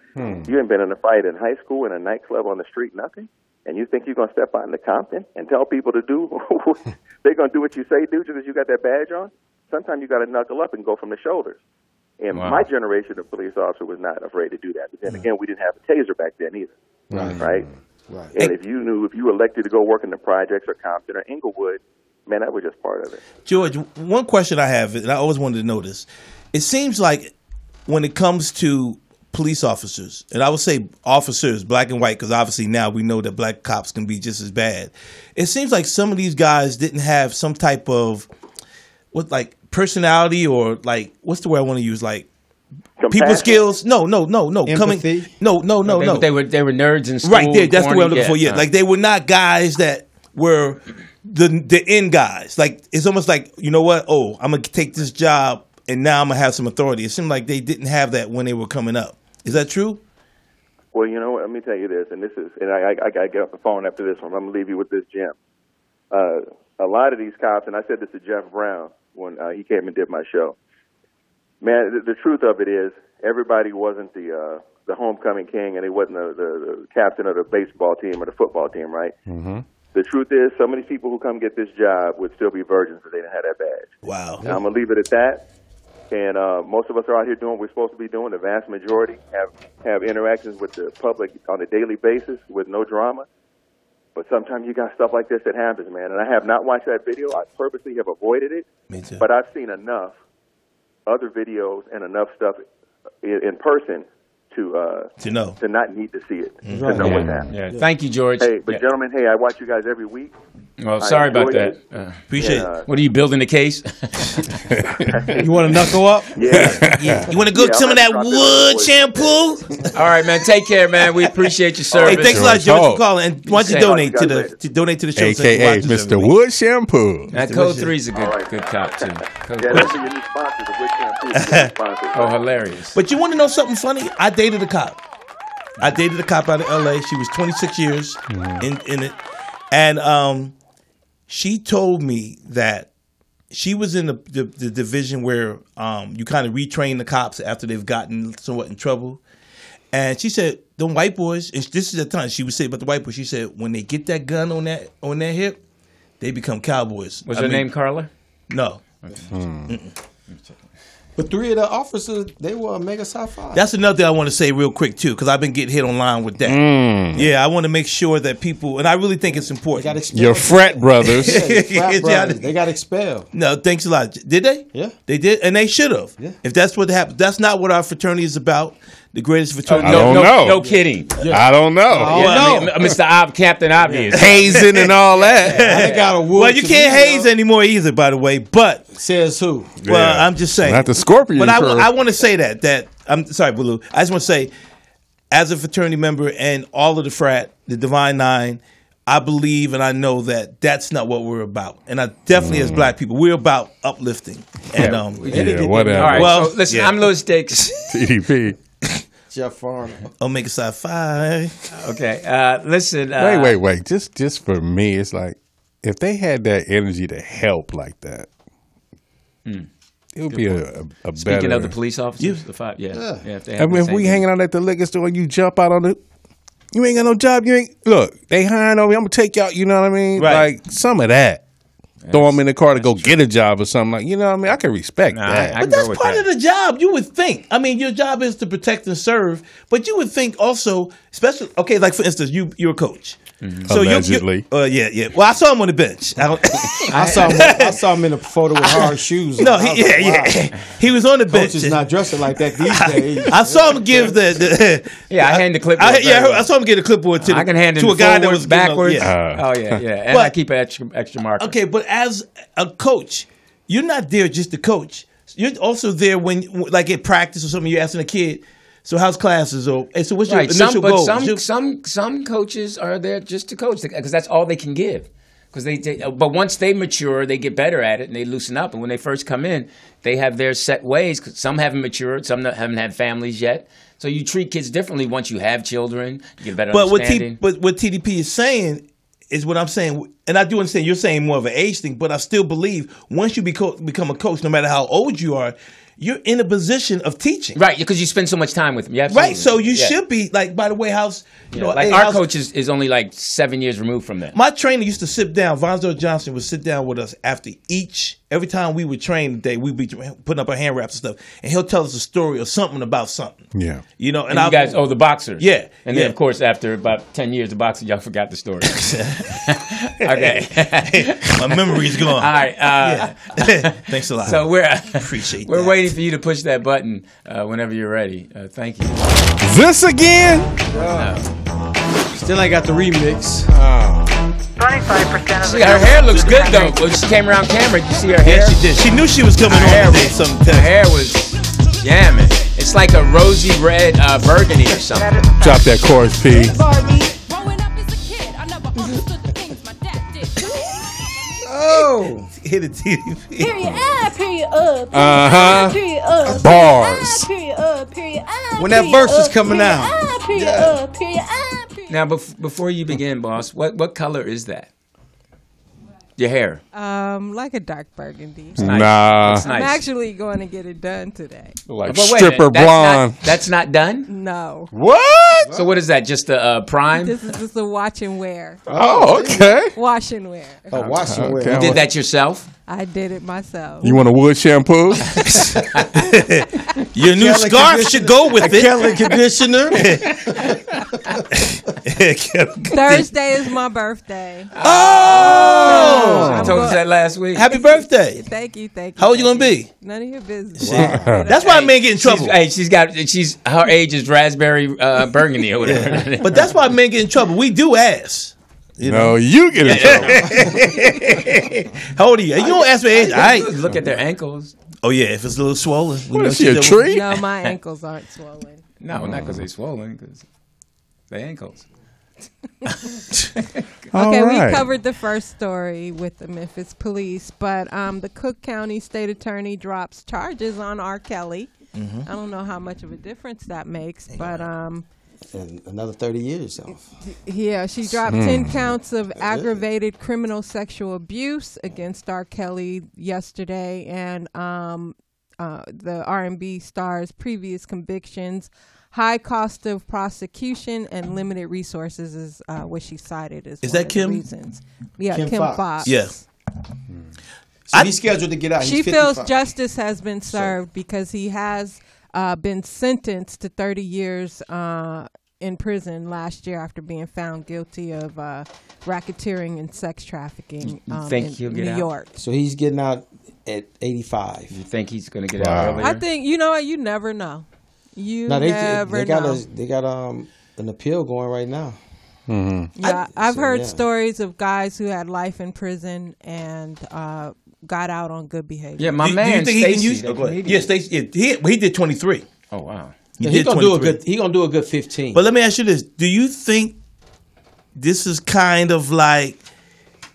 Speaker 7: You ain't been in a fight in high school, in a nightclub, on the street, nothing. And you think you're gonna step out into Compton and tell people to do? They're gonna do what you say, do, just because you got that badge on. Sometimes you got to knuckle up and go from the shoulders. And
Speaker 1: Wow.
Speaker 7: my generation of police officer was not afraid to do that. But then again, we didn't have a taser back then either, right?
Speaker 4: Mm-hmm. Right.
Speaker 7: And if you knew, if you elected to go work in the projects or Compton or Inglewood, man, that was just part of it.
Speaker 2: George, one question I have, and I always wanted to know this. It seems like when it comes to police officers, and I would say officers, black and white, because obviously now we know that black cops can be just as bad. It seems like some of these guys didn't have some type of what, like personality or like what's the word I want to use, like people
Speaker 7: Compassion.
Speaker 2: skills. No, no, no, no. Coming,
Speaker 4: Empathy?
Speaker 2: no, no, no,
Speaker 1: They,
Speaker 2: no.
Speaker 1: they were they were nerds in school.
Speaker 2: Right there, that's the
Speaker 1: corny.
Speaker 2: word I'm looking for. Yeah,
Speaker 1: uh,
Speaker 2: like they were not guys that were the the end guys. Like it's almost like you know what? Oh, I'm gonna take this job and now I'm gonna have some authority. It seemed like they didn't have that when they were coming up. Is that true?
Speaker 7: Well, you know what? Let me tell you this, and this is, and I, I, I got to get off the phone after this one. I'm going to leave you with this gem. Uh, a lot of these cops, and I said this to Jeff Brown when uh, he came and did my show. Man, the, the truth of it is, everybody wasn't the uh, the homecoming king, and they wasn't the, the, the captain of the baseball team or the football team, right? Mm-hmm. The truth is, some of these people who come get this job would still be virgins if they didn't have that badge.
Speaker 2: Wow.
Speaker 7: And I'm gonna leave it at that. And uh, most of us are out here doing what we're supposed to be doing. The vast majority have have interactions with the public on a daily basis with no drama. But sometimes you got stuff like this that happens, man. And I have not watched that video. I purposely have avoided it.
Speaker 2: Me too.
Speaker 7: But I've seen enough other videos and enough stuff in, in person to uh,
Speaker 2: To know.
Speaker 7: to not need to see it
Speaker 4: Right.
Speaker 7: to know what's
Speaker 4: Yeah.
Speaker 1: Mm-hmm.
Speaker 7: happening.
Speaker 1: yeah. Thank you, George.
Speaker 7: Hey, but
Speaker 1: Yeah.
Speaker 7: gentlemen, hey, I watch you guys every week.
Speaker 1: well, sorry about that.
Speaker 7: enjoy it.
Speaker 1: Uh,
Speaker 2: Appreciate
Speaker 7: Yeah.
Speaker 2: it.
Speaker 1: what are you building the case?
Speaker 4: You want to knuckle up?
Speaker 7: Yeah,
Speaker 2: You want to go
Speaker 7: Yeah,
Speaker 2: some of
Speaker 7: I'm gonna
Speaker 2: that
Speaker 7: drop it on
Speaker 2: wood
Speaker 7: the
Speaker 2: shampoo?
Speaker 1: All right, man. Take care, man. We appreciate your service.
Speaker 2: hey, thanks a lot,
Speaker 3: George
Speaker 2: George, for
Speaker 3: Hall.
Speaker 2: calling. And why don't you
Speaker 1: Say-
Speaker 2: donate to
Speaker 7: Talk to you
Speaker 2: the
Speaker 7: guys
Speaker 2: to donate to the show? since you
Speaker 3: AKA
Speaker 2: watch us every
Speaker 3: Mr.
Speaker 2: week.
Speaker 3: Wood Shampoo.
Speaker 1: That code three's a good good cop too. Code
Speaker 7: yeah,
Speaker 1: three.
Speaker 7: those are your new sponsors. The Wood Shampoo is your new sponsors.
Speaker 1: Oh, hilarious.
Speaker 2: But you want to know something funny? I dated a cop. I dated a cop out of L.A. She was 26 years
Speaker 1: Mm-hmm.
Speaker 2: in, in it, and um, she told me that she was in the, the, the division where um, you kind of retrain the cops after they've gotten somewhat in trouble. And she said, "Them white boys." And this is the time she would say about the white boys. She said, "When they get that gun on that on their hip, they become cowboys."
Speaker 1: Was
Speaker 2: I
Speaker 1: her
Speaker 2: mean,
Speaker 1: name Carla?
Speaker 2: No.
Speaker 4: But three of the officers, they were a mega sci fi.
Speaker 2: That's another thing I want to say real quick too, because I've been getting hit online with that.
Speaker 3: Mm.
Speaker 2: Yeah, I want to make sure that people, and I really think it's important.
Speaker 4: got expelled.
Speaker 3: Your frat brothers.
Speaker 4: Yeah,
Speaker 2: Yeah,
Speaker 4: frat
Speaker 2: yeah.
Speaker 4: brothers, they got expelled.
Speaker 2: no, thanks a lot. Did they?
Speaker 4: Yeah.
Speaker 2: they did, and they should have.
Speaker 4: Yeah.
Speaker 2: If that's what happened, that's not what our fraternity is about. The greatest fraternity.
Speaker 3: I don't
Speaker 1: no,
Speaker 3: know.
Speaker 1: No kidding.
Speaker 3: I don't know.
Speaker 4: Oh,
Speaker 1: Yeah, I
Speaker 4: no.
Speaker 1: mean, Mr. Ob, Captain Obvious.
Speaker 3: Hazing and all that.
Speaker 4: They got a wood.
Speaker 2: well, you
Speaker 4: to
Speaker 2: can't
Speaker 4: me,
Speaker 2: haze
Speaker 4: though.
Speaker 2: anymore either, by the way. But
Speaker 4: Says who?
Speaker 2: Well,
Speaker 3: Yeah.
Speaker 2: I'm just saying.
Speaker 3: Not the Scorpion
Speaker 2: But I,
Speaker 3: Curve.
Speaker 2: want to say that that I'm sorry, Blue. I just want to say, as a fraternity member and all of the frat, the Divine Nine, I believe and I know that that's not what we're about. And I definitely, as black people, we're about uplifting. And um,
Speaker 3: Mm. Yeah, whatever.
Speaker 1: All right.
Speaker 2: Well,
Speaker 1: so listen,
Speaker 2: yeah.
Speaker 1: I'm Louis Dix.
Speaker 3: TDP.
Speaker 4: Jeff Farmer.
Speaker 2: Omega Psi Phi.
Speaker 1: Okay. Uh, listen. Uh,
Speaker 3: Wait, wait, wait. Just, just for me, it's like if they had that energy to help like that, it would be a, a, a better.
Speaker 1: Hmm. Speaking of the police officers, the five. Yeah. yeah. if they
Speaker 3: I
Speaker 1: have
Speaker 3: mean,
Speaker 1: the
Speaker 3: if
Speaker 1: same
Speaker 3: we
Speaker 1: thing.
Speaker 3: hanging out at the liquor store and you jump out on the, you ain't got no job. You ain't look. They hiring on me. I'm gonna take y'all. You know what I mean?
Speaker 2: Right.
Speaker 3: Like some of that. throw them in the car to go get a job or something like you know what I mean. I can respect
Speaker 1: Nah,
Speaker 3: that.
Speaker 1: I- I-
Speaker 2: But that's
Speaker 1: go with
Speaker 2: part
Speaker 1: that.
Speaker 2: of the job, you would think. I mean, your job is to protect and serve, but you would think also, especially okay, like for instance, you you're a coach, so you're-
Speaker 3: Mm-hmm. Allegedly.
Speaker 2: you're, uh, yeah, yeah. Well, I saw him on the bench. I don't,
Speaker 4: I saw him. I saw him in a photo with hard shoes. on.
Speaker 2: no,
Speaker 4: I was
Speaker 2: he, yeah,
Speaker 4: like, wow,
Speaker 2: yeah. He was on the bench.
Speaker 4: Coach is not dressing like that these days.
Speaker 2: I saw him give the, the
Speaker 1: Yeah, I hand the clipboard
Speaker 2: I, yeah,
Speaker 1: very well.
Speaker 2: I saw him give a clipboard to the,
Speaker 1: I can hand it
Speaker 2: to a guy that was giving up-
Speaker 1: backwards.
Speaker 2: yeah.
Speaker 3: yeah.
Speaker 1: oh yeah, yeah, and I
Speaker 2: But-
Speaker 1: keep an extra extra marker.
Speaker 2: Okay, but as a coach, you're not there just to coach. You're also there when, like at practice or something, you're asking a kid, so how's classes? Or and so what's your
Speaker 1: Right.
Speaker 2: initial
Speaker 1: Some, but
Speaker 2: goal?
Speaker 1: some,
Speaker 2: Your-
Speaker 1: some, some coaches are there just to coach because that's all they can give. Because they, they, but once they mature, they get better at it and they loosen up. And when they first come in, they have their set ways. 'Cause some haven't matured, some not- haven't had families yet. So you treat kids differently once you have children. You get a better
Speaker 2: but what T,
Speaker 1: understanding.
Speaker 2: but what TDP is saying is what I'm saying, and I do understand you're saying more of an age thing, but I still believe once you beco- become a coach, no matter how old you are, you're in a position of teaching.
Speaker 1: right, because you spend so much time with them. You
Speaker 2: Right, so
Speaker 1: absolutely-
Speaker 2: you
Speaker 1: yeah.
Speaker 2: should be like. By the way, how's you
Speaker 1: Yeah,
Speaker 2: know,
Speaker 1: like
Speaker 2: hey,
Speaker 1: our
Speaker 2: how's-
Speaker 1: coach is, is only like seven years removed from that.
Speaker 2: My trainer used to sit down. Vonzo Johnson would sit down with us after each. Every time we would train today, we'd be putting up our hand wraps and stuff, and he'll tell us a story or something about something.
Speaker 3: Yeah.
Speaker 2: You know, and,
Speaker 1: And
Speaker 2: I
Speaker 1: you guys, oh, the boxers.
Speaker 2: Yeah,
Speaker 1: And then,
Speaker 2: yeah.
Speaker 1: of course, after about 10 years of boxing, y'all forgot the story. okay.
Speaker 2: my memory's gone.
Speaker 1: All right. Uh,
Speaker 2: Thanks a lot.
Speaker 1: So we're
Speaker 2: Appreciate
Speaker 1: we're
Speaker 2: that.
Speaker 1: waiting for you to push that button uh, whenever you're ready. Uh, thank you.
Speaker 3: This again?
Speaker 4: Still ain't got the remix.
Speaker 10: 25% of
Speaker 1: See, her hair looks good though. When she came around camera, you see her hair.
Speaker 2: yeah, she did. She knew she was coming
Speaker 1: Her hair
Speaker 2: on today.
Speaker 1: was
Speaker 2: Some
Speaker 1: her hair was jamming. It's like a rosy red uh, burgundy or something.
Speaker 3: Drop that chorus, P.
Speaker 11: Growing up as a kid, I never understood the things my dad did.
Speaker 4: Oh,
Speaker 2: hit it, TDP.
Speaker 11: Period. Ah, period. Uh. Period.
Speaker 3: Uh-huh.
Speaker 11: ah, Period. Uh.
Speaker 3: Bars.
Speaker 11: Ah, period. Uh. Period. Ah,
Speaker 4: When that
Speaker 11: period,
Speaker 4: verse was
Speaker 11: uh,
Speaker 4: coming
Speaker 11: period,
Speaker 4: out.
Speaker 11: Ah, period. Uh. Period. Ah, period.
Speaker 1: Now, bef- before you begin, boss, what what color is that? Your hair.
Speaker 8: Um, like a dark burgundy.
Speaker 3: Uh,
Speaker 1: Nice.
Speaker 3: Nah.
Speaker 1: Looks nice.
Speaker 8: I'm actually going to get it done today.
Speaker 3: Like
Speaker 1: But wait a minute,
Speaker 3: stripper
Speaker 1: that's
Speaker 3: blonde.
Speaker 1: Not, that's not done.
Speaker 8: No,
Speaker 3: what?
Speaker 1: So what is that? Just a uh, prime?
Speaker 8: this is just a watch and wear,
Speaker 3: Oh, okay.
Speaker 8: wash and wear.
Speaker 4: oh, wash and wear.
Speaker 3: Okay.
Speaker 1: Did that yourself?
Speaker 8: I did it myself.
Speaker 3: You want a wood shampoo?
Speaker 2: Your new
Speaker 4: Kelly
Speaker 2: scarf should go with it.
Speaker 4: Kelly conditioner.
Speaker 8: Thursday is my birthday.
Speaker 2: oh,
Speaker 1: I told you that last week.
Speaker 2: happy birthday!
Speaker 8: Thank you, thank you.
Speaker 2: How old you gonna
Speaker 8: thank
Speaker 2: be?
Speaker 8: None of your business.
Speaker 2: That's why men get in trouble.
Speaker 1: She's, hey, she's got she's her age is raspberry uh, burgundy or whatever.
Speaker 2: But that's why men get in trouble. We do ask.
Speaker 3: no, you get in trouble.
Speaker 2: How old are you? You don't ask me age. All right.
Speaker 1: look at their ankles.
Speaker 2: Oh yeah, if it's a little swollen. we
Speaker 3: What
Speaker 2: know
Speaker 3: is she, a
Speaker 2: she's
Speaker 3: tree?
Speaker 8: No, my ankles aren't swollen.
Speaker 1: No, not because they're swollen, because their ankles.
Speaker 8: Okay,
Speaker 3: All right.
Speaker 8: we covered the first story with the Memphis police, but um, the Cook County State Attorney drops charges on R. Kelly. I don't know how much of a difference that makes, but um,
Speaker 4: and another thirty years off.
Speaker 8: yeah, she dropped 10 counts of aggravated criminal sexual abuse against R. Kelly yesterday, and um, uh, the R&B star's previous convictions. High cost of prosecution and limited resources is uh, what she cited as
Speaker 2: Is that
Speaker 8: one of the
Speaker 2: Kim?
Speaker 8: reasons. Yeah,
Speaker 4: Kim
Speaker 8: Kim,
Speaker 4: Fox.
Speaker 8: Fox.
Speaker 2: Yeah.
Speaker 4: So
Speaker 2: I-
Speaker 4: he's scheduled to get out.
Speaker 8: She
Speaker 4: He's
Speaker 8: feels
Speaker 4: 55.
Speaker 8: justice has been served because he has uh, been sentenced to 30 years uh, in prison last year after being found guilty of uh, racketeering and sex trafficking
Speaker 4: Mm,
Speaker 8: um,
Speaker 1: think
Speaker 8: in
Speaker 1: he'll
Speaker 8: New
Speaker 1: get out?
Speaker 8: York.
Speaker 4: So he's getting out at eighty-five.
Speaker 1: You think he's going to get
Speaker 3: Wow.
Speaker 1: out earlier?
Speaker 8: I think, you know what, you never know. You
Speaker 4: No, they,
Speaker 8: never
Speaker 4: they got
Speaker 8: know.
Speaker 4: a, they got um an appeal going right now.
Speaker 8: Yeah, I've
Speaker 4: so,
Speaker 8: heard
Speaker 4: yeah.
Speaker 8: stories of guys who had life in prison and uh, got out on good behavior.
Speaker 1: yeah, my
Speaker 2: Do- do
Speaker 1: man Stacy. the
Speaker 2: Oh, go ahead.
Speaker 1: comedian.
Speaker 2: yeah, Stacey. Yeah, he, he did twenty three.
Speaker 1: Oh wow.
Speaker 4: Yeah, he gonna do a
Speaker 2: 23.
Speaker 4: good. He gonna do a good fifteen.
Speaker 2: But let me ask you this: Do you think this is kind of like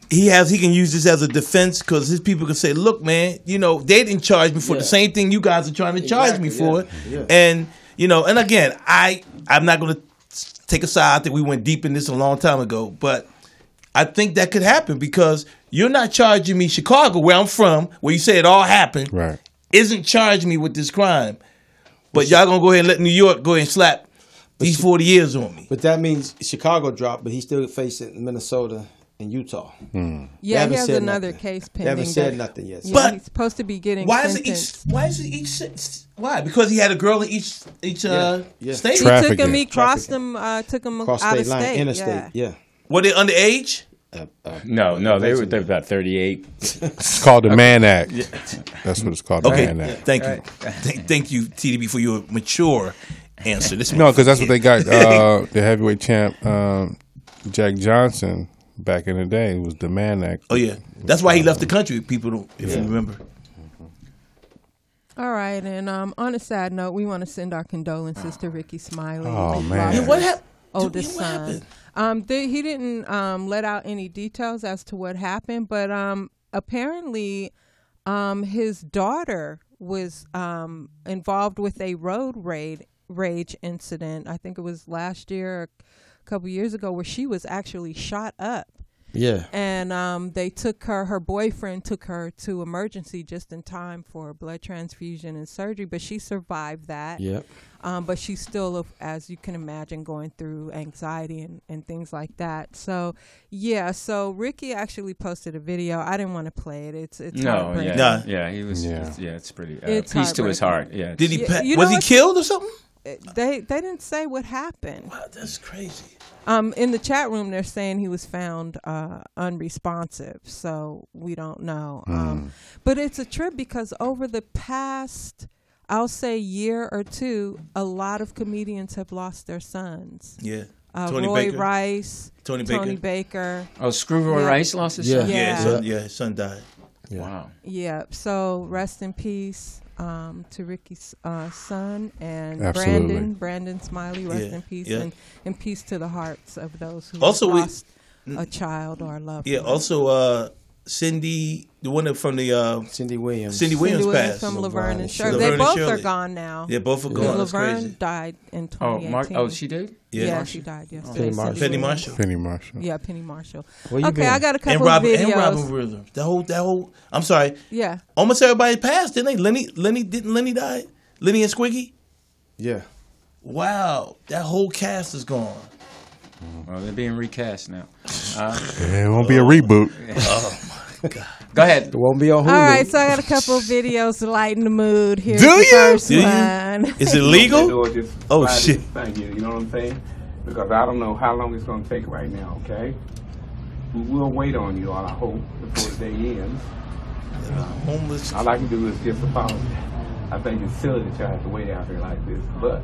Speaker 2: he has? He can use this as a defense because his people can say, "Look, man, you know they didn't charge me for the same thing you guys are trying to charge me for,"
Speaker 4: Exactly, yeah, yeah.
Speaker 2: and you know, and again, I I'm not going to take a side. I think we went deep in this a long time ago, but I think that could happen because you're not charging me Chicago, where I'm from, where you say it all happened,
Speaker 3: Right.
Speaker 2: isn't charging me with this crime. But y'all gonna go ahead and let New York go ahead and slap these forty years on me.
Speaker 4: but that means Chicago dropped, but he's still facing Minnesota in Utah. They
Speaker 8: Yeah,
Speaker 4: haven't
Speaker 8: he has
Speaker 4: said
Speaker 8: another
Speaker 4: nothing.
Speaker 8: case
Speaker 4: They
Speaker 8: pending.
Speaker 4: haven't said
Speaker 8: that-
Speaker 4: nothing yet.
Speaker 8: Yeah,
Speaker 4: So-
Speaker 2: But-
Speaker 8: he's supposed to be getting
Speaker 2: Why is it each?
Speaker 8: sentenced.
Speaker 2: Why is it each? s- Why? Because he had a girl in each each uh,
Speaker 4: Yeah, yeah.
Speaker 2: state.
Speaker 8: He
Speaker 3: Traffic.
Speaker 8: took him. He
Speaker 3: Trafficking.
Speaker 8: crossed him. Uh, took him
Speaker 4: cross
Speaker 8: out
Speaker 4: state
Speaker 8: of
Speaker 4: line,
Speaker 8: state.
Speaker 4: interstate. Yeah.
Speaker 2: Were they underage?
Speaker 1: No, no, they were they're about thirty-eight.
Speaker 3: It's called the Man Act. That's what it's called, the
Speaker 2: Okay,
Speaker 3: Man Act.
Speaker 2: thank you, thank, thank you, TDB, for your mature answer. This
Speaker 3: No, because that's what they got. Uh, the heavyweight champ um, Jack Johnson back in the day was the Man Act.
Speaker 2: oh yeah, that's why he left the country. People don't, if you
Speaker 4: Yeah.
Speaker 2: remember.
Speaker 8: All right, and um, on a side note, we want to send our condolences to Ricky Smiley.
Speaker 3: Oh,
Speaker 8: Rick
Speaker 3: man.
Speaker 8: Ross's
Speaker 3: Yeah,
Speaker 2: what hap-
Speaker 8: Oldest
Speaker 2: dude, what
Speaker 8: son.
Speaker 2: happened?
Speaker 8: Um, th- he didn't um, let out any details as to what happened, but um, apparently, um, his daughter was um, involved with a road raid rage incident. I think it was last year, or a couple years ago, where she was actually shot up
Speaker 4: Yeah.
Speaker 8: and um, they took her her boyfriend took her to emergency just in time for a blood transfusion and surgery but she survived that
Speaker 4: Yep.
Speaker 8: um, but she's still as you can imagine going through anxiety and, and things like that so yeah so ricky actually posted a video i didn't want to play it it's it's
Speaker 1: No, yeah,
Speaker 8: heartbreaking.
Speaker 2: No.
Speaker 1: yeah, he was.
Speaker 3: Yeah.
Speaker 1: Yeah, it's pretty. Uh,
Speaker 8: It's
Speaker 1: peace to his heart.
Speaker 8: heartbreaking.
Speaker 1: Yeah,
Speaker 2: Did he?
Speaker 8: Yeah,
Speaker 2: pa-
Speaker 8: you
Speaker 2: was
Speaker 8: know
Speaker 2: he
Speaker 8: what-
Speaker 2: killed or something?
Speaker 8: they they didn't say what happened
Speaker 2: Wow, that's crazy.
Speaker 8: Um, in the chat room, they're saying he was found uh, unresponsive, so we don't know. Um, but it's a trip because over the past, I'll say year or two, a lot of comedians have lost their sons.
Speaker 2: Yeah,
Speaker 8: Uh, Roy Rice,
Speaker 2: Tony Baker.
Speaker 8: Baker.
Speaker 1: Oh, Screwball
Speaker 8: Yeah.
Speaker 1: Rice lost his
Speaker 4: Yeah.
Speaker 1: son.
Speaker 2: Yeah,
Speaker 8: Yeah.
Speaker 2: His son, yeah, his son died.
Speaker 1: Wow.
Speaker 8: Yeah. So rest in peace um, to Ricky's uh, son and
Speaker 3: Absolutely.
Speaker 8: Brandon. Brandon Smiley, rest
Speaker 2: Yeah,
Speaker 8: in peace,
Speaker 2: yeah.
Speaker 8: and, and peace to the hearts of those who
Speaker 2: Also, we-
Speaker 8: lost a child or a loved
Speaker 2: Yeah.
Speaker 8: one.
Speaker 2: Also, uh, Cindy, the one that from the uh,
Speaker 4: Cindy Williams.
Speaker 2: Cindy Williams
Speaker 8: Cindy
Speaker 2: passed.
Speaker 8: Williams from
Speaker 4: Laverne
Speaker 8: Laverne and
Speaker 4: and
Speaker 8: Shirley.
Speaker 2: Shirley.
Speaker 8: They both
Speaker 2: Laverne and
Speaker 8: are
Speaker 2: Shirley.
Speaker 8: gone now.
Speaker 2: Yeah, both are gone. That's
Speaker 8: Laverne
Speaker 2: crazy.
Speaker 8: died in
Speaker 1: Oh,
Speaker 8: 2018.
Speaker 1: Mark. Oh, she did. Oh.
Speaker 8: Yeah,
Speaker 2: Yeah.
Speaker 8: she died yesterday.
Speaker 4: Penny
Speaker 8: Cindy
Speaker 4: Marshall.
Speaker 2: Penny
Speaker 8: Williams.
Speaker 2: Marshall.
Speaker 3: Penny Marshall.
Speaker 8: Yeah, Penny Marshall.
Speaker 4: Where you
Speaker 8: okay,
Speaker 4: been?
Speaker 8: I got a couple
Speaker 2: and Robin
Speaker 8: videos.
Speaker 2: and Robin Williams. That whole that whole I'm sorry.
Speaker 8: yeah,
Speaker 2: Almost everybody passed, didn't they? Lenny Lenny didn't Lenny die? Lenny and Squiggy?
Speaker 4: Yeah.
Speaker 2: Wow. That whole cast is gone.
Speaker 1: Well, they're being recast now. Uh, Oh.
Speaker 3: Yeah, it won't be a reboot.
Speaker 1: Go ahead.
Speaker 4: It won't be on Hulu.
Speaker 8: All right, so I got a couple of videos to lighten the mood. Here's
Speaker 2: Oh. Do
Speaker 8: the
Speaker 2: you?
Speaker 8: first
Speaker 2: Do you?
Speaker 8: one.
Speaker 2: Is it legal? Oh, shit.
Speaker 12: Thank you. You know what I'm saying? Because I don't know how long it's going to take right now. Okay. We will wait on you all. I hope before the day ends.
Speaker 2: Homeless
Speaker 12: All I can do is just apologize. I think it's silly that y'all have to wait out here like this. But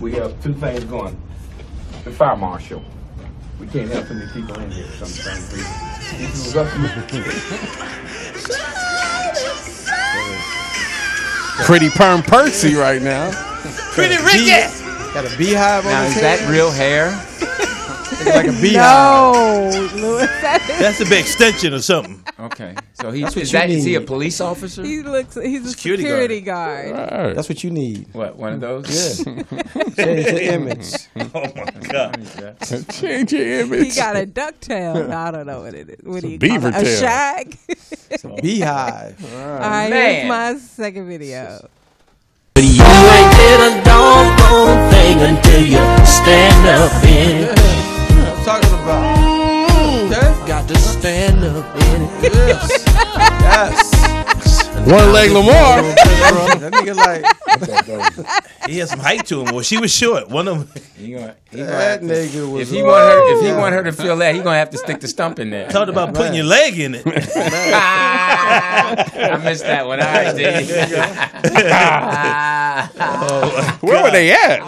Speaker 12: we have two things going. The fire marshal. We can't have so many people in here for some strange reason. This is up to you.
Speaker 3: Pretty Perm Percy right now.
Speaker 2: Pretty Ricky!
Speaker 4: Got a beehive on
Speaker 1: Now,
Speaker 4: his
Speaker 1: is
Speaker 4: head.
Speaker 1: that real hair?
Speaker 4: like a beehive.
Speaker 8: No, Louis, that is,
Speaker 2: That's a big extension or something.
Speaker 1: Okay. So he is that is he a police officer?
Speaker 8: he looks. He's a
Speaker 2: Security
Speaker 8: security,
Speaker 2: guard.
Speaker 8: guard.
Speaker 3: All right.
Speaker 4: That's what you need.
Speaker 1: What one of those? Yeah.
Speaker 4: Change the image.
Speaker 2: Oh my god.
Speaker 3: Change your
Speaker 8: He
Speaker 3: image.
Speaker 8: got a ducktail. No, I don't know what it is. What do you
Speaker 3: beaver
Speaker 8: call it? A
Speaker 3: tail.
Speaker 8: shag.
Speaker 4: It's a beehive.
Speaker 8: All right, here's
Speaker 1: Man.
Speaker 8: my second video.
Speaker 4: I'm talking about. Got to stand up in it. Yes. yes.
Speaker 3: One leg Lamar.
Speaker 4: that nigga like
Speaker 2: He has some height to him. Well, she was short. One of them
Speaker 1: He gonna, he gonna
Speaker 4: that
Speaker 1: have to-
Speaker 4: nigga was.
Speaker 1: if he want her, if he want her to feel that, he gonna have to stick the stump in there.
Speaker 2: talked about putting your leg in it.
Speaker 1: I missed that one. All right,
Speaker 3: Where were they at?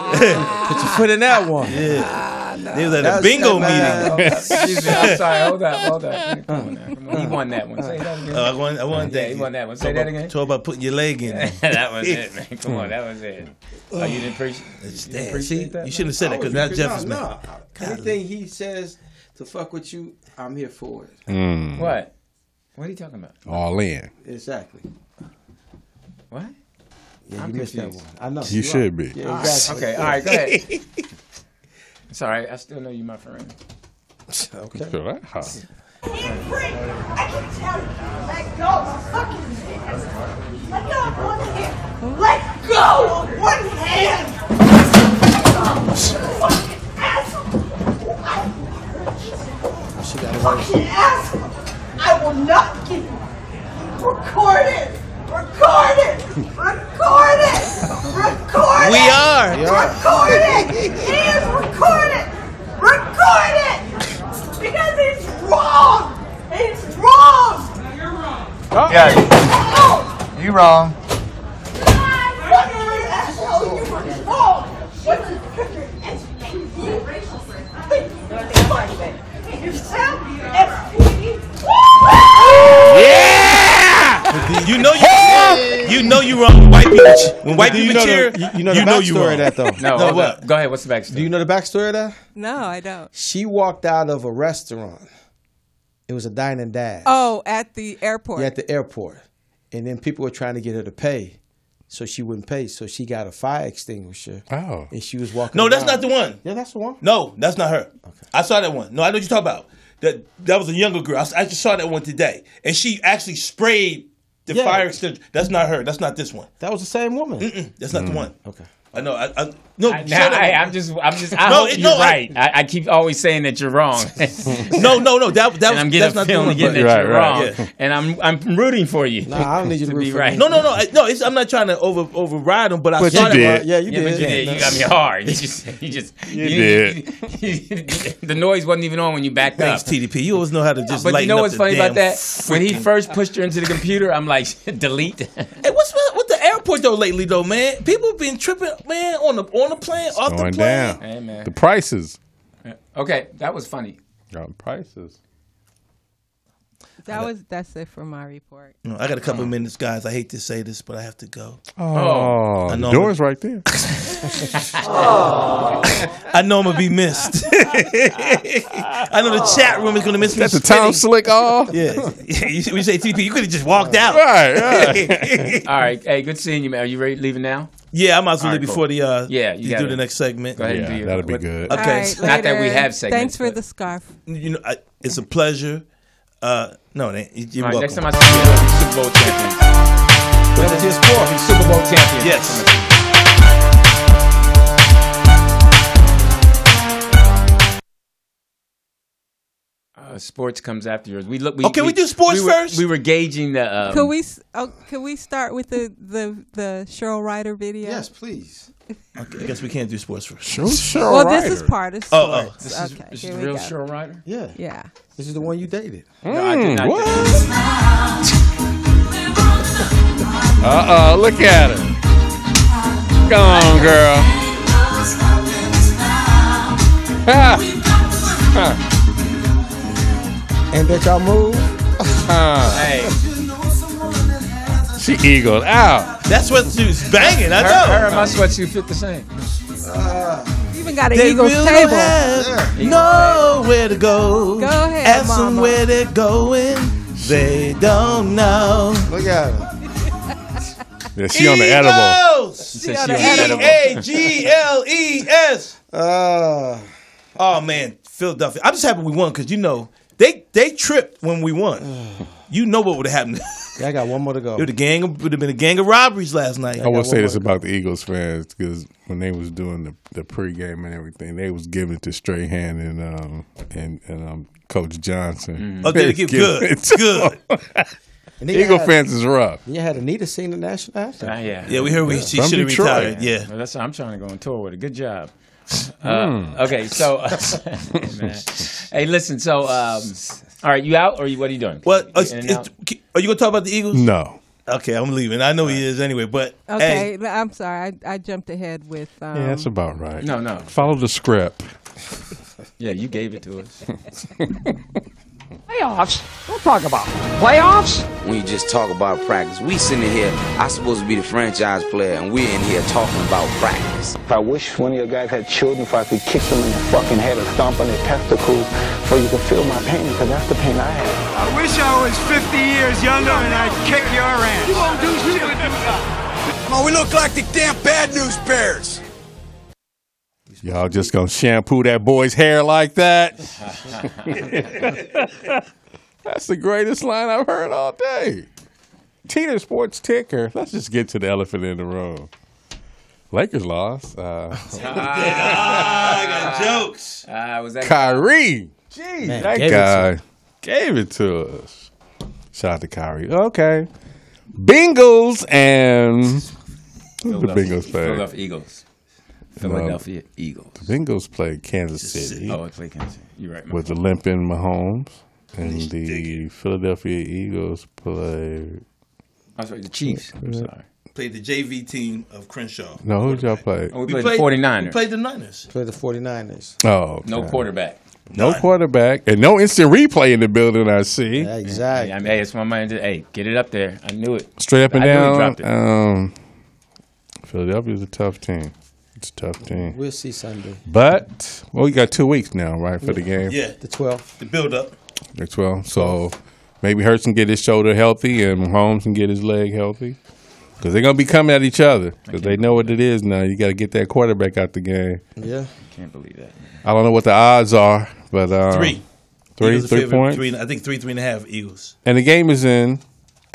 Speaker 4: put in that one.
Speaker 1: Ah,
Speaker 2: They was at a bingo meeting.
Speaker 1: Excuse me. I'm sorry. Hold up. Hold up. Come on now. Come on. He won that one. Say that again.
Speaker 2: Oh, I want I want
Speaker 1: Yeah,
Speaker 2: that.
Speaker 1: he won that one. Say that again.
Speaker 2: Talk about putting your leg in it.
Speaker 1: that was it, man. Come on, that was it. Oh, you didn't appreciate.
Speaker 2: Damn, see,
Speaker 1: appreciate that,
Speaker 2: you shouldn't have said that because now Jeff is mad.
Speaker 4: Anything he says to fuck with you, I'm here for it.
Speaker 3: Mm.
Speaker 1: What? What are you talking about?
Speaker 3: All in.
Speaker 4: Exactly.
Speaker 1: What?
Speaker 4: Yeah,
Speaker 1: I'm
Speaker 4: you missed that one.
Speaker 1: confused. Ah,
Speaker 4: I know.
Speaker 3: You
Speaker 4: are.
Speaker 3: should be.
Speaker 4: Yeah, exactly.
Speaker 1: Okay. All right. Go ahead. It's all right. I still know you, my friend.
Speaker 4: Okay.
Speaker 3: Sure, that hot.
Speaker 11: I can tell you. Let go. Fuck you. Let go of one hand. Let go of one hand. Let go of one hand. Fucking asshole.
Speaker 4: She got a
Speaker 11: fucking asshole. I will not give you. Record it. Record it. Record it. Record it.
Speaker 13: We are. We are.
Speaker 11: Record it. He is recorded. Record it. Because it's wrong. It's wrong. You're wrong.
Speaker 5: Yeah. Oh! You wrong.
Speaker 11: Fucking asshole. You were wrong. What you took your SPV. Fucking yourself. SPV.
Speaker 2: You know you, you know you wrong. When white people, ch- when white
Speaker 4: Do you
Speaker 2: people
Speaker 4: know
Speaker 2: cheer,
Speaker 4: the- you- you know the
Speaker 2: you
Speaker 4: backstory
Speaker 2: wrong.
Speaker 4: of that, though? No, hold up.
Speaker 1: Go ahead. What's the backstory?
Speaker 4: Do you know the backstory of that?
Speaker 8: No, I don't.
Speaker 4: She walked out of a restaurant. It was a dine and dash.
Speaker 8: Oh, at the airport.
Speaker 4: Yeah, at the airport. And then people were trying to get her to pay. So she wouldn't pay. So she got a fire extinguisher.
Speaker 3: Oh.
Speaker 4: And she was walking
Speaker 2: No, that's
Speaker 4: around.
Speaker 2: not the one.
Speaker 4: Yeah, that's the one.
Speaker 2: No, that's not her. I saw that one. No, I know what you're talking about. That that was a younger girl. I, s- I just saw that one today, and she actually sprayed the
Speaker 4: Yeah.
Speaker 2: fire extinguisher. That's not her. That's not this one.
Speaker 4: That was the same woman.
Speaker 2: Mm-mm, that's not the
Speaker 1: Mm.
Speaker 2: one.
Speaker 4: Okay.
Speaker 2: I know. I, I no.
Speaker 1: I,
Speaker 2: show that
Speaker 1: I,
Speaker 2: one.
Speaker 1: am just, I'm just. I
Speaker 2: No,
Speaker 1: hope
Speaker 2: it-
Speaker 1: you're
Speaker 2: no, I-
Speaker 1: right. I, I keep always saying that you're wrong.
Speaker 2: no, no, no. That, that
Speaker 1: and I'm
Speaker 2: that's
Speaker 1: getting
Speaker 2: not the
Speaker 1: a feeling
Speaker 2: one,
Speaker 1: again
Speaker 2: but-
Speaker 1: that
Speaker 2: Right,
Speaker 1: you're wrong,
Speaker 2: right,
Speaker 1: and I'm, I'm rooting for you.
Speaker 4: Nah, I don't need you to root
Speaker 1: be
Speaker 4: for
Speaker 1: right.
Speaker 4: me.
Speaker 2: No, no, no, I- no. It's, I'm not trying to over override them, but I
Speaker 1: But
Speaker 2: saw
Speaker 1: you
Speaker 2: that
Speaker 1: did.
Speaker 2: one.
Speaker 1: Yeah, you Yeah, but did. you did. You got me hard. You just- you just- You you- did. the noise wasn't even on when you backed
Speaker 2: Thanks,
Speaker 1: up.
Speaker 2: TDP. You always know how to just.
Speaker 1: But you
Speaker 2: lighten
Speaker 1: know
Speaker 2: up
Speaker 1: what's
Speaker 2: the
Speaker 1: funny
Speaker 2: damn
Speaker 1: about that? When he
Speaker 2: freaking-
Speaker 1: first pushed her into the computer, I'm like, delete.
Speaker 2: Hey, what's with- with the airport though lately though, man? People been tripping, man, on the on the plane, off the
Speaker 3: Going
Speaker 2: plane.
Speaker 3: down.
Speaker 1: Hey, man.
Speaker 3: The prices.
Speaker 1: Okay, that was funny.
Speaker 3: Got prices.
Speaker 8: That was that's it for my report.
Speaker 2: No, I got a couple of minutes, guys. I hate to say this, but I have to go.
Speaker 3: Oh,
Speaker 2: I
Speaker 3: the
Speaker 2: know I'm-
Speaker 3: door's right there.
Speaker 2: I know I'm gonna be missed. I know the chat room is gonna miss me.
Speaker 3: That's a
Speaker 2: spitting.
Speaker 3: Tom Slick off.
Speaker 2: Yeah. You- we say TP, you could have just walked out.
Speaker 3: Right,
Speaker 1: right. All right. Hey, good seeing you, man. Are you ready leaving now?
Speaker 2: Yeah, I might as well
Speaker 1: All
Speaker 2: leave
Speaker 1: right,
Speaker 2: before
Speaker 1: cool.
Speaker 2: the uh
Speaker 1: Yeah, you
Speaker 2: you,
Speaker 1: gotta-
Speaker 2: do the next segment.
Speaker 1: Go ahead and do your-
Speaker 3: that'll be
Speaker 1: what-
Speaker 3: good.
Speaker 2: Okay.
Speaker 8: All right,
Speaker 1: Not that we
Speaker 8: later.
Speaker 1: have segments,
Speaker 8: Thanks for the scarf.
Speaker 2: You know, I, it's a pleasure. Uh no, it ain't. You- You're
Speaker 1: All right, next
Speaker 2: welcome.
Speaker 1: time I see you, I'll be Super Bowl champion. Whatever his sport, he's Super Bowl champion.
Speaker 2: Yes.
Speaker 1: Uh, sports comes after yours. We look. We,
Speaker 2: Okay, we do sports
Speaker 1: we were-
Speaker 2: first?
Speaker 1: We were gauging the. Um,
Speaker 8: could we s- oh, could we start with the the the Cheryl Ryder video? Yes,
Speaker 4: please.
Speaker 2: I guess we can't do sports first.
Speaker 8: well, this is part of sports.
Speaker 2: Oh, oh.
Speaker 1: This is-
Speaker 8: okay,
Speaker 1: this is
Speaker 8: here we
Speaker 1: real
Speaker 8: go.
Speaker 1: Cheryl Ryder?
Speaker 4: Yeah.
Speaker 8: Yeah.
Speaker 4: This is the one you dated.
Speaker 3: Mm,
Speaker 1: No, I did not.
Speaker 3: Uh oh, look at her. Go on, girl. Ha. Huh.
Speaker 4: And that y'all move.
Speaker 3: Huh.
Speaker 1: Hey,
Speaker 3: She eagled out.
Speaker 2: That's what she's banging. I know.
Speaker 1: her, her and my sweatsuit fit the same.
Speaker 8: You even got an
Speaker 2: They
Speaker 8: Eagles
Speaker 2: will
Speaker 8: table.
Speaker 2: have nowhere to go.
Speaker 8: Go ahead,
Speaker 2: Ask
Speaker 8: Mama.
Speaker 2: them where they're going. They don't know.
Speaker 4: Look at her.
Speaker 3: Yeah, she on the edible.
Speaker 2: Eagles.
Speaker 1: Says she
Speaker 8: on the
Speaker 1: was
Speaker 8: edible.
Speaker 2: E
Speaker 1: edible.
Speaker 2: A G L E S.
Speaker 4: Uh,
Speaker 2: Oh man, Philadelphia. I'm just happy we won because you know they they tripped when we won. You know what would have happened?
Speaker 4: yeah, I got one more to go.
Speaker 2: it would have gang of- would have been a gang of robberies last night.
Speaker 3: I will say
Speaker 4: one
Speaker 3: this
Speaker 4: more.
Speaker 3: about the Eagles fans because when they was doing the, the pregame and everything, they was giving it to Strahan and um and, and um Coach Johnson.
Speaker 1: Mm-hmm.
Speaker 2: Okay,
Speaker 3: They
Speaker 2: give
Speaker 3: giving
Speaker 2: good.
Speaker 3: it to
Speaker 2: Good.
Speaker 3: him.
Speaker 4: And then you
Speaker 3: Eagle
Speaker 4: had-
Speaker 3: fans is rough.
Speaker 4: You had Anita sing the national anthem.
Speaker 1: Ah, yeah.
Speaker 2: Yeah, we heard we, she
Speaker 3: From
Speaker 2: should have
Speaker 3: Detroit.
Speaker 2: retired. Yeah.
Speaker 1: Well, that's I'm trying to go on tour with it. Good job. Uh, okay, so man. hey, listen. So, um, all right, you out or you, what are you doing?
Speaker 2: Well,
Speaker 1: You
Speaker 2: uh,
Speaker 1: in and
Speaker 2: it's-
Speaker 1: out?
Speaker 2: are you gonna talk about the Eagles?
Speaker 3: No.
Speaker 2: Okay, I'm leaving. I know he is anyway, but hey,
Speaker 8: Okay, I'm sorry. I, I jumped ahead with. Um,
Speaker 3: Yeah, that's about right.
Speaker 1: no, no.
Speaker 3: Follow the script.
Speaker 1: Yeah, you gave it to us.
Speaker 5: Playoffs? Don't talk about playoffs.
Speaker 14: when you just talk about practice. We sitting here, I supposed to be the franchise player, and we're in here talking about practice.
Speaker 12: If I wish one of your guys had children, if I could kick them in the fucking head or stomp on their testicles, so you could feel my pain, because that's the pain I have.
Speaker 15: I wish I was 50 years younger and I'd kick your ass. You won't do shit with
Speaker 5: Oh, we look like the damn bad news bears.
Speaker 3: Y'all just gonna shampoo that boy's hair like that? That's the greatest line I've heard all day. Tina Sports Ticker. Let's just get to the elephant in the room. Lakers lost. Uh,
Speaker 2: jokes. Ah,
Speaker 1: Uh, was that Ah,
Speaker 3: Kyrie. Jeez, that
Speaker 4: gave it to
Speaker 3: guy.
Speaker 4: him.
Speaker 3: Gave it to us. Shout out to Kyrie. Okay. Bengals and who's the Bengals play.
Speaker 1: Philadelphia Eagles. Philadelphia Eagles.
Speaker 3: The Bengals played Kansas City.
Speaker 1: Oh, it's like Kansas City. You're right.
Speaker 3: With the limping Mahomes. And the Philadelphia Eagles played.
Speaker 1: I'm sorry, the Chiefs. I'm sorry.
Speaker 2: Played the JV team of Crenshaw.
Speaker 3: No, who y'all play?
Speaker 2: We played the Niners.
Speaker 4: Played the 49ers.
Speaker 3: Oh, okay.
Speaker 1: No quarterback.
Speaker 3: No quarterback. And no instant replay in the building, I see.
Speaker 4: Exactly.
Speaker 1: I mean, hey, it's my mind. Hey, get it up there. I knew it.
Speaker 3: Straight up and
Speaker 1: I knew he dropped
Speaker 3: down.
Speaker 1: it.
Speaker 3: Um, Philadelphia's a tough team. It's a tough team.
Speaker 4: We'll see Sunday.
Speaker 3: But, well, you got two weeks now, right, for the game?
Speaker 2: Yeah.
Speaker 4: The 12th.
Speaker 2: The build up.
Speaker 3: That's well. So maybe Hurts can get his shoulder healthy and Mahomes can get his leg healthy. Because they're going to be coming at each other. Because they know what it is now. You got to get that quarterback out the game.
Speaker 4: Yeah.
Speaker 1: Can't believe that.
Speaker 3: I don't know what the odds are, but. Um,
Speaker 2: Three.
Speaker 3: Three,
Speaker 2: Eagles are
Speaker 3: three
Speaker 2: favored,
Speaker 3: points.
Speaker 2: Three, I think three, three and a half Eagles.
Speaker 3: And the game is in.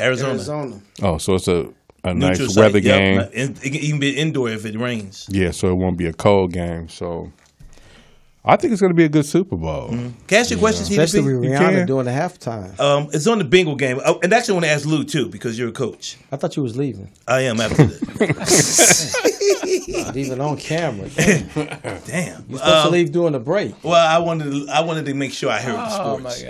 Speaker 2: Arizona.
Speaker 4: Arizona.
Speaker 3: Oh, so it's a, a nice
Speaker 2: Neutral site,
Speaker 3: weather
Speaker 2: yep.
Speaker 3: game.
Speaker 2: And It can even be indoor if it rains.
Speaker 3: Yeah, so it won't be a cold game. So I think it's going to be a good Super
Speaker 1: Oh.
Speaker 3: Bowl.
Speaker 2: Can I ask you a question, TDP?
Speaker 4: Especially with
Speaker 2: You
Speaker 4: Rihanna
Speaker 2: can.
Speaker 4: doing the halftime.
Speaker 2: Um, it's on the Bengal game. Oh, and actually, I want to ask Lou, too, because you're a coach.
Speaker 4: I thought you was leaving.
Speaker 2: I am after this.
Speaker 4: Not even on camera.
Speaker 2: Damn.
Speaker 4: You're supposed to
Speaker 2: Um,
Speaker 4: leave during the break.
Speaker 2: Well, I wanted to, I wanted to make sure I heard the
Speaker 4: Oh,
Speaker 2: sports.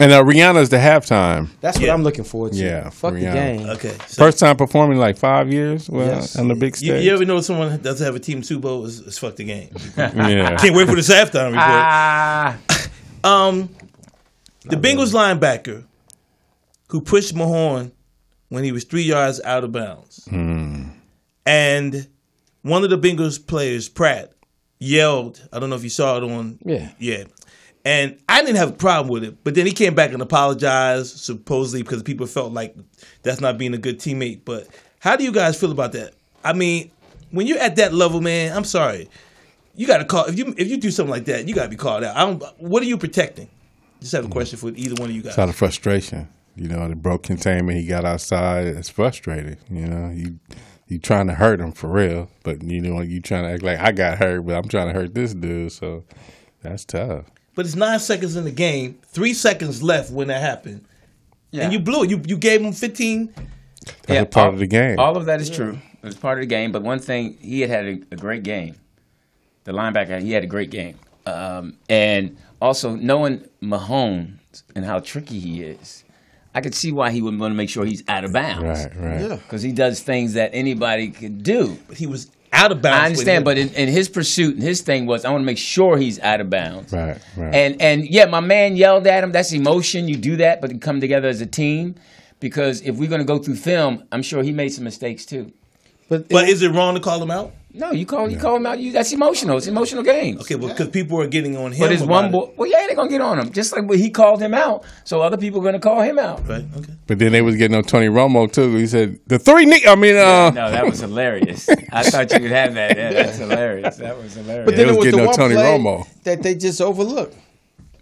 Speaker 3: And uh, Rihanna's the halftime.
Speaker 4: That's what
Speaker 2: Yeah.
Speaker 4: I'm looking forward to.
Speaker 3: Yeah,
Speaker 4: Fuck
Speaker 3: Rihanna.
Speaker 4: the game.
Speaker 2: Okay.
Speaker 3: First time performing in like five years well,
Speaker 4: Yes.
Speaker 3: on the big
Speaker 2: You,
Speaker 3: stage.
Speaker 2: you ever know someone that doesn't have a team Super Bowl is, is fuck the game.
Speaker 1: Mm-hmm.
Speaker 3: Yeah.
Speaker 2: Can't wait for this halftime report.
Speaker 1: Ah.
Speaker 2: Um, the Bengals linebacker who pushed Mahorn when he was three yards out of bounds,
Speaker 3: Mm.
Speaker 2: and one of the Bengals players, Pratt, yelled. I don't know if you saw it on.
Speaker 4: Yeah.
Speaker 2: yeah. And I didn't have a problem with it, but then he came back and apologized, supposedly because people felt like that's not being a good teammate. But how do you guys feel about that? I mean, when you're at that level, man, I'm sorry, you got to call if you if you do something like that, you got to be called out. I don't. What are you protecting? Just have a question for either one of you guys.
Speaker 3: It's out of frustration. You know, the broke containment. He got outside. It's frustrating. You know, you you trying to hurt him for real, but you know you trying to act like I got hurt, but I'm trying to hurt this dude. So that's tough.
Speaker 2: But it's nine seconds in the game, three seconds left when that happened,
Speaker 1: Yeah.
Speaker 2: and you blew it. You you gave him 15.
Speaker 3: That's a part of the game.
Speaker 1: All of that is true. It was part of the game. But one thing, he had had a, a great game. The linebacker, he had a great game. Um, and also, knowing Mahomes and how tricky he is, I could see why he would want to make sure he's out of bounds.
Speaker 3: Right, right. Yeah.
Speaker 1: Because he does things that anybody could do.
Speaker 2: But he was out of bounds.
Speaker 1: I understand,
Speaker 2: when
Speaker 1: but in, in his pursuit and his thing was, I want to make sure he's out of bounds.
Speaker 3: Right, right.
Speaker 1: And and yeah, my man yelled at him. That's emotion. You do that, but you come together as a team. Because if we're going to go through film, I'm sure he made some mistakes too.
Speaker 4: But,
Speaker 2: but is it wrong to call him out?
Speaker 1: No, you call you call him out. You that's emotional. It's emotional games.
Speaker 2: Okay, well, because people are getting on him.
Speaker 1: but it's
Speaker 2: about
Speaker 1: one
Speaker 2: it.
Speaker 1: boy. Well, yeah, they're gonna get on him. Just like when he called him out, so other people are gonna call him out.
Speaker 2: Right. Okay.
Speaker 3: But then they was getting on Tony Romo too. He said the three. Ni- I mean, uh,
Speaker 1: No, that was hilarious. I thought you would have that. Yeah, that's hilarious. That was hilarious.
Speaker 3: But
Speaker 4: Then
Speaker 3: they was,
Speaker 4: it was
Speaker 3: getting
Speaker 4: the
Speaker 3: on
Speaker 4: one
Speaker 3: Tony
Speaker 4: play
Speaker 3: Romo.
Speaker 4: that they just overlooked.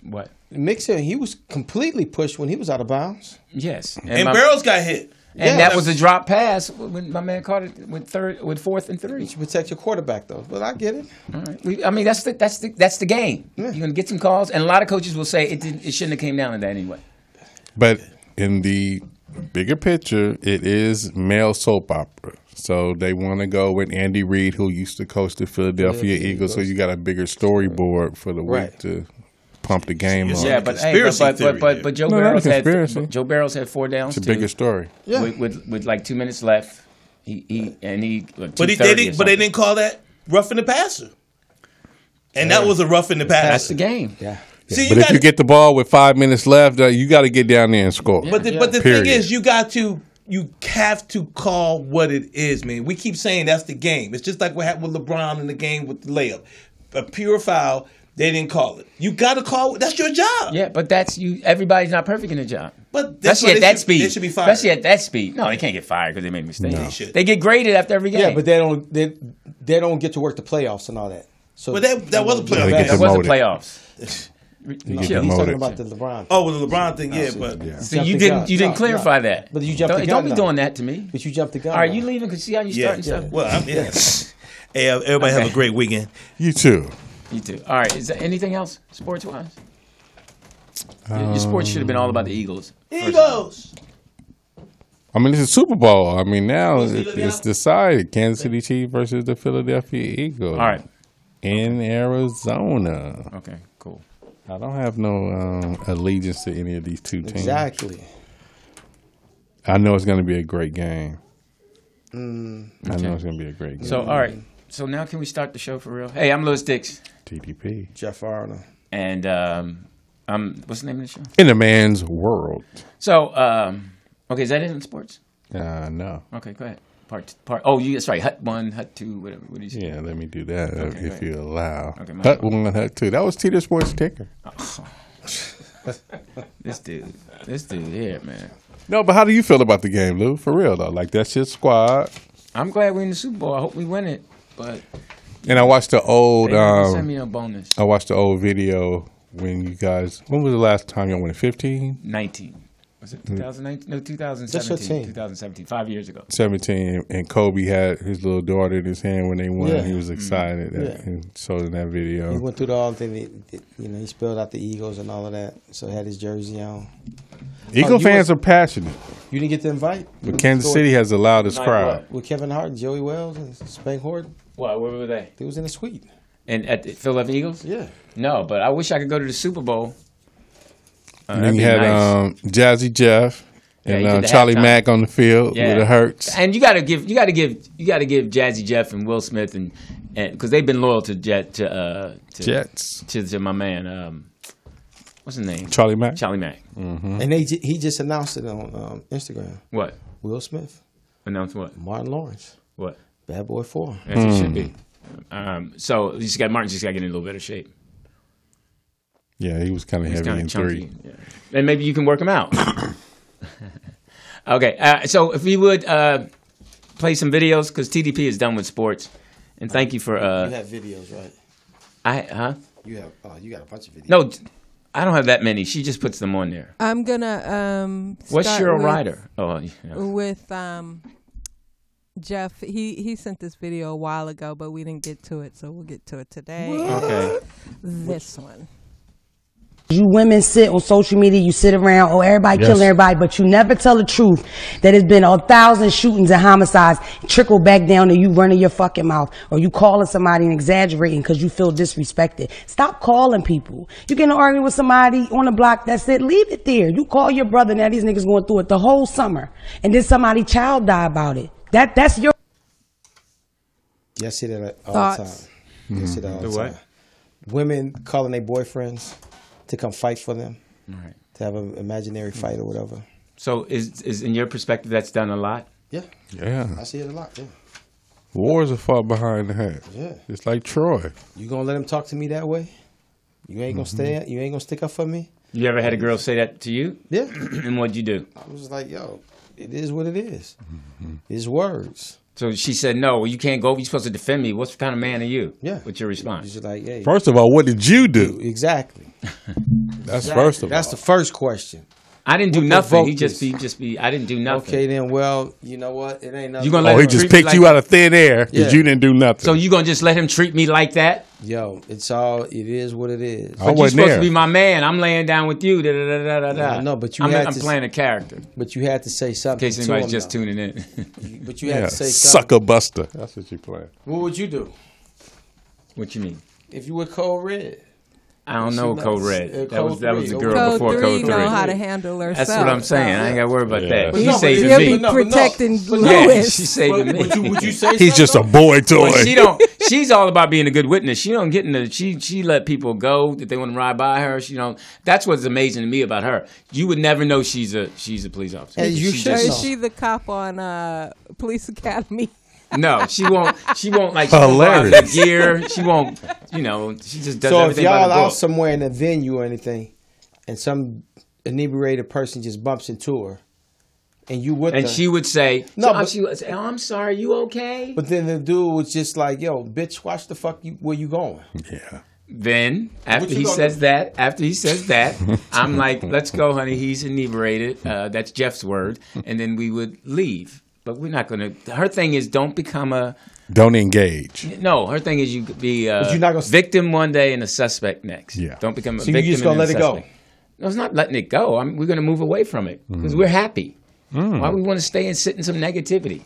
Speaker 1: what?
Speaker 4: Mixer, he was completely pushed when he was out of bounds.
Speaker 1: Yes. And,
Speaker 2: And
Speaker 1: my-
Speaker 2: Barrels got hit.
Speaker 4: Yeah.
Speaker 1: and that was a drop pass when my man caught it with third, with fourth and
Speaker 4: You
Speaker 1: three.
Speaker 4: should protect your quarterback though. But I get it.
Speaker 1: All right. We- I mean, that's the that's the that's the game. You're gonna get some calls, and a lot of coaches will say it didn't, it shouldn't have came down to that anyway.
Speaker 3: But in the bigger picture, it is male soap opera. So they want to go with Andy Reid, who used to coach the Philadelphia
Speaker 4: Philadelphia
Speaker 3: Eagles. So
Speaker 4: Eagles.
Speaker 3: you got a bigger storyboard for the
Speaker 4: Right.
Speaker 3: week to pump the game on.
Speaker 1: Yeah, but hey, but,
Speaker 2: Conspiracy
Speaker 1: but, but,
Speaker 2: theory
Speaker 1: but
Speaker 2: there.
Speaker 1: but Joe
Speaker 3: No, not a
Speaker 1: Barrows
Speaker 3: conspiracy.
Speaker 1: had Joe Barrows had four downs.
Speaker 3: It's a
Speaker 1: too.
Speaker 3: bigger story.
Speaker 4: Yeah.
Speaker 1: with, with with like two minutes left. He, he and he. Like,
Speaker 2: But, he, they didn't, but they didn't call that roughing the passer. And that was a roughing the passer.
Speaker 1: That's the game.
Speaker 4: Yeah.
Speaker 2: See,
Speaker 3: But
Speaker 2: you
Speaker 3: if
Speaker 2: got
Speaker 3: you get the ball with five minutes left, uh, you got to get down there and score.
Speaker 2: But the,
Speaker 4: Yeah.
Speaker 2: but the
Speaker 3: Period.
Speaker 2: thing is, you got to you have to call what it is, man. We keep saying that's the game. It's just like what happened with LeBron in the game with the layup, a pure foul. They didn't call it. You got to call. That's your job.
Speaker 1: Yeah, but that's you. Everybody's not perfect in the job.
Speaker 2: But that's
Speaker 1: Especially
Speaker 2: why
Speaker 1: at
Speaker 2: they
Speaker 1: that
Speaker 2: should-
Speaker 1: speed.
Speaker 2: they should be fired.
Speaker 1: Especially at that speed. No, they can't get fired because they made mistakes.
Speaker 2: They should.
Speaker 1: They get graded after every game.
Speaker 4: Yeah, but they don't they, they don't get to work the playoffs and all that. So
Speaker 2: But that that was a playoff.
Speaker 3: They get
Speaker 1: that
Speaker 2: pass.
Speaker 3: the-
Speaker 1: wasn't
Speaker 3: demoted.
Speaker 1: playoffs.
Speaker 3: get
Speaker 1: Chill.
Speaker 4: he's
Speaker 3: demoted.
Speaker 4: talking about the LeBron.
Speaker 2: Oh, with the LeBron thing, yeah. But
Speaker 1: So you
Speaker 4: Jumped the
Speaker 1: didn't
Speaker 4: gun.
Speaker 1: you didn't
Speaker 4: No,
Speaker 1: clarify
Speaker 4: no.
Speaker 1: that.
Speaker 4: But you jumped
Speaker 1: Don't,
Speaker 4: the
Speaker 1: don't
Speaker 4: gun
Speaker 1: be
Speaker 4: now.
Speaker 1: doing that to me.
Speaker 4: But you jumped the gun.
Speaker 1: All right,
Speaker 4: now.
Speaker 1: you leaving? Cause see how you
Speaker 2: yeah.
Speaker 1: starting stuff.
Speaker 2: Well, I'm, yeah. hey, uh, everybody have a
Speaker 1: Okay.
Speaker 2: great weekend.
Speaker 3: You too.
Speaker 1: You too. All right. Is there anything else sports wise? Your, your sports should have been all about the Eagles.
Speaker 2: Eagles.
Speaker 3: I mean, it's a Super Bowl. I mean, now it, it's decided: Kansas City Chiefs versus the Philadelphia Eagles.
Speaker 1: All right.
Speaker 3: in Arizona.
Speaker 1: Okay, cool.
Speaker 3: I don't have no um, allegiance to any of these two teams.
Speaker 4: Exactly.
Speaker 3: I know it's going to be a great game.
Speaker 4: Mm.
Speaker 3: I
Speaker 1: Okay.
Speaker 3: know it's going to be a great game.
Speaker 1: So, all right. So now can we start the show for real? Hey, I'm Lewis Dix.
Speaker 3: TDP.
Speaker 4: Jeff Arnold.
Speaker 1: And um, I'm, what's the name of the show?
Speaker 3: In a man's world.
Speaker 1: So, um, okay, is that it in sports?
Speaker 3: Uh, no.
Speaker 1: Okay, go ahead. Part, part. Oh, you sorry. Hut one, hut two, whatever. What do you say?
Speaker 3: Yeah, let me do that uh,
Speaker 1: Okay, go
Speaker 3: if
Speaker 1: ahead.
Speaker 3: you allow.
Speaker 1: Okay, my
Speaker 3: Hut one, hut two. That was Teeter Sports Ticker.
Speaker 1: this dude, this dude here, man.
Speaker 3: No, but how do you feel about the game, Lou? For real though, like that's your squad.
Speaker 1: I'm glad we're in the Super Bowl. I hope we win it. But
Speaker 3: And I watched the old.
Speaker 1: They didn't
Speaker 3: Um,
Speaker 1: send me no bonus.
Speaker 3: I watched the old video when you guys. When was the last time y'all went? Fifteen.
Speaker 1: 19. Was it
Speaker 3: Mm.
Speaker 1: 2019? No,
Speaker 4: That's your
Speaker 1: 2017.
Speaker 4: team.
Speaker 1: 2017. Five years ago.
Speaker 3: 17 and Kobe had his little daughter in his hand when they won.
Speaker 4: Yeah.
Speaker 3: He was
Speaker 1: Mm-hmm.
Speaker 3: excited.
Speaker 4: Mhm.
Speaker 3: That,
Speaker 4: Yeah.
Speaker 3: And so in that
Speaker 4: He
Speaker 3: video,
Speaker 4: went through the all thing. that- that, You know, he spelled out the Eagles and all of that. So had his jersey on. Oh,
Speaker 3: Eagle
Speaker 4: you
Speaker 3: fans
Speaker 4: was-
Speaker 3: are passionate,
Speaker 4: You didn't get the invite.
Speaker 3: but Kansas City has the loudest crowd.
Speaker 4: With Kevin Hart and Joey Wells and Spank Horton.
Speaker 1: Wow, where were they?
Speaker 4: They was in the suite.
Speaker 1: And at the Philadelphia Eagles?
Speaker 4: Yeah.
Speaker 1: No, but I wish I could go to the Super Bowl. Uh, that'd
Speaker 3: And then you
Speaker 1: be
Speaker 3: had
Speaker 1: nice.
Speaker 3: um, Jazzy Jeff
Speaker 1: Yeah,
Speaker 3: and
Speaker 1: he did
Speaker 3: uh,
Speaker 1: the
Speaker 3: Charlie
Speaker 1: halftime.
Speaker 3: Mack on the field with the Hurts.
Speaker 1: And you got to give you got to give you got to give Jazzy Jeff and Will Smith and and because they've been loyal to Jet to uh to,
Speaker 3: Jets.
Speaker 1: to, to my man um what's his name
Speaker 3: Charlie Mack.
Speaker 1: Charlie Mack
Speaker 3: Mm-hmm.
Speaker 4: And they ju- he just announced it on um, Instagram.
Speaker 1: What?
Speaker 4: Will Smith,
Speaker 1: announced what
Speaker 4: Martin Lawrence,
Speaker 1: what
Speaker 4: Bad Boy Four.
Speaker 1: as it should be
Speaker 3: Hmm.
Speaker 1: um so he's got Martin's just got to get in a little better shape
Speaker 3: Yeah, he was kind of
Speaker 1: He's
Speaker 3: heavy
Speaker 1: kinda
Speaker 3: in
Speaker 1: chunky,
Speaker 3: three.
Speaker 1: yeah. And maybe you can work him out. okay, uh, so if you would uh, play some videos, because TDP is done with sports. And thank you for. Uh,
Speaker 4: you have videos, right?
Speaker 1: I huh?
Speaker 4: You have. Oh, you got a bunch of videos.
Speaker 1: No, I don't have that many. She just puts them on there.
Speaker 8: I'm gonna um.
Speaker 1: What's
Speaker 8: start
Speaker 1: Cheryl
Speaker 8: with-
Speaker 1: Ryder? Oh, yeah.
Speaker 8: With um, Jeff, he he sent this video a while ago, but we didn't get to it, so we'll get to it today.
Speaker 1: Okay.
Speaker 8: This one.
Speaker 13: You women sit on social media, you sit around, oh, everybody
Speaker 16: Yes.
Speaker 13: killing everybody, but you never tell the truth that it's been a thousand shootings and homicides trickle back down to you running your fucking mouth or you calling somebody and exaggerating because you feel disrespected. Stop calling people. You get in an argument with somebody on the block, that's it, leave it there. You call your brother, now these niggas going through it the whole summer, and then somebody child die about it. That, that's your
Speaker 4: Yeah, I see that all the
Speaker 13: Thoughts?
Speaker 4: time.
Speaker 3: Mm-hmm.
Speaker 4: Yeah, I see that all
Speaker 13: Mhm.
Speaker 4: the,
Speaker 13: The what?
Speaker 4: time. Women calling their boyfriends to come fight for them.
Speaker 1: Right.
Speaker 4: To have an imaginary fight or whatever.
Speaker 1: So is is in your perspective that's done a lot?
Speaker 4: Yeah.
Speaker 3: Yeah.
Speaker 4: I see it a lot. Yeah.
Speaker 3: Wars are far behind the hand.
Speaker 4: Yeah.
Speaker 3: It's like Troy.
Speaker 4: You gonna let him talk to me that way? You ain't gonna
Speaker 3: Mm-hmm.
Speaker 4: stay. You ain't gonna stick up for me.
Speaker 1: You ever had a girl say that to you?
Speaker 4: Yeah.
Speaker 1: and what'd you do? Mm-hmm.
Speaker 4: I was just like, yo, it is what it is. It's words.
Speaker 1: So she said, "No, you can't go. You're supposed to defend me. What kind of man are you?"
Speaker 4: Yeah.
Speaker 1: What's your response?
Speaker 4: She's like, "Hey,
Speaker 3: First of all, what did you do?
Speaker 4: Exactly.
Speaker 3: That's first of
Speaker 4: That's the first question.
Speaker 1: I didn't do
Speaker 4: What
Speaker 1: nothing. He
Speaker 4: provoked
Speaker 1: just
Speaker 4: this?
Speaker 1: be, just be. I didn't do nothing.
Speaker 4: Okay, then. Well, you know what? It ain't nothing.
Speaker 1: You gonna let
Speaker 3: all. Oh, he
Speaker 1: him
Speaker 3: just
Speaker 1: treat me
Speaker 3: picked
Speaker 1: like
Speaker 3: you
Speaker 1: that.
Speaker 3: out of thin air
Speaker 4: Yeah.
Speaker 3: because you didn't do nothing.
Speaker 1: So you gonna just let him treat me like that?
Speaker 4: Yo, it's all. It is what it is.
Speaker 3: I
Speaker 1: But you
Speaker 3: wasn't
Speaker 1: supposed
Speaker 3: there.
Speaker 1: to be my man. I'm laying down with you. Da, da, da, da, da, da.
Speaker 4: I know, but you
Speaker 1: I'm,
Speaker 4: had
Speaker 1: I'm
Speaker 4: to s-
Speaker 1: playing a character.
Speaker 4: But you had to say
Speaker 1: In
Speaker 4: something.
Speaker 1: case
Speaker 4: to
Speaker 1: anybody's
Speaker 4: him,
Speaker 1: just
Speaker 4: though.
Speaker 1: tuning in.
Speaker 4: But you had
Speaker 3: Yeah,
Speaker 4: to say
Speaker 3: sucker
Speaker 4: something.
Speaker 3: buster. That's what you play.
Speaker 4: What would you do
Speaker 1: What you mean?
Speaker 4: if you were cold red?
Speaker 1: I don't
Speaker 4: She
Speaker 1: know
Speaker 4: knows.
Speaker 1: Code Red.
Speaker 4: Uh,
Speaker 1: that was
Speaker 4: Code
Speaker 1: that was the
Speaker 4: three.
Speaker 1: girl
Speaker 4: Code
Speaker 1: before
Speaker 4: three
Speaker 1: Code Three.
Speaker 4: know
Speaker 8: how to handle
Speaker 1: That's what I'm
Speaker 8: herself.
Speaker 1: saying. I ain't got to worry about that.
Speaker 8: But
Speaker 1: He's
Speaker 8: no, but
Speaker 1: saving
Speaker 8: he'll
Speaker 1: me.
Speaker 8: be But no, but no. protecting But
Speaker 1: yeah,
Speaker 8: Louis.
Speaker 1: she's saving
Speaker 8: But
Speaker 1: me.
Speaker 8: would you- would you say
Speaker 3: He's just a boy toy.
Speaker 1: But she don't. She's all about being a good witness. She don't get in the. She she let people go that they want to ride by her. She don't. That's what's amazing to me about her. You would never know she's a she's a police officer. She
Speaker 8: Or
Speaker 1: just-
Speaker 8: is she the cop on uh, Police Academy?
Speaker 1: No, she won't. She won't like she won't go out in the
Speaker 4: Hilarious.
Speaker 1: gear. She won't. You know, she just does
Speaker 4: so if
Speaker 1: everything by
Speaker 4: y'all
Speaker 1: the book.
Speaker 4: out somewhere in a venue or anything, and some inebriated person just bumps into her, and you with
Speaker 1: and
Speaker 4: her,
Speaker 1: she would say,
Speaker 4: No,
Speaker 1: "No,
Speaker 4: but-
Speaker 1: she would say, oh, I'm sorry. You okay?"
Speaker 4: but then the dude was just like, "Yo, bitch, watch the fuck you where you going."
Speaker 1: Then after
Speaker 4: you
Speaker 1: he
Speaker 4: gonna
Speaker 1: says
Speaker 4: do?
Speaker 1: that, after he says that, I'm like, "Let's go, honey. He's inebriated." Uh, that's Jeff's word, and then we would leave. But we're not gonna. Her thing is, don't become a.
Speaker 3: Don't engage.
Speaker 1: No, her thing is you could be a
Speaker 3: But you're
Speaker 1: victim one day and a suspect next.
Speaker 3: Yeah.
Speaker 1: Don't become a
Speaker 3: So
Speaker 4: you
Speaker 1: victim.
Speaker 4: just gonna
Speaker 1: and then
Speaker 4: let
Speaker 1: a
Speaker 4: it go?
Speaker 1: suspect. No, it's not letting it go. I mean, we're going to move away from it
Speaker 4: Hmm.
Speaker 1: because we're happy. Why we want to stay and sit in some negativity?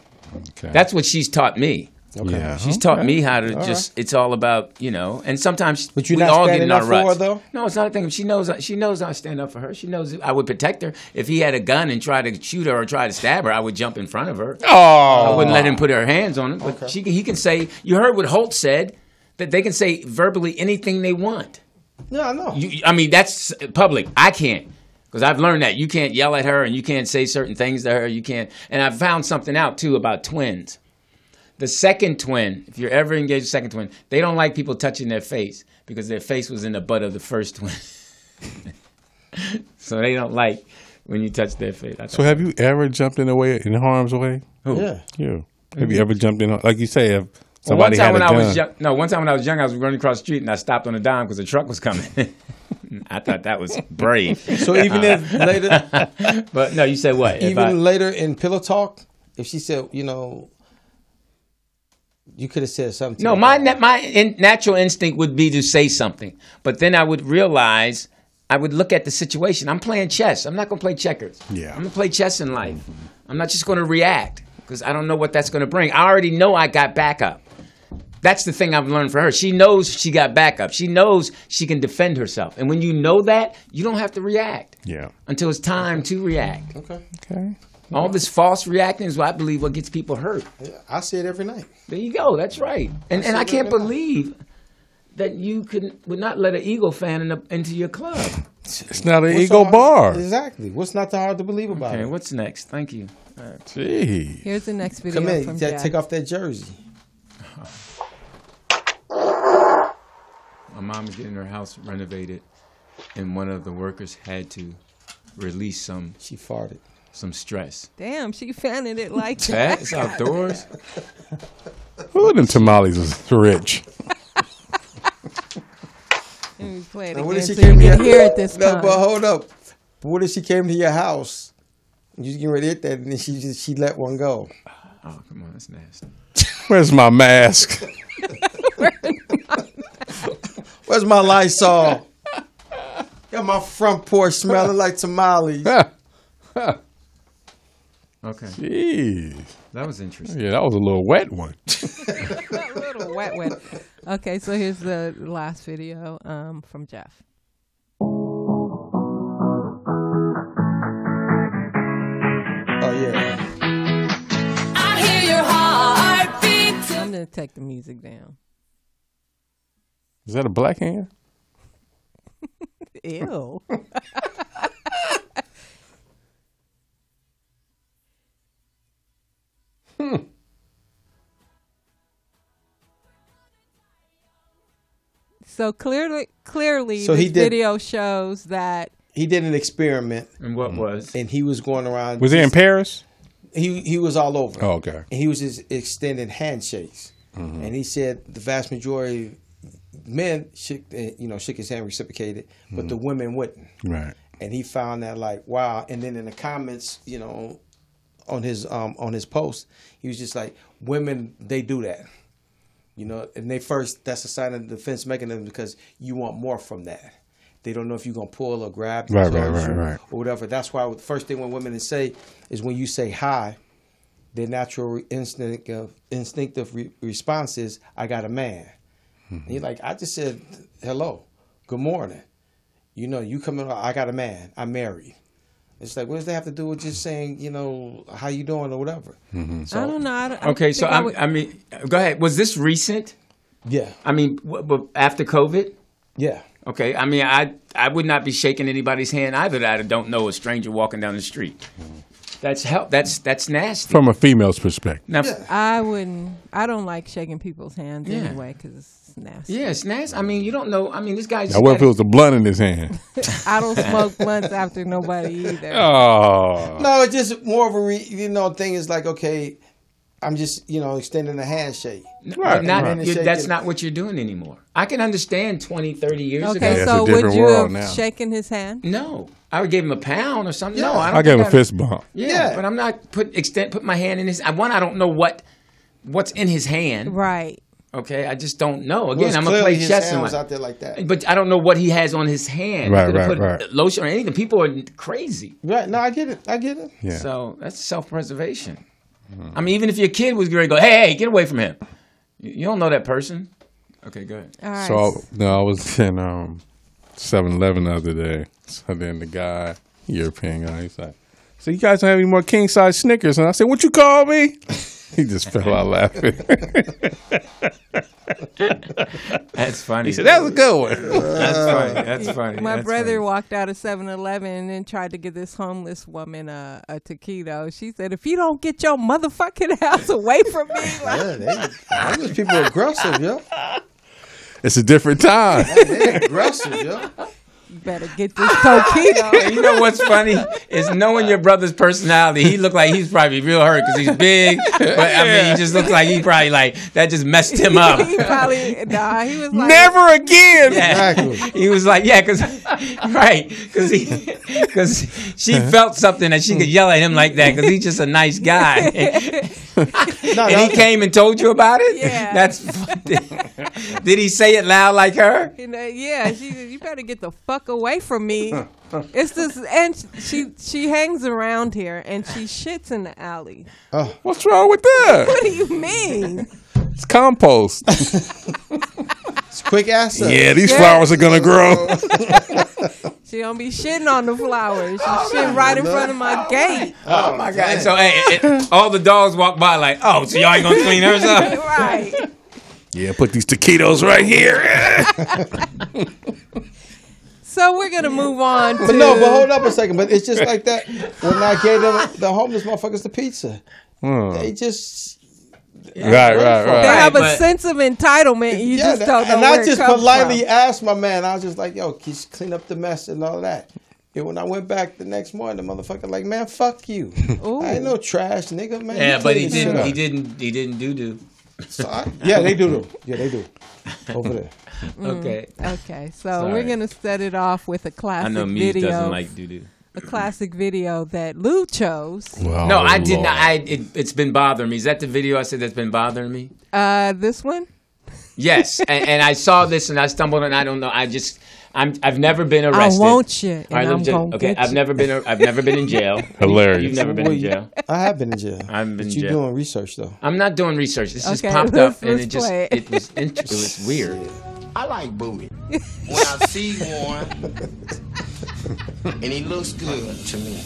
Speaker 1: That's what she's taught me.
Speaker 4: Okay. Yeah.
Speaker 1: She's taught
Speaker 4: Okay.
Speaker 1: me how to
Speaker 4: All
Speaker 1: just. It's all about you know. And sometimes
Speaker 4: But you're
Speaker 1: we
Speaker 4: not
Speaker 1: all get
Speaker 4: standing
Speaker 1: in our
Speaker 4: up for her,
Speaker 1: ruts.
Speaker 4: though?
Speaker 1: No, it's not a thing. She knows. She knows I stand up for her. She knows I would protect her. If he had a gun and tried to shoot her or try to stab her, I would jump in front of her.
Speaker 3: Oh.
Speaker 1: I wouldn't let him put her hands on him. But
Speaker 3: Okay.
Speaker 1: she, he can say. You heard what Holt said. That they can say verbally anything they want.
Speaker 4: No, I know.
Speaker 1: You, I mean, that's public. I can't because I've learned that you can't yell at her and you can't say certain things to her. You can't. And I found something out too about twins. The second twin, if you're ever engaged with second twin, they don't like people touching their face because their face was in the butt of the first twin. so they don't like when you touch their face. I
Speaker 3: So have you ever jumped in the way in harm's way?
Speaker 1: Who? Yeah.
Speaker 3: You. Have you ever jumped in like you say if somebody
Speaker 1: well, one time
Speaker 3: had a
Speaker 1: when
Speaker 3: gun?
Speaker 1: I was young, no, one time when I was young, I was running across the street and I stopped on a dime because a truck was coming. I thought that was brave.
Speaker 4: So even if later-
Speaker 1: but no, you said what? If
Speaker 4: Even
Speaker 1: I-
Speaker 4: later in pillow talk, if she said, you know, you could have said something. to
Speaker 1: No,
Speaker 4: her.
Speaker 1: my na- my in, natural instinct would be to say something, but then I would realize I would look at the situation. I'm playing chess. I'm not going to play checkers.
Speaker 3: Yeah.
Speaker 1: I'm going to play chess in life. I'm not just going to react because I don't know what that's going to bring. I already know I got backup. That's the thing I've learned for her. She knows she got backup. She knows she can defend herself. And when you know that, you don't have to react
Speaker 3: Yeah.
Speaker 1: until it's time to react.
Speaker 4: Okay.
Speaker 3: Okay.
Speaker 1: All this false reacting is what I believe what gets people hurt.
Speaker 4: I see it every night.
Speaker 1: There you go. That's right. And
Speaker 4: I
Speaker 1: and
Speaker 4: see
Speaker 1: I
Speaker 4: it
Speaker 1: can't
Speaker 4: every
Speaker 1: believe that you could would not let an Eagle fan in the, into your club.
Speaker 3: It's not an
Speaker 4: What's
Speaker 3: ego
Speaker 4: so hard-
Speaker 3: bar.
Speaker 4: Exactly. What's not that hard to believe about
Speaker 1: Okay,
Speaker 4: it?
Speaker 1: what's next? Thank you. All right.
Speaker 3: Gee.
Speaker 8: Here's the next video
Speaker 4: Come in.
Speaker 8: from
Speaker 4: ta-
Speaker 8: Jack.
Speaker 4: Take off that jersey.
Speaker 1: My mom is getting her house renovated, and one of the workers had to release some.
Speaker 4: She farted.
Speaker 1: Some stress.
Speaker 8: Damn, she fanning it like
Speaker 1: That is outdoors.
Speaker 3: Who them tamales is rich?
Speaker 8: Let me play it
Speaker 4: Now,
Speaker 8: again
Speaker 4: if
Speaker 8: so you can hear it this
Speaker 4: no,
Speaker 8: time.
Speaker 4: but hold up. What if she came to your house? You was getting ready to hit that, and then she just she let one go.
Speaker 1: Oh come on, that's nasty.
Speaker 3: Where's my mask?
Speaker 4: Where's my Lysol? Got my front porch smelling like tamales.
Speaker 1: Oh, Okay.
Speaker 3: Jeez.
Speaker 1: That was interesting.
Speaker 3: Yeah, that was a little wet one.
Speaker 8: a little wet, wet. Okay, so here's the last video um, from Jeff.
Speaker 4: Oh yeah.
Speaker 11: I hear your heartbeat.
Speaker 8: I'm gonna take the music down.
Speaker 3: Is that a black hand?
Speaker 8: Ew. so clearly, clearly,
Speaker 4: So
Speaker 8: this
Speaker 4: he did-
Speaker 8: video shows that
Speaker 4: He did an experiment. Mm.
Speaker 1: And what was?
Speaker 4: And he was going around.
Speaker 3: Was he in Paris?
Speaker 4: He he was all over.
Speaker 3: Oh, okay.
Speaker 4: And he was just extending handshakes.
Speaker 1: Mm-hmm.
Speaker 3: Mhm.
Speaker 4: And he said the vast majority of men shook eh, you know shook his hand reciprocated, but
Speaker 1: Mm-hmm.
Speaker 4: the women wouldn't.
Speaker 3: Right.
Speaker 4: And he found that like wow. And then in the comments, you know, on his um on his post, he was just like women they do that. You know, and they first that's a sign of defense mechanism because you want more from that. They don't know if you're gonna pull or grab
Speaker 3: Right, right,
Speaker 4: close
Speaker 3: right,
Speaker 4: you
Speaker 3: right.
Speaker 4: or whatever. That's why the first thing when women to say is when you say hi, their natural instinct of instinctive re- response is I got a man.
Speaker 3: Mm-hmm.
Speaker 4: And you're like I just said hello, good morning. You know, you coming. I got a man. I'm married. It's like what does that have to do with just saying you know how you doing or whatever. So-
Speaker 8: I don't know. I don't, I
Speaker 1: Mm-hmm. Okay,
Speaker 8: don't
Speaker 1: so
Speaker 8: think I
Speaker 1: I,
Speaker 8: would-
Speaker 1: I mean, go ahead. Was this recent?
Speaker 4: Yeah.
Speaker 1: I mean, w- w- after COVID.
Speaker 4: Yeah.
Speaker 1: Okay, I mean, I I would not be shaking anybody's hand either that I don't know a stranger walking down the street.
Speaker 3: Mm-hmm.
Speaker 1: That's hell. That's that's nasty.
Speaker 3: From a female's perspective.
Speaker 1: Now,
Speaker 8: I wouldn't. I don't like shaking people's hands
Speaker 1: Yeah.
Speaker 8: anyway 'cause anyway because it's nasty.
Speaker 1: yeah, it's nasty. I mean, you don't know. I mean, this guy's.
Speaker 3: Now what if it was a blunt in his hand?
Speaker 8: I don't smoke blunts after nobody either.
Speaker 3: Oh.
Speaker 4: No, it's just more of a re, you know thing. Is like okay, I'm just you know extending a handshake.
Speaker 1: Right, uh, not,
Speaker 4: And then
Speaker 1: you-
Speaker 4: shake
Speaker 1: that's
Speaker 4: it.
Speaker 1: not what you're doing anymore. I can understand 20, 30 years ago.
Speaker 8: Okay, so would you have shaken his hand?
Speaker 1: No, I would give him a pound or something. No,
Speaker 8: Yeah.
Speaker 1: I don't.
Speaker 3: I gave
Speaker 1: think
Speaker 3: him a fist bump.
Speaker 1: Yeah, but I'm not put extend put my hand in his. I One, I don't know what what's in his hand.
Speaker 8: Right.
Speaker 1: Okay, I just don't know. Again,
Speaker 4: it's
Speaker 1: I'm gonna
Speaker 4: clearly
Speaker 1: play
Speaker 4: his
Speaker 1: chess in
Speaker 4: hands
Speaker 1: my-
Speaker 4: out there like that.
Speaker 1: But I don't know what he has on his hand.
Speaker 3: Right,
Speaker 1: He could've
Speaker 3: right,
Speaker 1: put Lotion or anything. People are crazy.
Speaker 4: Right? No, I get it. I get it.
Speaker 3: Yeah.
Speaker 1: So that's self preservation. I mean, even if your kid was going to go, hey, hey, get away from him. You you don't know that person. Okay, go ahead.
Speaker 8: All right.
Speaker 3: So no, I was in um 7-Eleven the other day. So then the guy, European guy, he's like, "So you guys don't have any more king size Snickers?" And I said, "What you call me?" He just fell out laughing.
Speaker 1: That's funny.
Speaker 3: He said, "That's a good one."
Speaker 4: Uh,
Speaker 1: That's funny. That's funny.
Speaker 8: My
Speaker 1: That's
Speaker 8: brother walked out of 7 Eleven and tried to give this homeless woman a, a taquito. She said, If you don't get your motherfucking ass away from me, like,
Speaker 4: Yeah, they, those people are aggressive, yo.
Speaker 3: It's a different time.
Speaker 4: They aggressive, yo.
Speaker 8: you better get this taquito.
Speaker 1: And you know what's funny is knowing your brother's personality. He looked like he's probably real hurt because he's big, but I mean, he just looks like he probably like that just messed him up.
Speaker 8: he probably, nah, he was like,
Speaker 3: Never again.
Speaker 1: Yeah. He was like, yeah, because right, because he because she
Speaker 3: Uh-huh.
Speaker 1: felt something that she could yell at him like that because he's just a nice guy. and he came and told you about it.
Speaker 8: Yeah.
Speaker 1: That's did, he say it loud like her?
Speaker 8: You know, yeah, she said, "You better get the fuck away from me." it's this, and she she hangs around here and she shits in the alley.
Speaker 3: What's wrong with that?
Speaker 8: What do you mean?
Speaker 3: It's compost.
Speaker 4: It's quick access.
Speaker 3: yeah, these flowers are gonna grow.
Speaker 8: She don't be shitting on the flowers. She shit right in front of my gate.
Speaker 1: Oh, my god! So hey, it- all the dogs walk by like, oh, so y'all ain't gonna clean hers up?
Speaker 8: right.
Speaker 3: yeah, put these taquitos right here.
Speaker 8: So we're gonna move on. To,
Speaker 4: But no, but hold up a second. But it's just like that when I gave them the homeless motherfuckers the pizza.
Speaker 3: Hmm.
Speaker 4: They just
Speaker 3: Right, right,
Speaker 8: They
Speaker 3: right.
Speaker 8: have a
Speaker 1: but-
Speaker 8: sense of entitlement. You
Speaker 4: yeah,
Speaker 8: just
Speaker 4: that-
Speaker 8: don't know
Speaker 4: and
Speaker 8: where
Speaker 4: I
Speaker 8: it
Speaker 4: just
Speaker 8: comes
Speaker 4: politely
Speaker 8: from.
Speaker 4: asked my man. I was just like, "Yo, can you just clean up the mess and all that." And when I went back the next morning, the motherfucker like, "Man, fuck you!
Speaker 8: Ooh.
Speaker 4: I ain't no trash nigga, man."
Speaker 1: Yeah,
Speaker 4: You
Speaker 1: but he
Speaker 4: clean shit
Speaker 1: didn't.
Speaker 4: up."
Speaker 1: He didn't. He didn't do do.
Speaker 4: So I- yeah, they do. though. Yeah, they do. Over there.
Speaker 1: Okay.
Speaker 8: Mm, Okay, so
Speaker 1: Sorry.
Speaker 8: we're gonna set it off with a classic
Speaker 1: I know me
Speaker 8: video.
Speaker 1: doesn't like do do.
Speaker 8: a classic video that Lou chose.
Speaker 1: No, I did not. I it, it's been bothering me. Is that the video I said that's been bothering me?
Speaker 8: Uh, this one.
Speaker 1: Yes, and, and I saw this and I stumbled and I don't know. I just I'm I've never been arrested.
Speaker 8: want you, and
Speaker 1: let me
Speaker 8: I'm
Speaker 1: just-
Speaker 8: gonna
Speaker 1: okay,
Speaker 8: get
Speaker 1: I've
Speaker 8: you.
Speaker 1: never been I've never been in jail.
Speaker 3: Hilarious.
Speaker 1: You've never been
Speaker 4: Well,
Speaker 1: in
Speaker 4: you-
Speaker 1: jail.
Speaker 4: I have been in jail.
Speaker 1: I've been
Speaker 4: But
Speaker 1: in
Speaker 4: you
Speaker 1: jail.
Speaker 4: doing research though.
Speaker 1: I'm not doing research. This just
Speaker 8: Okay,
Speaker 1: popped
Speaker 8: let's-
Speaker 1: up and
Speaker 8: let's
Speaker 1: it just
Speaker 8: play
Speaker 1: it.
Speaker 8: it.
Speaker 1: was int- it was weird.
Speaker 16: I like booty. When I see one, and he looks good to me.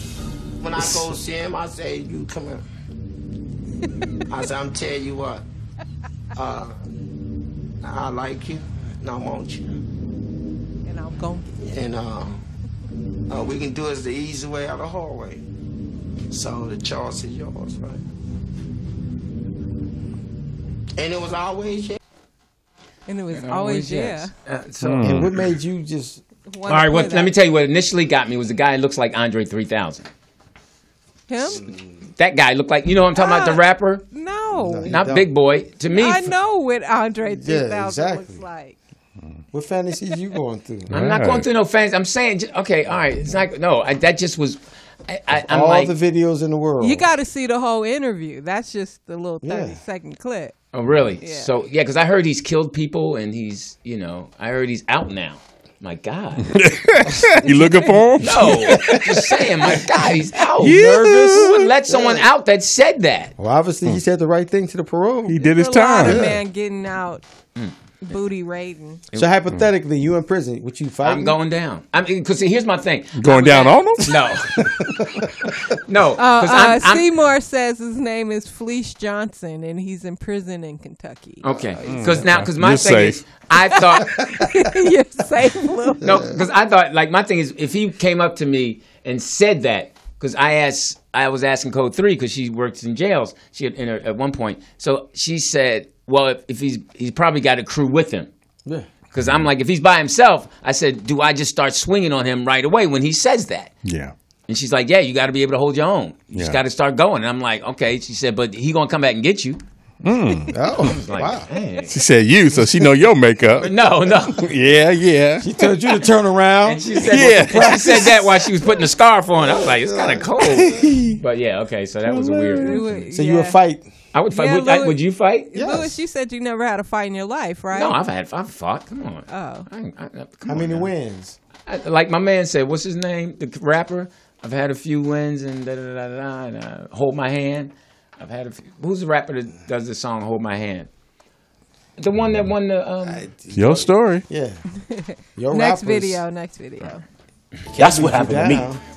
Speaker 16: When I go see him, I say, "You come here." I say, "I'm tell you what. Uh, I like you, and I want you,
Speaker 8: And I'm going.
Speaker 16: and uh, uh, we can do it the easy way or the hard way. So the choice is yours, right?" And it was always yeah.
Speaker 8: And it was always yeah.
Speaker 1: Uh, so
Speaker 3: Hmm.
Speaker 4: And what made you just?
Speaker 1: all right, what, let me tell you what initially got me was the guy who looks like Andre 3000.
Speaker 8: him.
Speaker 1: That guy looked like you know what I'm talking about the
Speaker 8: Ah.
Speaker 1: rapper,
Speaker 8: No,
Speaker 4: he
Speaker 1: not
Speaker 4: don't.
Speaker 1: Big Boy. To me,
Speaker 8: I know what Andre 3000
Speaker 4: exactly.
Speaker 8: looks like.
Speaker 4: What fantasies you going through?
Speaker 1: I'm not
Speaker 3: Right.
Speaker 1: going through no fans. I'm saying ju- okay, all right. It's not no. I, that just was. I, I, I'm
Speaker 4: All
Speaker 1: like,
Speaker 4: the videos in the world.
Speaker 8: You got to see the whole interview. That's just the little
Speaker 4: Yeah.
Speaker 8: thirty second clip.
Speaker 1: oh really?
Speaker 8: Yeah.
Speaker 1: So yeah, because I heard he's killed people and he's you know I heard he's out now. My God,
Speaker 3: you looking for him?
Speaker 1: no! just saying, my God, he's out.
Speaker 3: Yeah.
Speaker 1: Nervous. Who would let someone out that said that?
Speaker 4: Well, obviously he said the right thing to the parole.
Speaker 3: Hmm. He did his
Speaker 8: There's a lot of
Speaker 3: time.
Speaker 8: man getting out,
Speaker 1: Mm.
Speaker 8: booty raiding.
Speaker 4: So hypothetically, you in prison? Would you fight?
Speaker 1: I'm going down. I mean, because here's my thing.
Speaker 3: Going down on him?
Speaker 1: No, no.
Speaker 8: Uh,
Speaker 1: 'cause
Speaker 8: uh,
Speaker 1: I'm- I'm-
Speaker 8: Seymour says his name is Fleece Johnson, and he's in prison in Kentucky. Oh,
Speaker 1: okay, because now because my
Speaker 3: You're
Speaker 1: thing is
Speaker 3: safe.
Speaker 1: I thought.
Speaker 8: You're safe, Lou.
Speaker 1: No, because I thought like my thing is if he came up to me and said that because I asked I was asking Code Three because she works in jails. She had, in her, at one point, so she said, "Well, if, if he's he's probably got a crew with him."
Speaker 4: Yeah.
Speaker 1: Because I'm like, if he's by himself, I said, "Do I just start swinging on him right away when he says that?"
Speaker 3: Yeah.
Speaker 1: And she's like, "Yeah, you got to be able to hold your own. You just
Speaker 3: Yeah.
Speaker 1: got to start going." And I'm like, "Okay." She said, "But he gonna come back and get you."
Speaker 4: Oh,
Speaker 1: Like,
Speaker 4: wow!
Speaker 1: hey.
Speaker 3: She said you, so she know your makeup.
Speaker 1: No, no.
Speaker 3: Yeah, yeah.
Speaker 4: He told you to turn around.
Speaker 1: She said,
Speaker 3: Yeah.
Speaker 1: she said that while she was putting the scarf on. I was like, it's kind of cold. But yeah, okay, so that was a weird. one.
Speaker 8: We would-
Speaker 4: So you
Speaker 8: yeah.
Speaker 4: a fight?
Speaker 1: I would fight.
Speaker 8: Yeah,
Speaker 1: would, I-
Speaker 8: Louis-
Speaker 1: would you fight?
Speaker 8: Lewis, you said you never had a fight in your life, right?
Speaker 1: No, I've had. I've fought. Come on.
Speaker 8: Oh.
Speaker 1: How many wins? I, like my man said, what's his name? The rapper. I've had a few wins and da da da da. da and, uh, Hold my hand. I've had a few. Who's the rapper that does the song "Hold My Hand"? The one that won the. Um,
Speaker 3: Your story.
Speaker 4: Yeah.
Speaker 8: next video, next video.
Speaker 17: That's what happened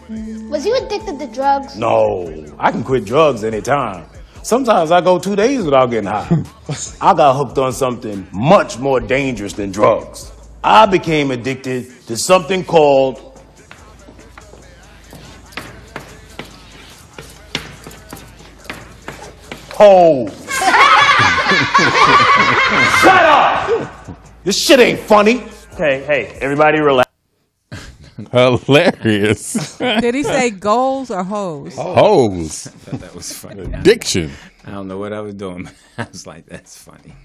Speaker 17: to me.
Speaker 18: Was you addicted to drugs?
Speaker 17: No, I can quit drugs anytime. Sometimes I go two days without getting high. I got hooked on something much more dangerous than drugs. I became addicted to something called. Cold. Shut up! This shit ain't funny. Hey, hey, everybody relax.
Speaker 3: Hilarious.
Speaker 8: Did he say goals or hoes?
Speaker 4: Oh.
Speaker 3: Hoes.
Speaker 1: I thought that was funny.
Speaker 3: Addiction.
Speaker 1: I don't know what I was doing. but I was like, that's funny.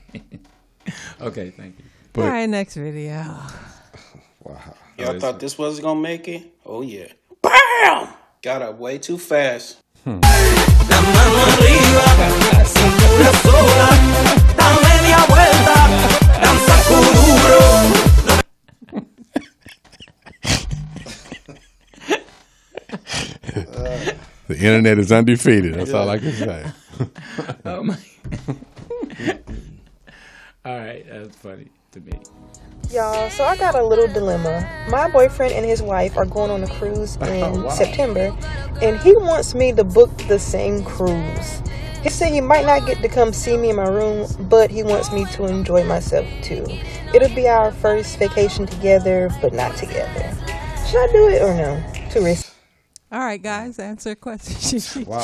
Speaker 1: okay, thank you.
Speaker 8: All right, next video.
Speaker 1: Oh,
Speaker 19: Y'all
Speaker 1: this
Speaker 19: thought this was gonna make it? Oh yeah. BAM! Got up way too fast.
Speaker 3: The internet is undefeated. That's all I can say.
Speaker 1: oh my. All right, that's funny to me.
Speaker 20: Y'all, so I got a little dilemma. My boyfriend and his wife are going on a cruise in
Speaker 1: Oh, wow.
Speaker 20: September, and he wants me to book the same cruise. He said he might not get to come see me in my room, but he wants me to enjoy myself too. It'll be our first vacation together, but not together. Should I do it or no? Too risky.
Speaker 8: All right, guys, answer a question.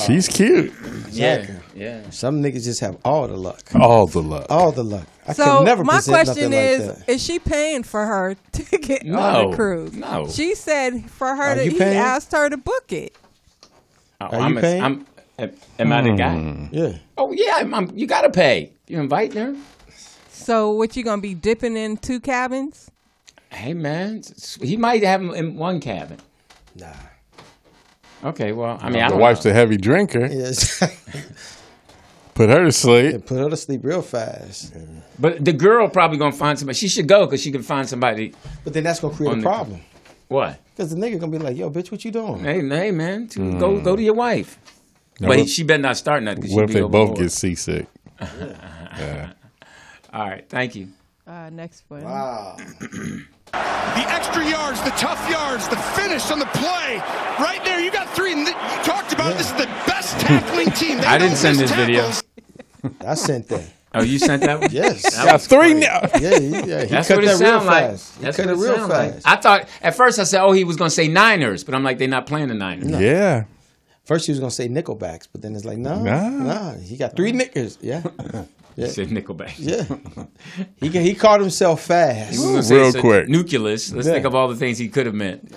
Speaker 3: She's cute.
Speaker 4: Exactly.
Speaker 1: Yeah,
Speaker 4: Some niggas just have all the luck.
Speaker 3: All the luck.
Speaker 4: All the luck. I
Speaker 8: so
Speaker 4: could never
Speaker 8: my
Speaker 4: present
Speaker 8: question
Speaker 4: nothing
Speaker 8: is:
Speaker 4: like that.
Speaker 8: Is she paying for her ticket on
Speaker 4: No,
Speaker 8: the cruise?
Speaker 4: no.
Speaker 8: She said for her
Speaker 4: Are
Speaker 8: to.
Speaker 4: you
Speaker 8: He
Speaker 4: paying?
Speaker 8: asked her to book it.
Speaker 1: Oh,
Speaker 4: Are you
Speaker 1: I'm a,
Speaker 4: paying? Hmm.
Speaker 1: I'm, am am I the guy?
Speaker 4: Yeah.
Speaker 1: Oh yeah, I'm, I'm- you gotta pay. You inviting her?
Speaker 8: So what you gonna be dipping in two cabins?
Speaker 1: Hey man, s- he might have him in one cabin. Nah. Okay, well, I mean, I
Speaker 3: the
Speaker 1: don't
Speaker 3: wife's
Speaker 1: know.
Speaker 3: a heavy drinker.
Speaker 4: Yes.
Speaker 3: Put her to sleep.
Speaker 4: put her to sleep real fast.
Speaker 1: But the girl probably gonna find somebody. She should go because she can find somebody.
Speaker 4: But then that's gonna create
Speaker 1: On
Speaker 4: a
Speaker 1: the-
Speaker 4: problem
Speaker 1: What?
Speaker 4: because the nigga gonna be like, "Yo, bitch, what you doing?"
Speaker 1: Hey, hey man, to- go go to your wife.
Speaker 3: Hmm. Now,
Speaker 1: but
Speaker 3: what-
Speaker 1: she better not start nothing. 'cause she'll
Speaker 3: What if
Speaker 1: be
Speaker 3: they both
Speaker 1: overboard.
Speaker 3: get seasick? Yeah.
Speaker 1: All right, thank you.
Speaker 8: Uh, next one.
Speaker 4: Wow.
Speaker 5: The extra yards, the tough yards, the finish on the play. Right there, you got three. And th- you talked about it. this is the best tackling team. They
Speaker 1: I didn't
Speaker 5: don't
Speaker 1: send
Speaker 5: miss
Speaker 1: this video.
Speaker 5: tackles.
Speaker 4: I sent that.
Speaker 1: Oh, you sent that one?
Speaker 4: Yes.
Speaker 1: That was
Speaker 3: three
Speaker 4: Yeah, he- yeah. He
Speaker 1: That's
Speaker 4: cut
Speaker 1: what
Speaker 4: that
Speaker 1: it
Speaker 4: real
Speaker 1: sounded like.
Speaker 4: fast. He
Speaker 1: That's
Speaker 4: cut
Speaker 1: what
Speaker 4: it real
Speaker 1: sound like.
Speaker 4: fast.
Speaker 1: I thought at first I said, "Oh, he was going to say Niners," but I'm like, they're not playing the Niners.
Speaker 3: Yeah.
Speaker 4: First, she was gonna say Nickelbacks, but then it's like, no,
Speaker 1: Nah.
Speaker 4: nah, he got three knickers. Yeah,
Speaker 1: He said Nickelback.
Speaker 4: yeah. He ca- he caught himself fast.
Speaker 1: He was gonna say it's a Nucleus. Let's
Speaker 4: Yeah.
Speaker 1: think of all the things he could have meant.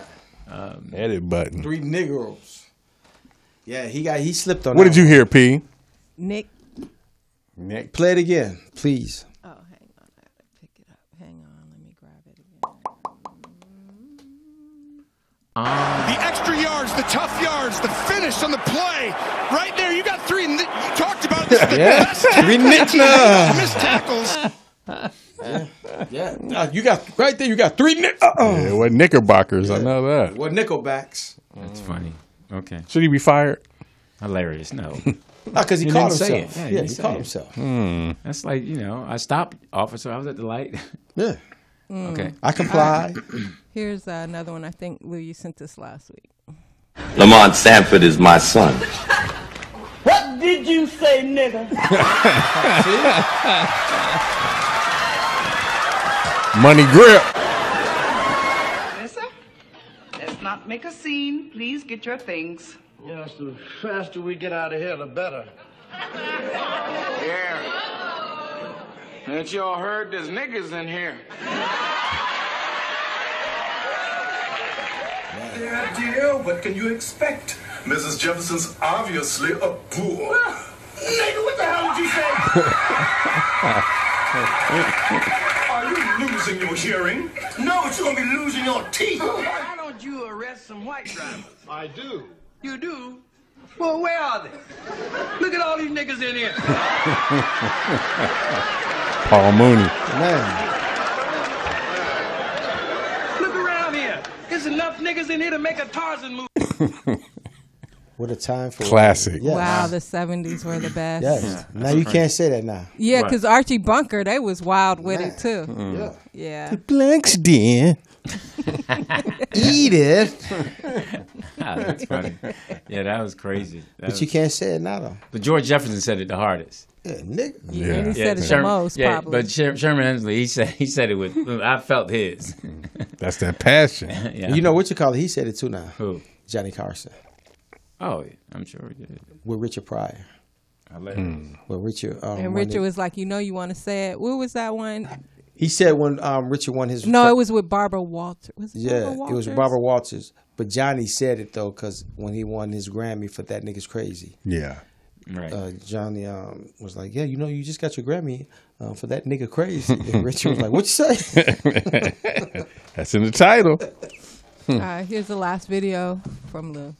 Speaker 1: Um,
Speaker 3: Edit button.
Speaker 4: Three niggers. Yeah, he got he slipped on.
Speaker 3: What
Speaker 4: that
Speaker 3: did you hear, P?
Speaker 8: Nick.
Speaker 4: Nick. Play it again, please.
Speaker 8: Oh,
Speaker 5: The extra yards, the tough yards, the finish on the play. Right there, you got three. And th- you talked about it. This is the
Speaker 4: Yeah.
Speaker 5: best tackling
Speaker 4: Three
Speaker 5: team. They don't
Speaker 4: knickers.
Speaker 5: miss tackles.
Speaker 4: Yeah, Nah, you got right there. You got three. Nick- uh-uh.
Speaker 3: Yeah, what Knickerbockers? I know that.
Speaker 4: Well, Nickelbacks.
Speaker 1: That's funny. Okay.
Speaker 3: Should he be fired?
Speaker 1: Hilarious. No.
Speaker 4: Nah, Ah, 'cause he
Speaker 1: You
Speaker 4: caught
Speaker 1: didn't say
Speaker 4: himself.
Speaker 1: it.
Speaker 4: Yeah,
Speaker 1: didn't
Speaker 4: he
Speaker 1: say
Speaker 4: caught
Speaker 1: it.
Speaker 4: himself.
Speaker 3: Hmm.
Speaker 1: That's like you know, I stopped, officer. I was at the light.
Speaker 4: Yeah.
Speaker 1: Mm. Okay.
Speaker 4: I comply.
Speaker 8: Here's uh, another one. I think Lou, you sent this last week.
Speaker 21: Lamont Sanford is my son.
Speaker 11: What did you say, nigga?
Speaker 3: Money grip.
Speaker 22: Listen, let's not make a scene. Please get your things.
Speaker 23: Yes, the faster we get out of here, the better.
Speaker 12: Ain't y'all heard there's niggas in here?
Speaker 24: dear, what can you expect? Mrs. Jefferson's obviously a boor.
Speaker 5: Nigga, what the hell did you say?
Speaker 24: Are you losing your hearing?
Speaker 5: No, but you're gonna be losing your teeth.
Speaker 23: Why don't you arrest some white drivers? I do. You do? Well, where are they? Look at all these niggas in here.
Speaker 3: Paul Mooney.
Speaker 23: Look around here. There's enough niggas in here to make a Tarzan movie.
Speaker 4: What a time for
Speaker 3: Classic.
Speaker 4: Yes.
Speaker 8: Wow, the seventies were the best.
Speaker 4: Yes. now you can't say that now.
Speaker 8: Yeah, because Archie Bunker, they was wild with it too.
Speaker 4: Mm.
Speaker 8: Yeah.
Speaker 3: The Blanks Den.
Speaker 4: Edith.
Speaker 1: Ah, that's funny. Yeah, that was crazy. That
Speaker 4: But
Speaker 1: was-
Speaker 4: you can't say it now, though.
Speaker 1: But George Jefferson said it the hardest.
Speaker 4: Yeah, nigga.
Speaker 8: Yeah. And he said it the most,
Speaker 1: yeah,
Speaker 8: probably.
Speaker 1: But Sher- Sherman Hemsley, he said he said it with. I felt his.
Speaker 3: That's that passion.
Speaker 1: Yeah.
Speaker 4: You know what you call it? He said it too now.
Speaker 1: Who?
Speaker 4: Johnny Carson
Speaker 1: Oh, yeah, I'm sure he did.
Speaker 4: with Richard Pryor.
Speaker 1: I let
Speaker 3: Hmm.
Speaker 4: With Richard. Um,
Speaker 8: and
Speaker 4: won
Speaker 8: Richard
Speaker 4: it.
Speaker 8: was like, you know, you want to say it. What was that one?
Speaker 4: He said when um, Richard won his.
Speaker 8: No, it was with Barbara Walters. Was it
Speaker 4: Yeah,
Speaker 8: Barbara
Speaker 4: it was
Speaker 8: Walters?
Speaker 4: Barbara Walters. But Johnny said it though, because when he won his Grammy for that nigga's crazy.
Speaker 3: Yeah.
Speaker 1: Right.
Speaker 4: Uh, Johnny um, was like, "Yeah, you know, you just got your Grammy uh, for that nigga crazy." And Richard was like, "What you say?"
Speaker 3: That's in the title.
Speaker 4: Hmm.
Speaker 8: All right, here's the last video from the.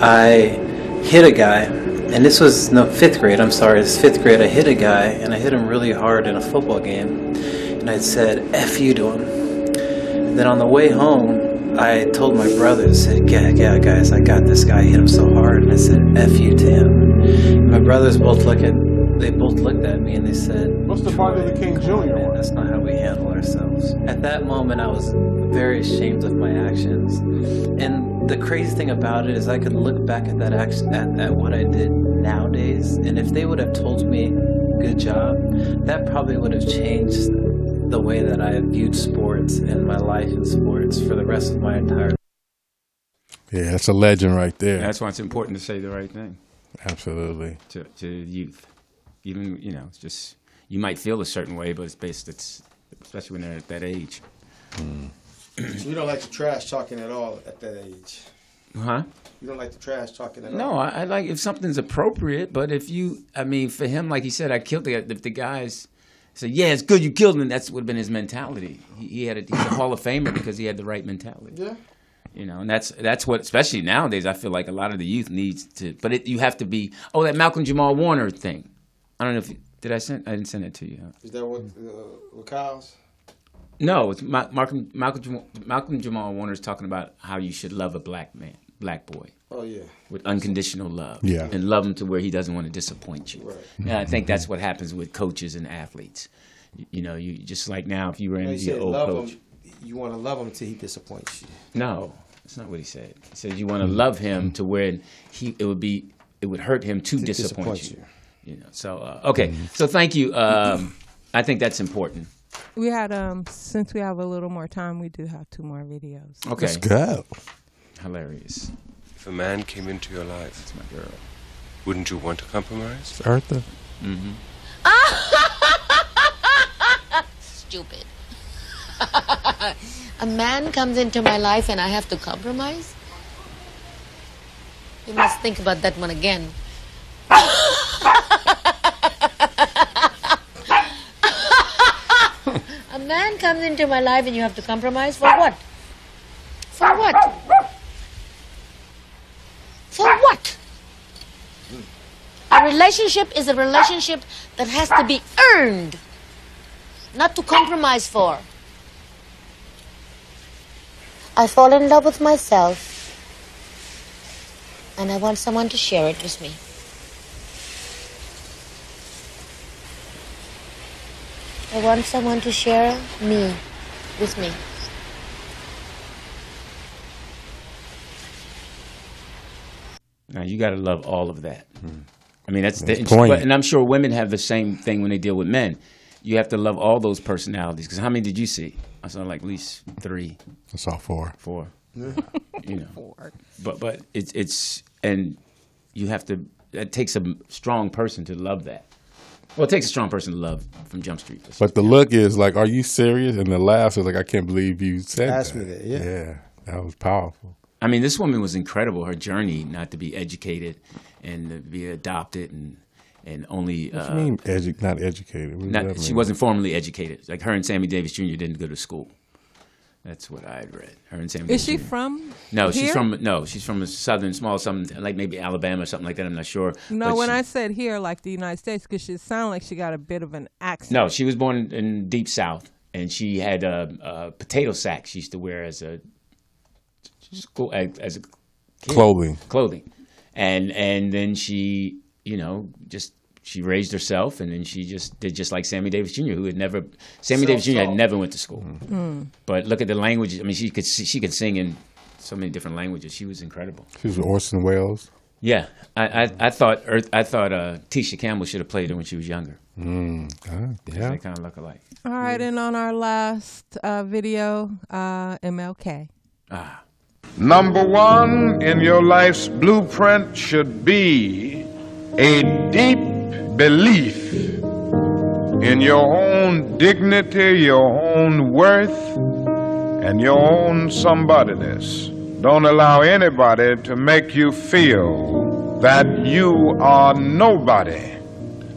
Speaker 10: I hit a guy, and this was no fifth grade. I'm sorry, it's fifth grade. I hit a guy, and I hit him really hard in a football game, and I said "f you" to him. Then on the way home, I told my brothers, "said Yeah, yeah, guys, I got this guy. I hit him so hard, and I said "f you" to him." And my brothers both look at, they both looked at me, and they said, "What's the part of the King Jr.?" Man, that's not how we handle ourselves. At that moment, I was very ashamed of my actions. And the crazy thing about it is, I could look back at that action, at, at what I did nowadays, and if they would have told me, "Good job," that probably would have changed the way that I viewed sports and my life in sports for the rest of my entire.
Speaker 3: Yeah, that's a legend right there.
Speaker 1: That's why it's important to say the right thing
Speaker 3: Absolutely.
Speaker 1: to to youth. Even you know, it's just you might feel a certain way, but it's based. It's especially when they're at that age.
Speaker 3: Hmm.
Speaker 4: you don't like the trash talking at all at that age.
Speaker 1: Huh?
Speaker 4: You don't like the trash talking at all.
Speaker 1: No, I, I like if something's appropriate, but if you, I mean, for him, like he said, I killed the guy. If the guys said, "Yeah, it's good you killed him," that's would have been his mentality. He, he had a, he's a Hall of Famer because he had the right mentality.
Speaker 4: Yeah.
Speaker 1: You know, and that's that's what, especially nowadays, I feel like a lot of the youth needs to. But it, you have to be. Oh, that Malcolm Jamal Warner thing. I don't know if you- did I send. I didn't send it to you. huh?
Speaker 4: Is that what uh, with Kyle's?
Speaker 1: No, it's Ma- Malcolm Malcolm Jamal, Malcolm Jamal Warner's talking about how you should love a black man, black boy.
Speaker 4: Oh, yeah.
Speaker 1: with unconditional love.
Speaker 3: Yeah.
Speaker 1: and love him to where he doesn't want to disappoint you. And I think that's what happens with coaches and athletes. You, you know, you just like now if you ran
Speaker 4: No, you
Speaker 1: into your
Speaker 4: said
Speaker 1: old
Speaker 4: love
Speaker 1: coach.
Speaker 4: him. You want to love him till he disappoints you.
Speaker 1: No, that's not what he said. He said you want to love him to where he it would be it would hurt him to,
Speaker 4: To
Speaker 1: disappoint,
Speaker 4: disappoint
Speaker 1: you. You know. So uh, okay, so thank you. Um, I think that's important.
Speaker 8: We had um since we have a little more time, we do have two more videos.
Speaker 1: Okay.
Speaker 7: Let's go.
Speaker 1: Hilarious.
Speaker 7: If a man came into your life, it's my girl. Wouldn't you want to compromise?
Speaker 3: Eartha.
Speaker 7: Mm-hmm.
Speaker 18: Stupid. a man comes into my life and I have to compromise? You must think about that one again. a man comes into my life and you have to compromise for what? For what? For what? A relationship is a relationship that has to be earned, not to compromise for. I fall in love with myself, and I want someone to share it with me. I want someone to share me with me.
Speaker 1: Now you got to love all of that. I mean, that's,
Speaker 3: Hmm. That's
Speaker 1: the
Speaker 3: poignant.
Speaker 1: but- and I'm sure women have the same thing when they deal with men. You have to love all those personalities because how many did you see? I saw like at least three,
Speaker 3: I saw four.
Speaker 1: four.
Speaker 3: Yeah.
Speaker 1: you know, but but it's it's and you have to. It takes a strong person to love that. Well, it takes a strong person to love from Jump Street.
Speaker 3: But the look is like, are you serious? And the laugh is like, I can't believe you said
Speaker 1: Ask
Speaker 3: that.
Speaker 1: me that, yeah.
Speaker 3: Yeah, that was powerful.
Speaker 1: I mean, this woman was incredible. Her journey, not to be educated and to be adopted and and only.
Speaker 3: What
Speaker 1: uh,
Speaker 3: you mean, edu- not educated? What does
Speaker 1: Not-
Speaker 3: that
Speaker 1: she
Speaker 3: mean?
Speaker 1: wasn't formally educated. Like her and Sammy Davis Jr. didn't go to school. That's what I had read. Her and Sam.
Speaker 8: Is she
Speaker 1: Jr.
Speaker 8: from
Speaker 1: No,
Speaker 8: here?
Speaker 1: she's from no, she's from a southern small, some like maybe Alabama or something like that. I'm not sure.
Speaker 8: No,
Speaker 1: But
Speaker 8: when
Speaker 1: she-
Speaker 8: I said here, like the United States, because she sounded like she got a bit of an accent.
Speaker 1: No, she was born in deep south, and she had a, a potato sack she used to wear as a school as as a kid.
Speaker 3: Clothing.
Speaker 1: clothing, and and then she you know just she raised herself, and then she just did just like Sammy Davis Jr., who had never Sammy Davis Jr. had
Speaker 9: Self-taught.
Speaker 1: never went to school,
Speaker 3: Mm-hmm.
Speaker 9: Mm.
Speaker 1: but look at the languages. I mean, she could she could sing in so many different languages. She was incredible.
Speaker 3: She was with Orson Welles.
Speaker 1: Yeah, I I, I thought Earth, I thought uh, Tisha Campbell should have played her when she was younger.
Speaker 3: Mm. Ah,
Speaker 1: 'Cause
Speaker 3: yeah.
Speaker 1: they kind of look alike.
Speaker 8: All right, and on our last uh, video, uh, MLK.
Speaker 14: Ah. Number one in your life's blueprint should be a deep belief in your own dignity, your own worth, and your own somebodyness. Don't allow anybody to make you feel that you are nobody.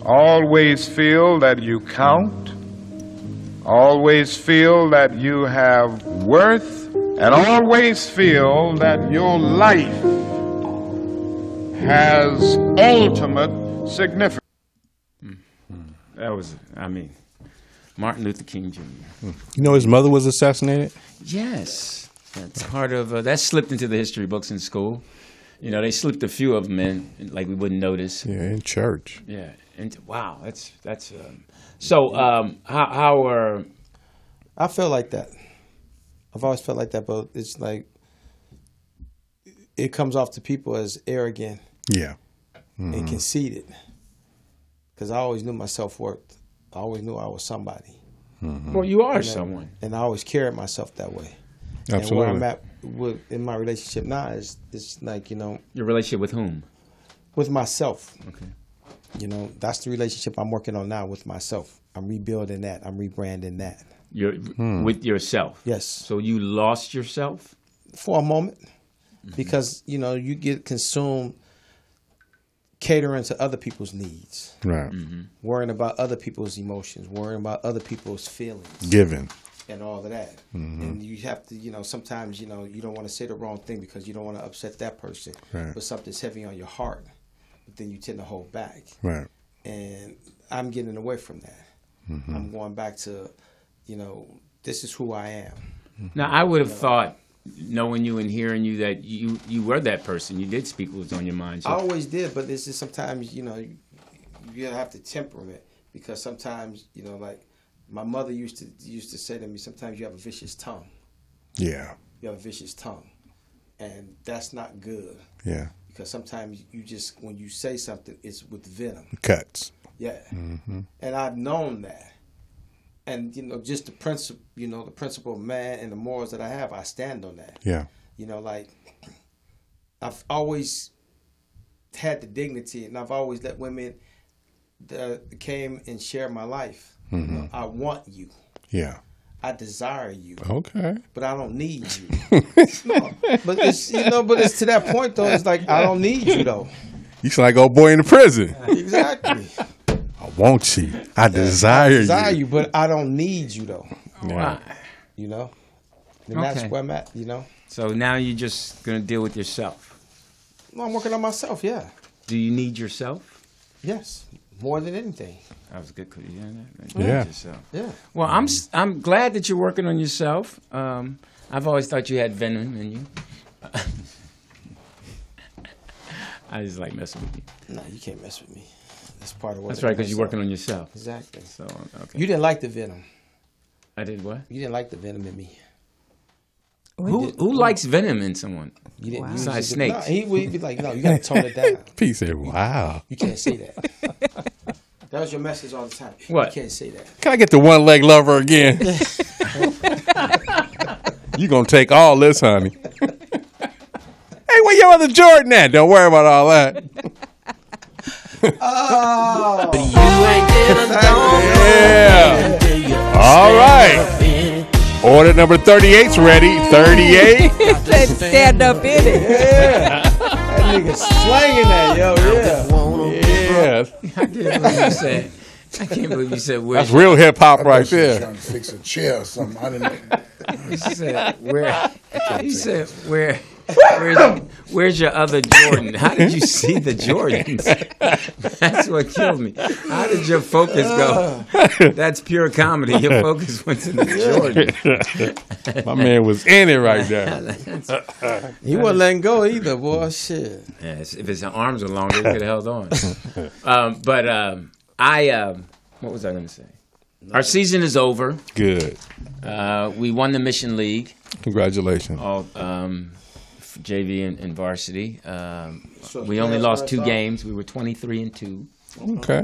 Speaker 14: Always feel that you count. Always feel that you have worth. And always feel that your life has ultimate significance.
Speaker 1: That was, I mean, Martin Luther King Jr.
Speaker 3: You know, his mother was assassinated.
Speaker 1: Yes, that's part of uh, that slipped into the history books in school. You know, they slipped a few of them in, like we wouldn't notice.
Speaker 3: Yeah, in church.
Speaker 1: Yeah, and wow, that's that's. Um, so, um, how how are
Speaker 4: I feel like that. I've always felt like that, but it's like it comes off to people as arrogant
Speaker 3: Yeah.
Speaker 4: and
Speaker 1: Mm.
Speaker 3: Mhm.
Speaker 4: conceited. Because I always knew my self worth. I always knew I was somebody. Mm-hmm.
Speaker 3: Mhm.
Speaker 1: Mm-hmm. Well, you are
Speaker 4: And I-
Speaker 1: someone.
Speaker 4: and I always carried myself that way. And where
Speaker 1: Absolutely.
Speaker 4: I'm at with, in my relationship now is it's like you know
Speaker 1: your relationship with whom?
Speaker 4: with myself. Okay. You know that's the relationship I'm working on now with myself. I'm rebuilding that. I'm rebranding that.
Speaker 1: Your
Speaker 4: Hmm.
Speaker 1: with yourself.
Speaker 4: Yes.
Speaker 1: So you lost yourself. Mm-hmm.
Speaker 4: for a moment because you know you get consumed catering to other people's needs
Speaker 3: Right.
Speaker 1: Mm-hmm.
Speaker 4: worrying about other people's emotions worrying about other people's feelings
Speaker 3: Given.
Speaker 4: and all of that
Speaker 3: Mhm.
Speaker 4: and you have to you know sometimes you know you don't want to say the wrong thing because you don't want to upset that person
Speaker 3: Right.
Speaker 4: but something's heavy on your heart but then you tend to hold back
Speaker 3: Right.
Speaker 4: and i'm getting away from that
Speaker 3: Mhm.
Speaker 4: i'm going back to you know this is who i am
Speaker 3: Hmm.
Speaker 1: Now, I would have thought, knowing you and hearing you, that you you were that person. You did speak what was on your mind. So
Speaker 4: I always did, but it's just sometimes you know you, you have to temperament because sometimes you know like my mother used to used to say to me sometimes you have a vicious tongue.
Speaker 3: Yeah.
Speaker 4: You have a vicious tongue, and that's not good.
Speaker 3: Yeah.
Speaker 4: Because sometimes you just when you say something it's with venom.
Speaker 3: Cuts.
Speaker 4: Yeah.
Speaker 3: Mhm.
Speaker 4: And I've known that. And you know, just the principle, you know, the principle of man and the morals that I have, I stand on that.
Speaker 3: Yeah.
Speaker 4: You know, like I've always had the dignity, and I've always let women that came and share my life. You
Speaker 3: Mhm.
Speaker 4: know, I want you.
Speaker 3: Yeah.
Speaker 4: I desire you.
Speaker 3: Okay.
Speaker 4: But I don't need you. No, but it's you know, but it's to that point though. It's like I don't need you though.
Speaker 3: You sound like old boy in the prison.
Speaker 4: Exactly.
Speaker 3: I want you. I desire,
Speaker 4: desire
Speaker 3: you.
Speaker 4: you, but I don't need you though.
Speaker 3: Yeah.
Speaker 4: You know, and that's
Speaker 1: Okay.
Speaker 4: where I'm at. You know,
Speaker 1: So now you're just gonna deal with yourself.
Speaker 4: no, I'm working on myself. Yeah,
Speaker 1: Do you need yourself?
Speaker 4: yes, more than anything.
Speaker 1: That was good. You hear that?
Speaker 4: Yeah.
Speaker 1: You need yourself.
Speaker 4: Yeah.
Speaker 1: Well, I'm s- I'm glad that you're working on yourself. Um, I've always thought you had venom in you. I just like messing with you.
Speaker 4: No, you can't mess with me. That's part of what.
Speaker 1: That's
Speaker 4: it
Speaker 1: right, because
Speaker 4: is.
Speaker 1: you're working on yourself.
Speaker 4: Exactly.
Speaker 1: So okay.
Speaker 4: You didn't like the venom.
Speaker 1: I did what?
Speaker 4: You didn't like the venom in me.
Speaker 1: Who who likes venom in someone?
Speaker 4: You didn't. You
Speaker 1: Besides
Speaker 4: just-
Speaker 1: snakes.
Speaker 4: No, he would be like, no, you gotta tone it down.
Speaker 3: He said, wow.
Speaker 4: You can't say that. that was your message all the time.
Speaker 3: What?
Speaker 4: You can't say that.
Speaker 3: Can I get the one leg lover again? you gonna take all this, honey. hey, where your other Jordan at? Don't worry about all that.
Speaker 11: Oh. But you
Speaker 3: ain't Yeah. All right. Order number 38's ready. 38.
Speaker 8: Said stand up in it.
Speaker 4: That nigga slanging that, yo. Yeah.
Speaker 1: I did what you said. I can't believe you said wish.
Speaker 3: That's real hip hop right there.
Speaker 2: Trying to fix a chair or something. I didn't.
Speaker 1: He said, "Where?" He said, "Where?" Where's, where's your other Jordan? How did you see the Jordans? That's what killed me. How did your focus go? That's pure comedy. Your focus went to the Jordan.
Speaker 3: My man was in it right there.
Speaker 4: He wasn't letting go either, boy. Shit.
Speaker 1: Yes, if his arms were longer, he could have held on. Um, but um, I, um, what was I going to say? Our season is over.
Speaker 3: Good.
Speaker 1: Uh, we won the Mission League.
Speaker 3: Congratulations.
Speaker 1: All um, f- JV and, and varsity. Um,
Speaker 4: So
Speaker 1: we only
Speaker 4: playoffs
Speaker 1: lost
Speaker 4: right
Speaker 1: two
Speaker 4: now?
Speaker 1: games. We were twenty three and two.
Speaker 3: Okay.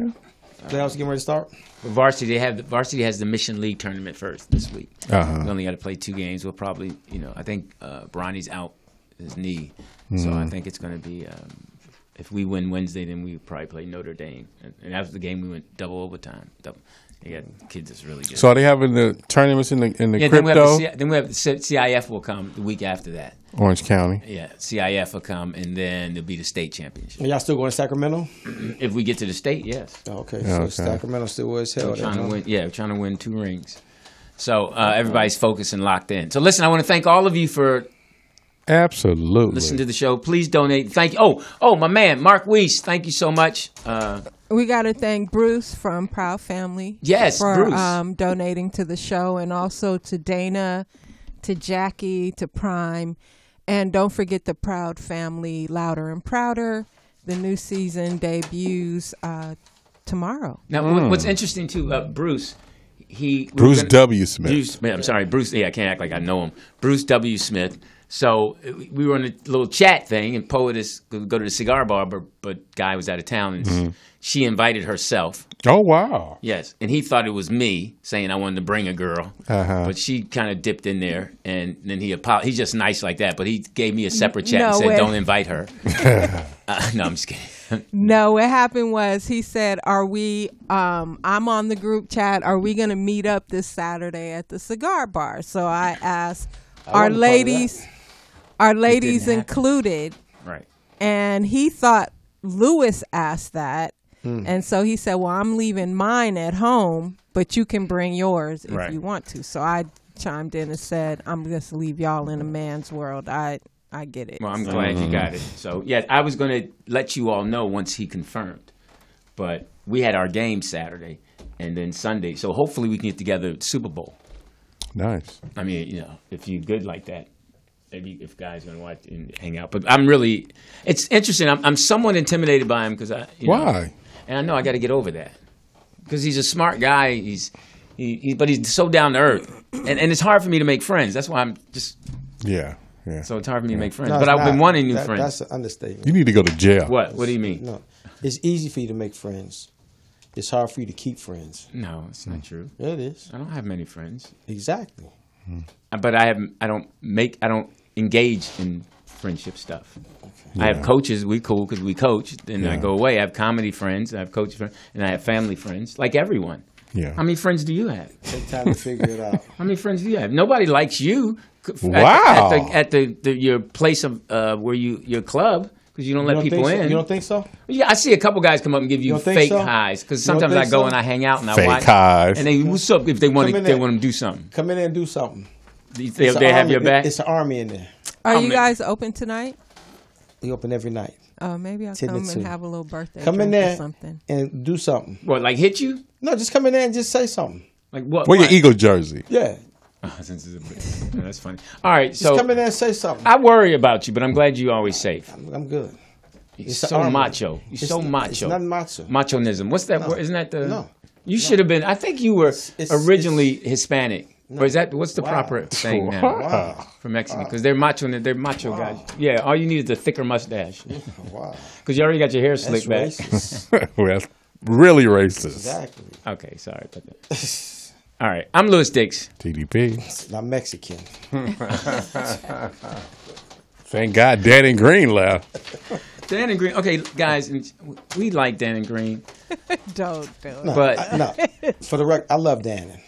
Speaker 4: Playoffs Uh, getting ready to start.
Speaker 1: But varsity have the varsity has the Mission League tournament first this week.
Speaker 3: Uh-huh.
Speaker 1: We only got to play two games. We'll probably, you know, I think uh, Bronny's out his knee, so
Speaker 3: Mm.
Speaker 1: I think it's going to be. Um, if we win Wednesday, then we would probably play Notre Dame, and, and that was the game we went double overtime. Double. They got kids that's really good.
Speaker 3: So are they having the tournaments in the in the
Speaker 1: yeah,
Speaker 3: crypto?
Speaker 1: Then we, have the, C- then we have the C- CIF will come the week after that.
Speaker 3: Orange County.
Speaker 1: Yeah, CIF will come, and then there'll be the state championship.
Speaker 4: Are y'all still going to Sacramento?
Speaker 1: If we get to the state, yes.
Speaker 4: Oh, Okay,
Speaker 3: Yeah,
Speaker 4: so
Speaker 3: okay.
Speaker 4: Sacramento still was
Speaker 1: We're
Speaker 4: held.
Speaker 1: trying to win, yeah, we're trying to win two rings. So uh, everybody's focused and locked in. So listen, I want to thank all of you for
Speaker 3: Absolutely.
Speaker 1: listening to the show. Please donate. Thank you. Oh, oh, my man, Mark Weiss. Thank you so much. Uh,
Speaker 8: We got to thank Bruce from Proud Family.
Speaker 1: Yes,
Speaker 8: for
Speaker 1: Bruce.
Speaker 8: Um, donating to the show and also to Dana, to Jackie, to Prime, and don't forget the Proud Family, louder and prouder. The new season debuts uh, tomorrow.
Speaker 1: now, what- what's interesting too, uh, Bruce. He we were
Speaker 3: Hmm. Bruce W. Smith.
Speaker 1: Bruce Smith. I'm sorry, Bruce. Yeah, I can't act like I know him. Bruce W. Smith. So uh, we were in a little chat thing, and Poetess would go to the cigar bar, but but guy was out of town, and
Speaker 3: Mhm.
Speaker 1: she invited herself.
Speaker 3: Oh wow.
Speaker 1: Yes, and he thought it was me saying I wanted to bring a girl,
Speaker 3: Uh-huh.
Speaker 1: but she kind of dipped in there, and then he apo- He's just nice like that, but he gave me a separate chat and
Speaker 8: No
Speaker 1: said,
Speaker 8: way.
Speaker 1: "Don't invite her." uh, no, I'm just kidding.
Speaker 8: No, what happened was he said, "Are we? Um, I'm on the group chat. Are we going to meet up this Saturday at the cigar bar?" So I asked,
Speaker 11: I wasn't a
Speaker 8: "Are
Speaker 11: part of
Speaker 8: ladies, are ladies
Speaker 11: happen.
Speaker 8: included?"
Speaker 1: Right.
Speaker 8: And he thought Lewis asked that,
Speaker 11: Hmm.
Speaker 8: and so he said, "Well, I'm leaving mine at home, but you can bring yours if
Speaker 11: Right.
Speaker 8: you want to." So I chimed in and said, "I'm just leave y'all in a man's world. I I get it."
Speaker 1: Well, I'm glad
Speaker 3: Mm.
Speaker 1: you got it. So, yeah, I was going to let you all know once he confirmed, but we had our game Saturday and then Sunday. So hopefully we can get together at Super Bowl.
Speaker 3: Nice.
Speaker 1: I mean, you know, if you're good like that, maybe if guys going to watch and hang out. But I'm really, it's interesting. I'm, I'm somewhat intimidated by him because I. You know,
Speaker 3: Why?
Speaker 1: and I know I got to get over that because he's a smart guy. He's, he, he, but he's so down to earth, and and it's hard for me to make friends. That's why I'm just
Speaker 3: Yeah. Yeah.
Speaker 1: so it's hard for me to make friends.
Speaker 4: No,
Speaker 1: but
Speaker 4: it's
Speaker 1: I've been
Speaker 4: not.
Speaker 1: wanting new
Speaker 4: That-
Speaker 1: friends.
Speaker 4: That's an understatement.
Speaker 3: You need to go to jail.
Speaker 1: What? What do you mean?
Speaker 4: No, it's easy for you to make friends. It's hard for you to keep friends.
Speaker 1: No, it's not true.
Speaker 4: It is.
Speaker 1: I don't have many friends.
Speaker 4: Exactly.
Speaker 1: Hmm. But I have. I don't make. I don't engage in friendship stuff. I
Speaker 3: Yeah.
Speaker 1: have coaches. We cool because we coach. Then I
Speaker 3: Yeah.
Speaker 1: go away. I have comedy friends. I have coach friends, and I have family friends. Like everyone.
Speaker 3: Yeah.
Speaker 1: How many friends do you have?
Speaker 4: Take time to figure it out.
Speaker 1: How many friends do you have? Nobody likes you. c- at-
Speaker 3: Wow.
Speaker 1: At, the, at the, the your place of uh, where you your club because you don't let
Speaker 4: don't
Speaker 1: people
Speaker 4: think so?
Speaker 1: in.
Speaker 4: You don't think so?
Speaker 1: Yeah, I see a couple guys come up and give you,
Speaker 4: You don't think
Speaker 1: fake
Speaker 4: so?
Speaker 1: highs because
Speaker 4: You don't
Speaker 1: sometimes I
Speaker 4: think
Speaker 1: go
Speaker 4: so?
Speaker 1: and I hang out and I
Speaker 3: Fake
Speaker 1: watch.
Speaker 3: highs.
Speaker 1: And they what's up if they want
Speaker 4: Come
Speaker 1: to
Speaker 4: in
Speaker 1: they
Speaker 4: there.
Speaker 1: want to do something.
Speaker 4: Come in there and do something.
Speaker 1: They, they
Speaker 4: It's
Speaker 1: have
Speaker 4: an army-
Speaker 1: your back.
Speaker 4: It's an army in there.
Speaker 8: Are
Speaker 4: I'm
Speaker 8: you
Speaker 4: in.
Speaker 8: guys open tonight?
Speaker 4: We open every night.
Speaker 8: Oh, maybe I'll
Speaker 4: 10 to
Speaker 8: come
Speaker 4: 2.
Speaker 8: and have a little birthday
Speaker 4: Come in
Speaker 8: drink or
Speaker 4: there
Speaker 8: something.
Speaker 4: and do something.
Speaker 1: What? Like hit you?
Speaker 4: No, just come in there and just say something.
Speaker 1: Like what?
Speaker 3: Wear your Eagle jersey.
Speaker 4: Yeah.
Speaker 1: Since it's a, that's funny. All right,
Speaker 4: Just
Speaker 1: so
Speaker 4: come in there and say something.
Speaker 1: I worry about you, but I'm glad you're always safe.
Speaker 4: I'm good.
Speaker 1: You're
Speaker 4: It's
Speaker 1: so
Speaker 4: army.
Speaker 1: macho. You're so
Speaker 4: It's-
Speaker 1: macho.
Speaker 4: It's not macho.
Speaker 1: Machonism. What's that
Speaker 4: No.
Speaker 1: word? Isn't that the?
Speaker 4: No.
Speaker 1: You should have been. I think you were
Speaker 4: it's-
Speaker 1: originally Hispanic, or is that what's the
Speaker 4: Wow.
Speaker 1: proper thing now
Speaker 4: Wow.
Speaker 1: for Mexican? Because they're macho. and They're macho guys. Yeah. All you need is a thicker mustache.
Speaker 4: wow.
Speaker 1: Because you already got your hair slicked back.
Speaker 4: That's
Speaker 3: well, that's really racist.
Speaker 4: Exactly.
Speaker 1: okay. Sorry about that. All right. I'm Louis Dix.
Speaker 3: TDP.
Speaker 4: Not Mexican.
Speaker 3: Thank God Dan and Green left.
Speaker 1: Dan and Green. Okay, guys, and we like Dan and Green,
Speaker 8: Don't do it.
Speaker 4: No,
Speaker 1: but
Speaker 4: I- no. For the record, I love Dannon.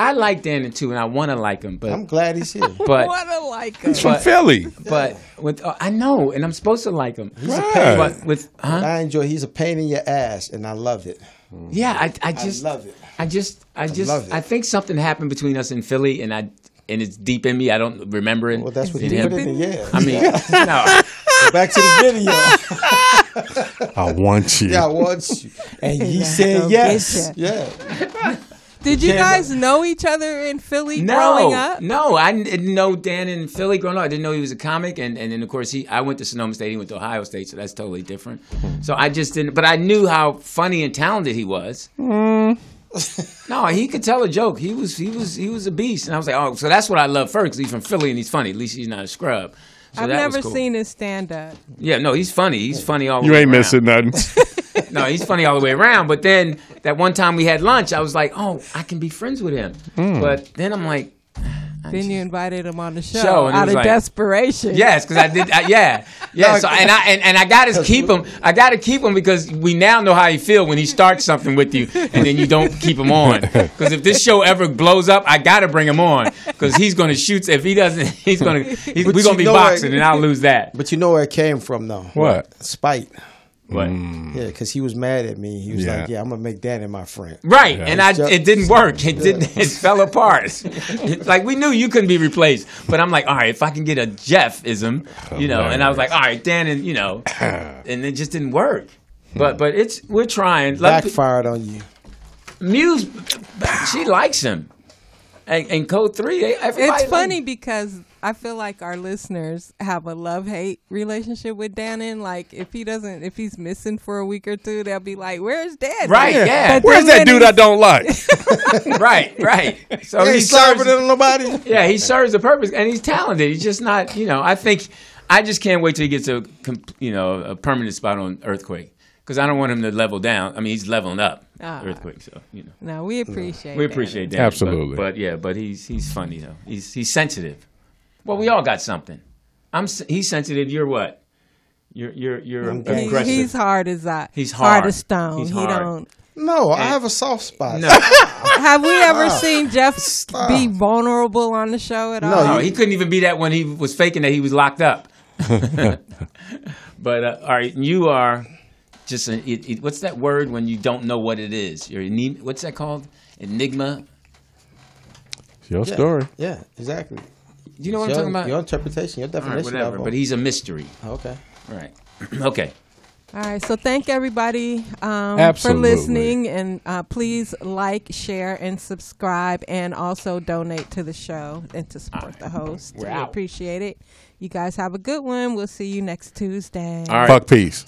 Speaker 1: I like Dannon too, and I want to like him. But
Speaker 4: I'm glad he's here.
Speaker 1: But
Speaker 8: wanna like
Speaker 3: He's from
Speaker 1: but-
Speaker 3: Philly.
Speaker 1: But with uh, I know, and I'm supposed to like him.
Speaker 4: He's a pain.
Speaker 1: But with huh?
Speaker 4: I enjoy. He's a pain in your ass, and I love it.
Speaker 1: Yeah, I, I just
Speaker 4: love it.
Speaker 1: I just I just
Speaker 4: love it.
Speaker 1: I, think something happened between us in Philly, and I and it's deep in me. I don't remember it. Well,
Speaker 4: that's what you put in there, yeah.
Speaker 1: I mean,
Speaker 4: Yeah.
Speaker 1: no.
Speaker 4: Back to the video.
Speaker 3: I want you.
Speaker 4: yeah, I want you. And he said
Speaker 8: I'll
Speaker 4: yes.
Speaker 8: get ya.
Speaker 4: Yeah.
Speaker 8: Did you
Speaker 1: Yeah, but-
Speaker 8: guys know each other in Philly
Speaker 1: No,
Speaker 8: growing up?
Speaker 1: no, I didn't know Dan in Philly growing up. I didn't know he was a comic, and and then of course he. I went to Sonoma State. He went to Ohio State, so that's totally different. So I just didn't, but I knew how funny and talented he was. No, he could tell a joke. He was he was he was a beast, and I was like, oh, so that's what I love first. 'cause he's from Philly and he's funny. At least he's not a scrub. So
Speaker 8: I've
Speaker 1: that was
Speaker 8: never
Speaker 1: cool.
Speaker 8: seen his stand up.
Speaker 1: Yeah, no, he's funny. He's funny all. the
Speaker 3: You
Speaker 1: way
Speaker 3: ain't
Speaker 1: around.
Speaker 3: missing nothing.
Speaker 1: no, he's funny all the way around. But then that one time we had lunch, I was like, oh, I can be friends with him.
Speaker 8: Mm.
Speaker 1: But then I'm like,
Speaker 8: Then you invited him on the show,
Speaker 1: Show, and it
Speaker 8: out
Speaker 1: was
Speaker 8: of
Speaker 1: like-
Speaker 8: desperation.
Speaker 1: Yes, because I did. I, yeah, yeah.
Speaker 8: No,
Speaker 1: so and I and, and I got to keep him. I got to keep him because we now know how he feel when he starts something with you, and then you don't keep him on. Because if this show ever blows up, I got to bring him on because he's going to shoot. If he doesn't, he's going to. He's,
Speaker 4: But
Speaker 1: we're going
Speaker 4: you
Speaker 1: to be
Speaker 4: know
Speaker 1: boxing,
Speaker 4: it-
Speaker 1: and I'll lose that.
Speaker 4: But you know where it came from, though.
Speaker 1: What?
Speaker 4: Spite. Mm.
Speaker 1: What?
Speaker 4: Yeah, because he was mad at me. He was
Speaker 1: Yeah.
Speaker 4: like, "Yeah, I'm gonna make Danny my friend."
Speaker 1: Right, and I
Speaker 4: Just-
Speaker 1: it didn't work. It didn't. It fell apart. like we knew you couldn't be replaced, but I'm like, all right, if I can get a Jeffism, you know, and I was like, all right, Dan, and you know, and it just didn't work. But but it's we're trying. Let pe-
Speaker 4: backfired on you.
Speaker 1: Muse, she likes him, and, and Code Three. They, everybody
Speaker 8: It's
Speaker 1: like-
Speaker 8: funny because I feel like our listeners have a love hate relationship with Dannon. Like if he doesn't, if he's missing for a week or two, they'll be like, "Where's Dannon?"
Speaker 1: Right, Yeah. yeah.
Speaker 8: But
Speaker 3: Where's
Speaker 8: then
Speaker 3: that dude
Speaker 8: when
Speaker 3: I don't like?
Speaker 1: right, right. So
Speaker 3: He
Speaker 1: he
Speaker 3: ain't
Speaker 1: serves
Speaker 3: sharper than
Speaker 4: nobody.
Speaker 1: Yeah, he serves the purpose, and he's talented. He's just not, you know. I think I just can't wait till he gets a, com- you know, a permanent spot on Earthquake because I don't want him to level down. I mean, he's leveling up
Speaker 8: Ah.
Speaker 1: Earthquake, so you know.
Speaker 8: he- No, we appreciate.
Speaker 1: We appreciate that
Speaker 8: Dannon.
Speaker 3: Absolutely.
Speaker 1: but, but yeah, but he's he's funny though. He's he's sensitive. Well, we all got something. I'm s- he's sensitive. You're what? You're you're you're
Speaker 8: He-
Speaker 1: aggressive.
Speaker 8: he's hard as I.
Speaker 1: He's hard.
Speaker 8: as stone.
Speaker 1: He's
Speaker 8: he
Speaker 1: hard.
Speaker 8: don't.
Speaker 4: No, I have a soft spot.
Speaker 1: No.
Speaker 8: Have we ever
Speaker 4: Stop.
Speaker 8: seen Jeff be vulnerable on the show at all?
Speaker 1: No, he couldn't even be that when he was faking that he was locked up. but uh, all right, you are just an, it, it- what's that word when you don't know what it is? You're ene- what's that called? Enigma.
Speaker 3: It's your
Speaker 4: Yeah,
Speaker 3: story.
Speaker 4: Yeah, exactly.
Speaker 1: You know what I'm
Speaker 4: Your-
Speaker 1: talking about?
Speaker 4: Your interpretation, your
Speaker 1: All right,
Speaker 4: definition.
Speaker 1: whatever.
Speaker 4: of it.
Speaker 1: But he's a mystery.
Speaker 4: okay.
Speaker 1: Right. okay.
Speaker 8: All right, so thank everybody um, for
Speaker 1: Absolutely.
Speaker 8: listening, and uh, please like, share, and subscribe, and also donate to the show and to support the host.
Speaker 3: We're
Speaker 8: we
Speaker 3: out.
Speaker 8: appreciate it. You guys have a good one. We'll see you next Tuesday.
Speaker 3: Fuck peace.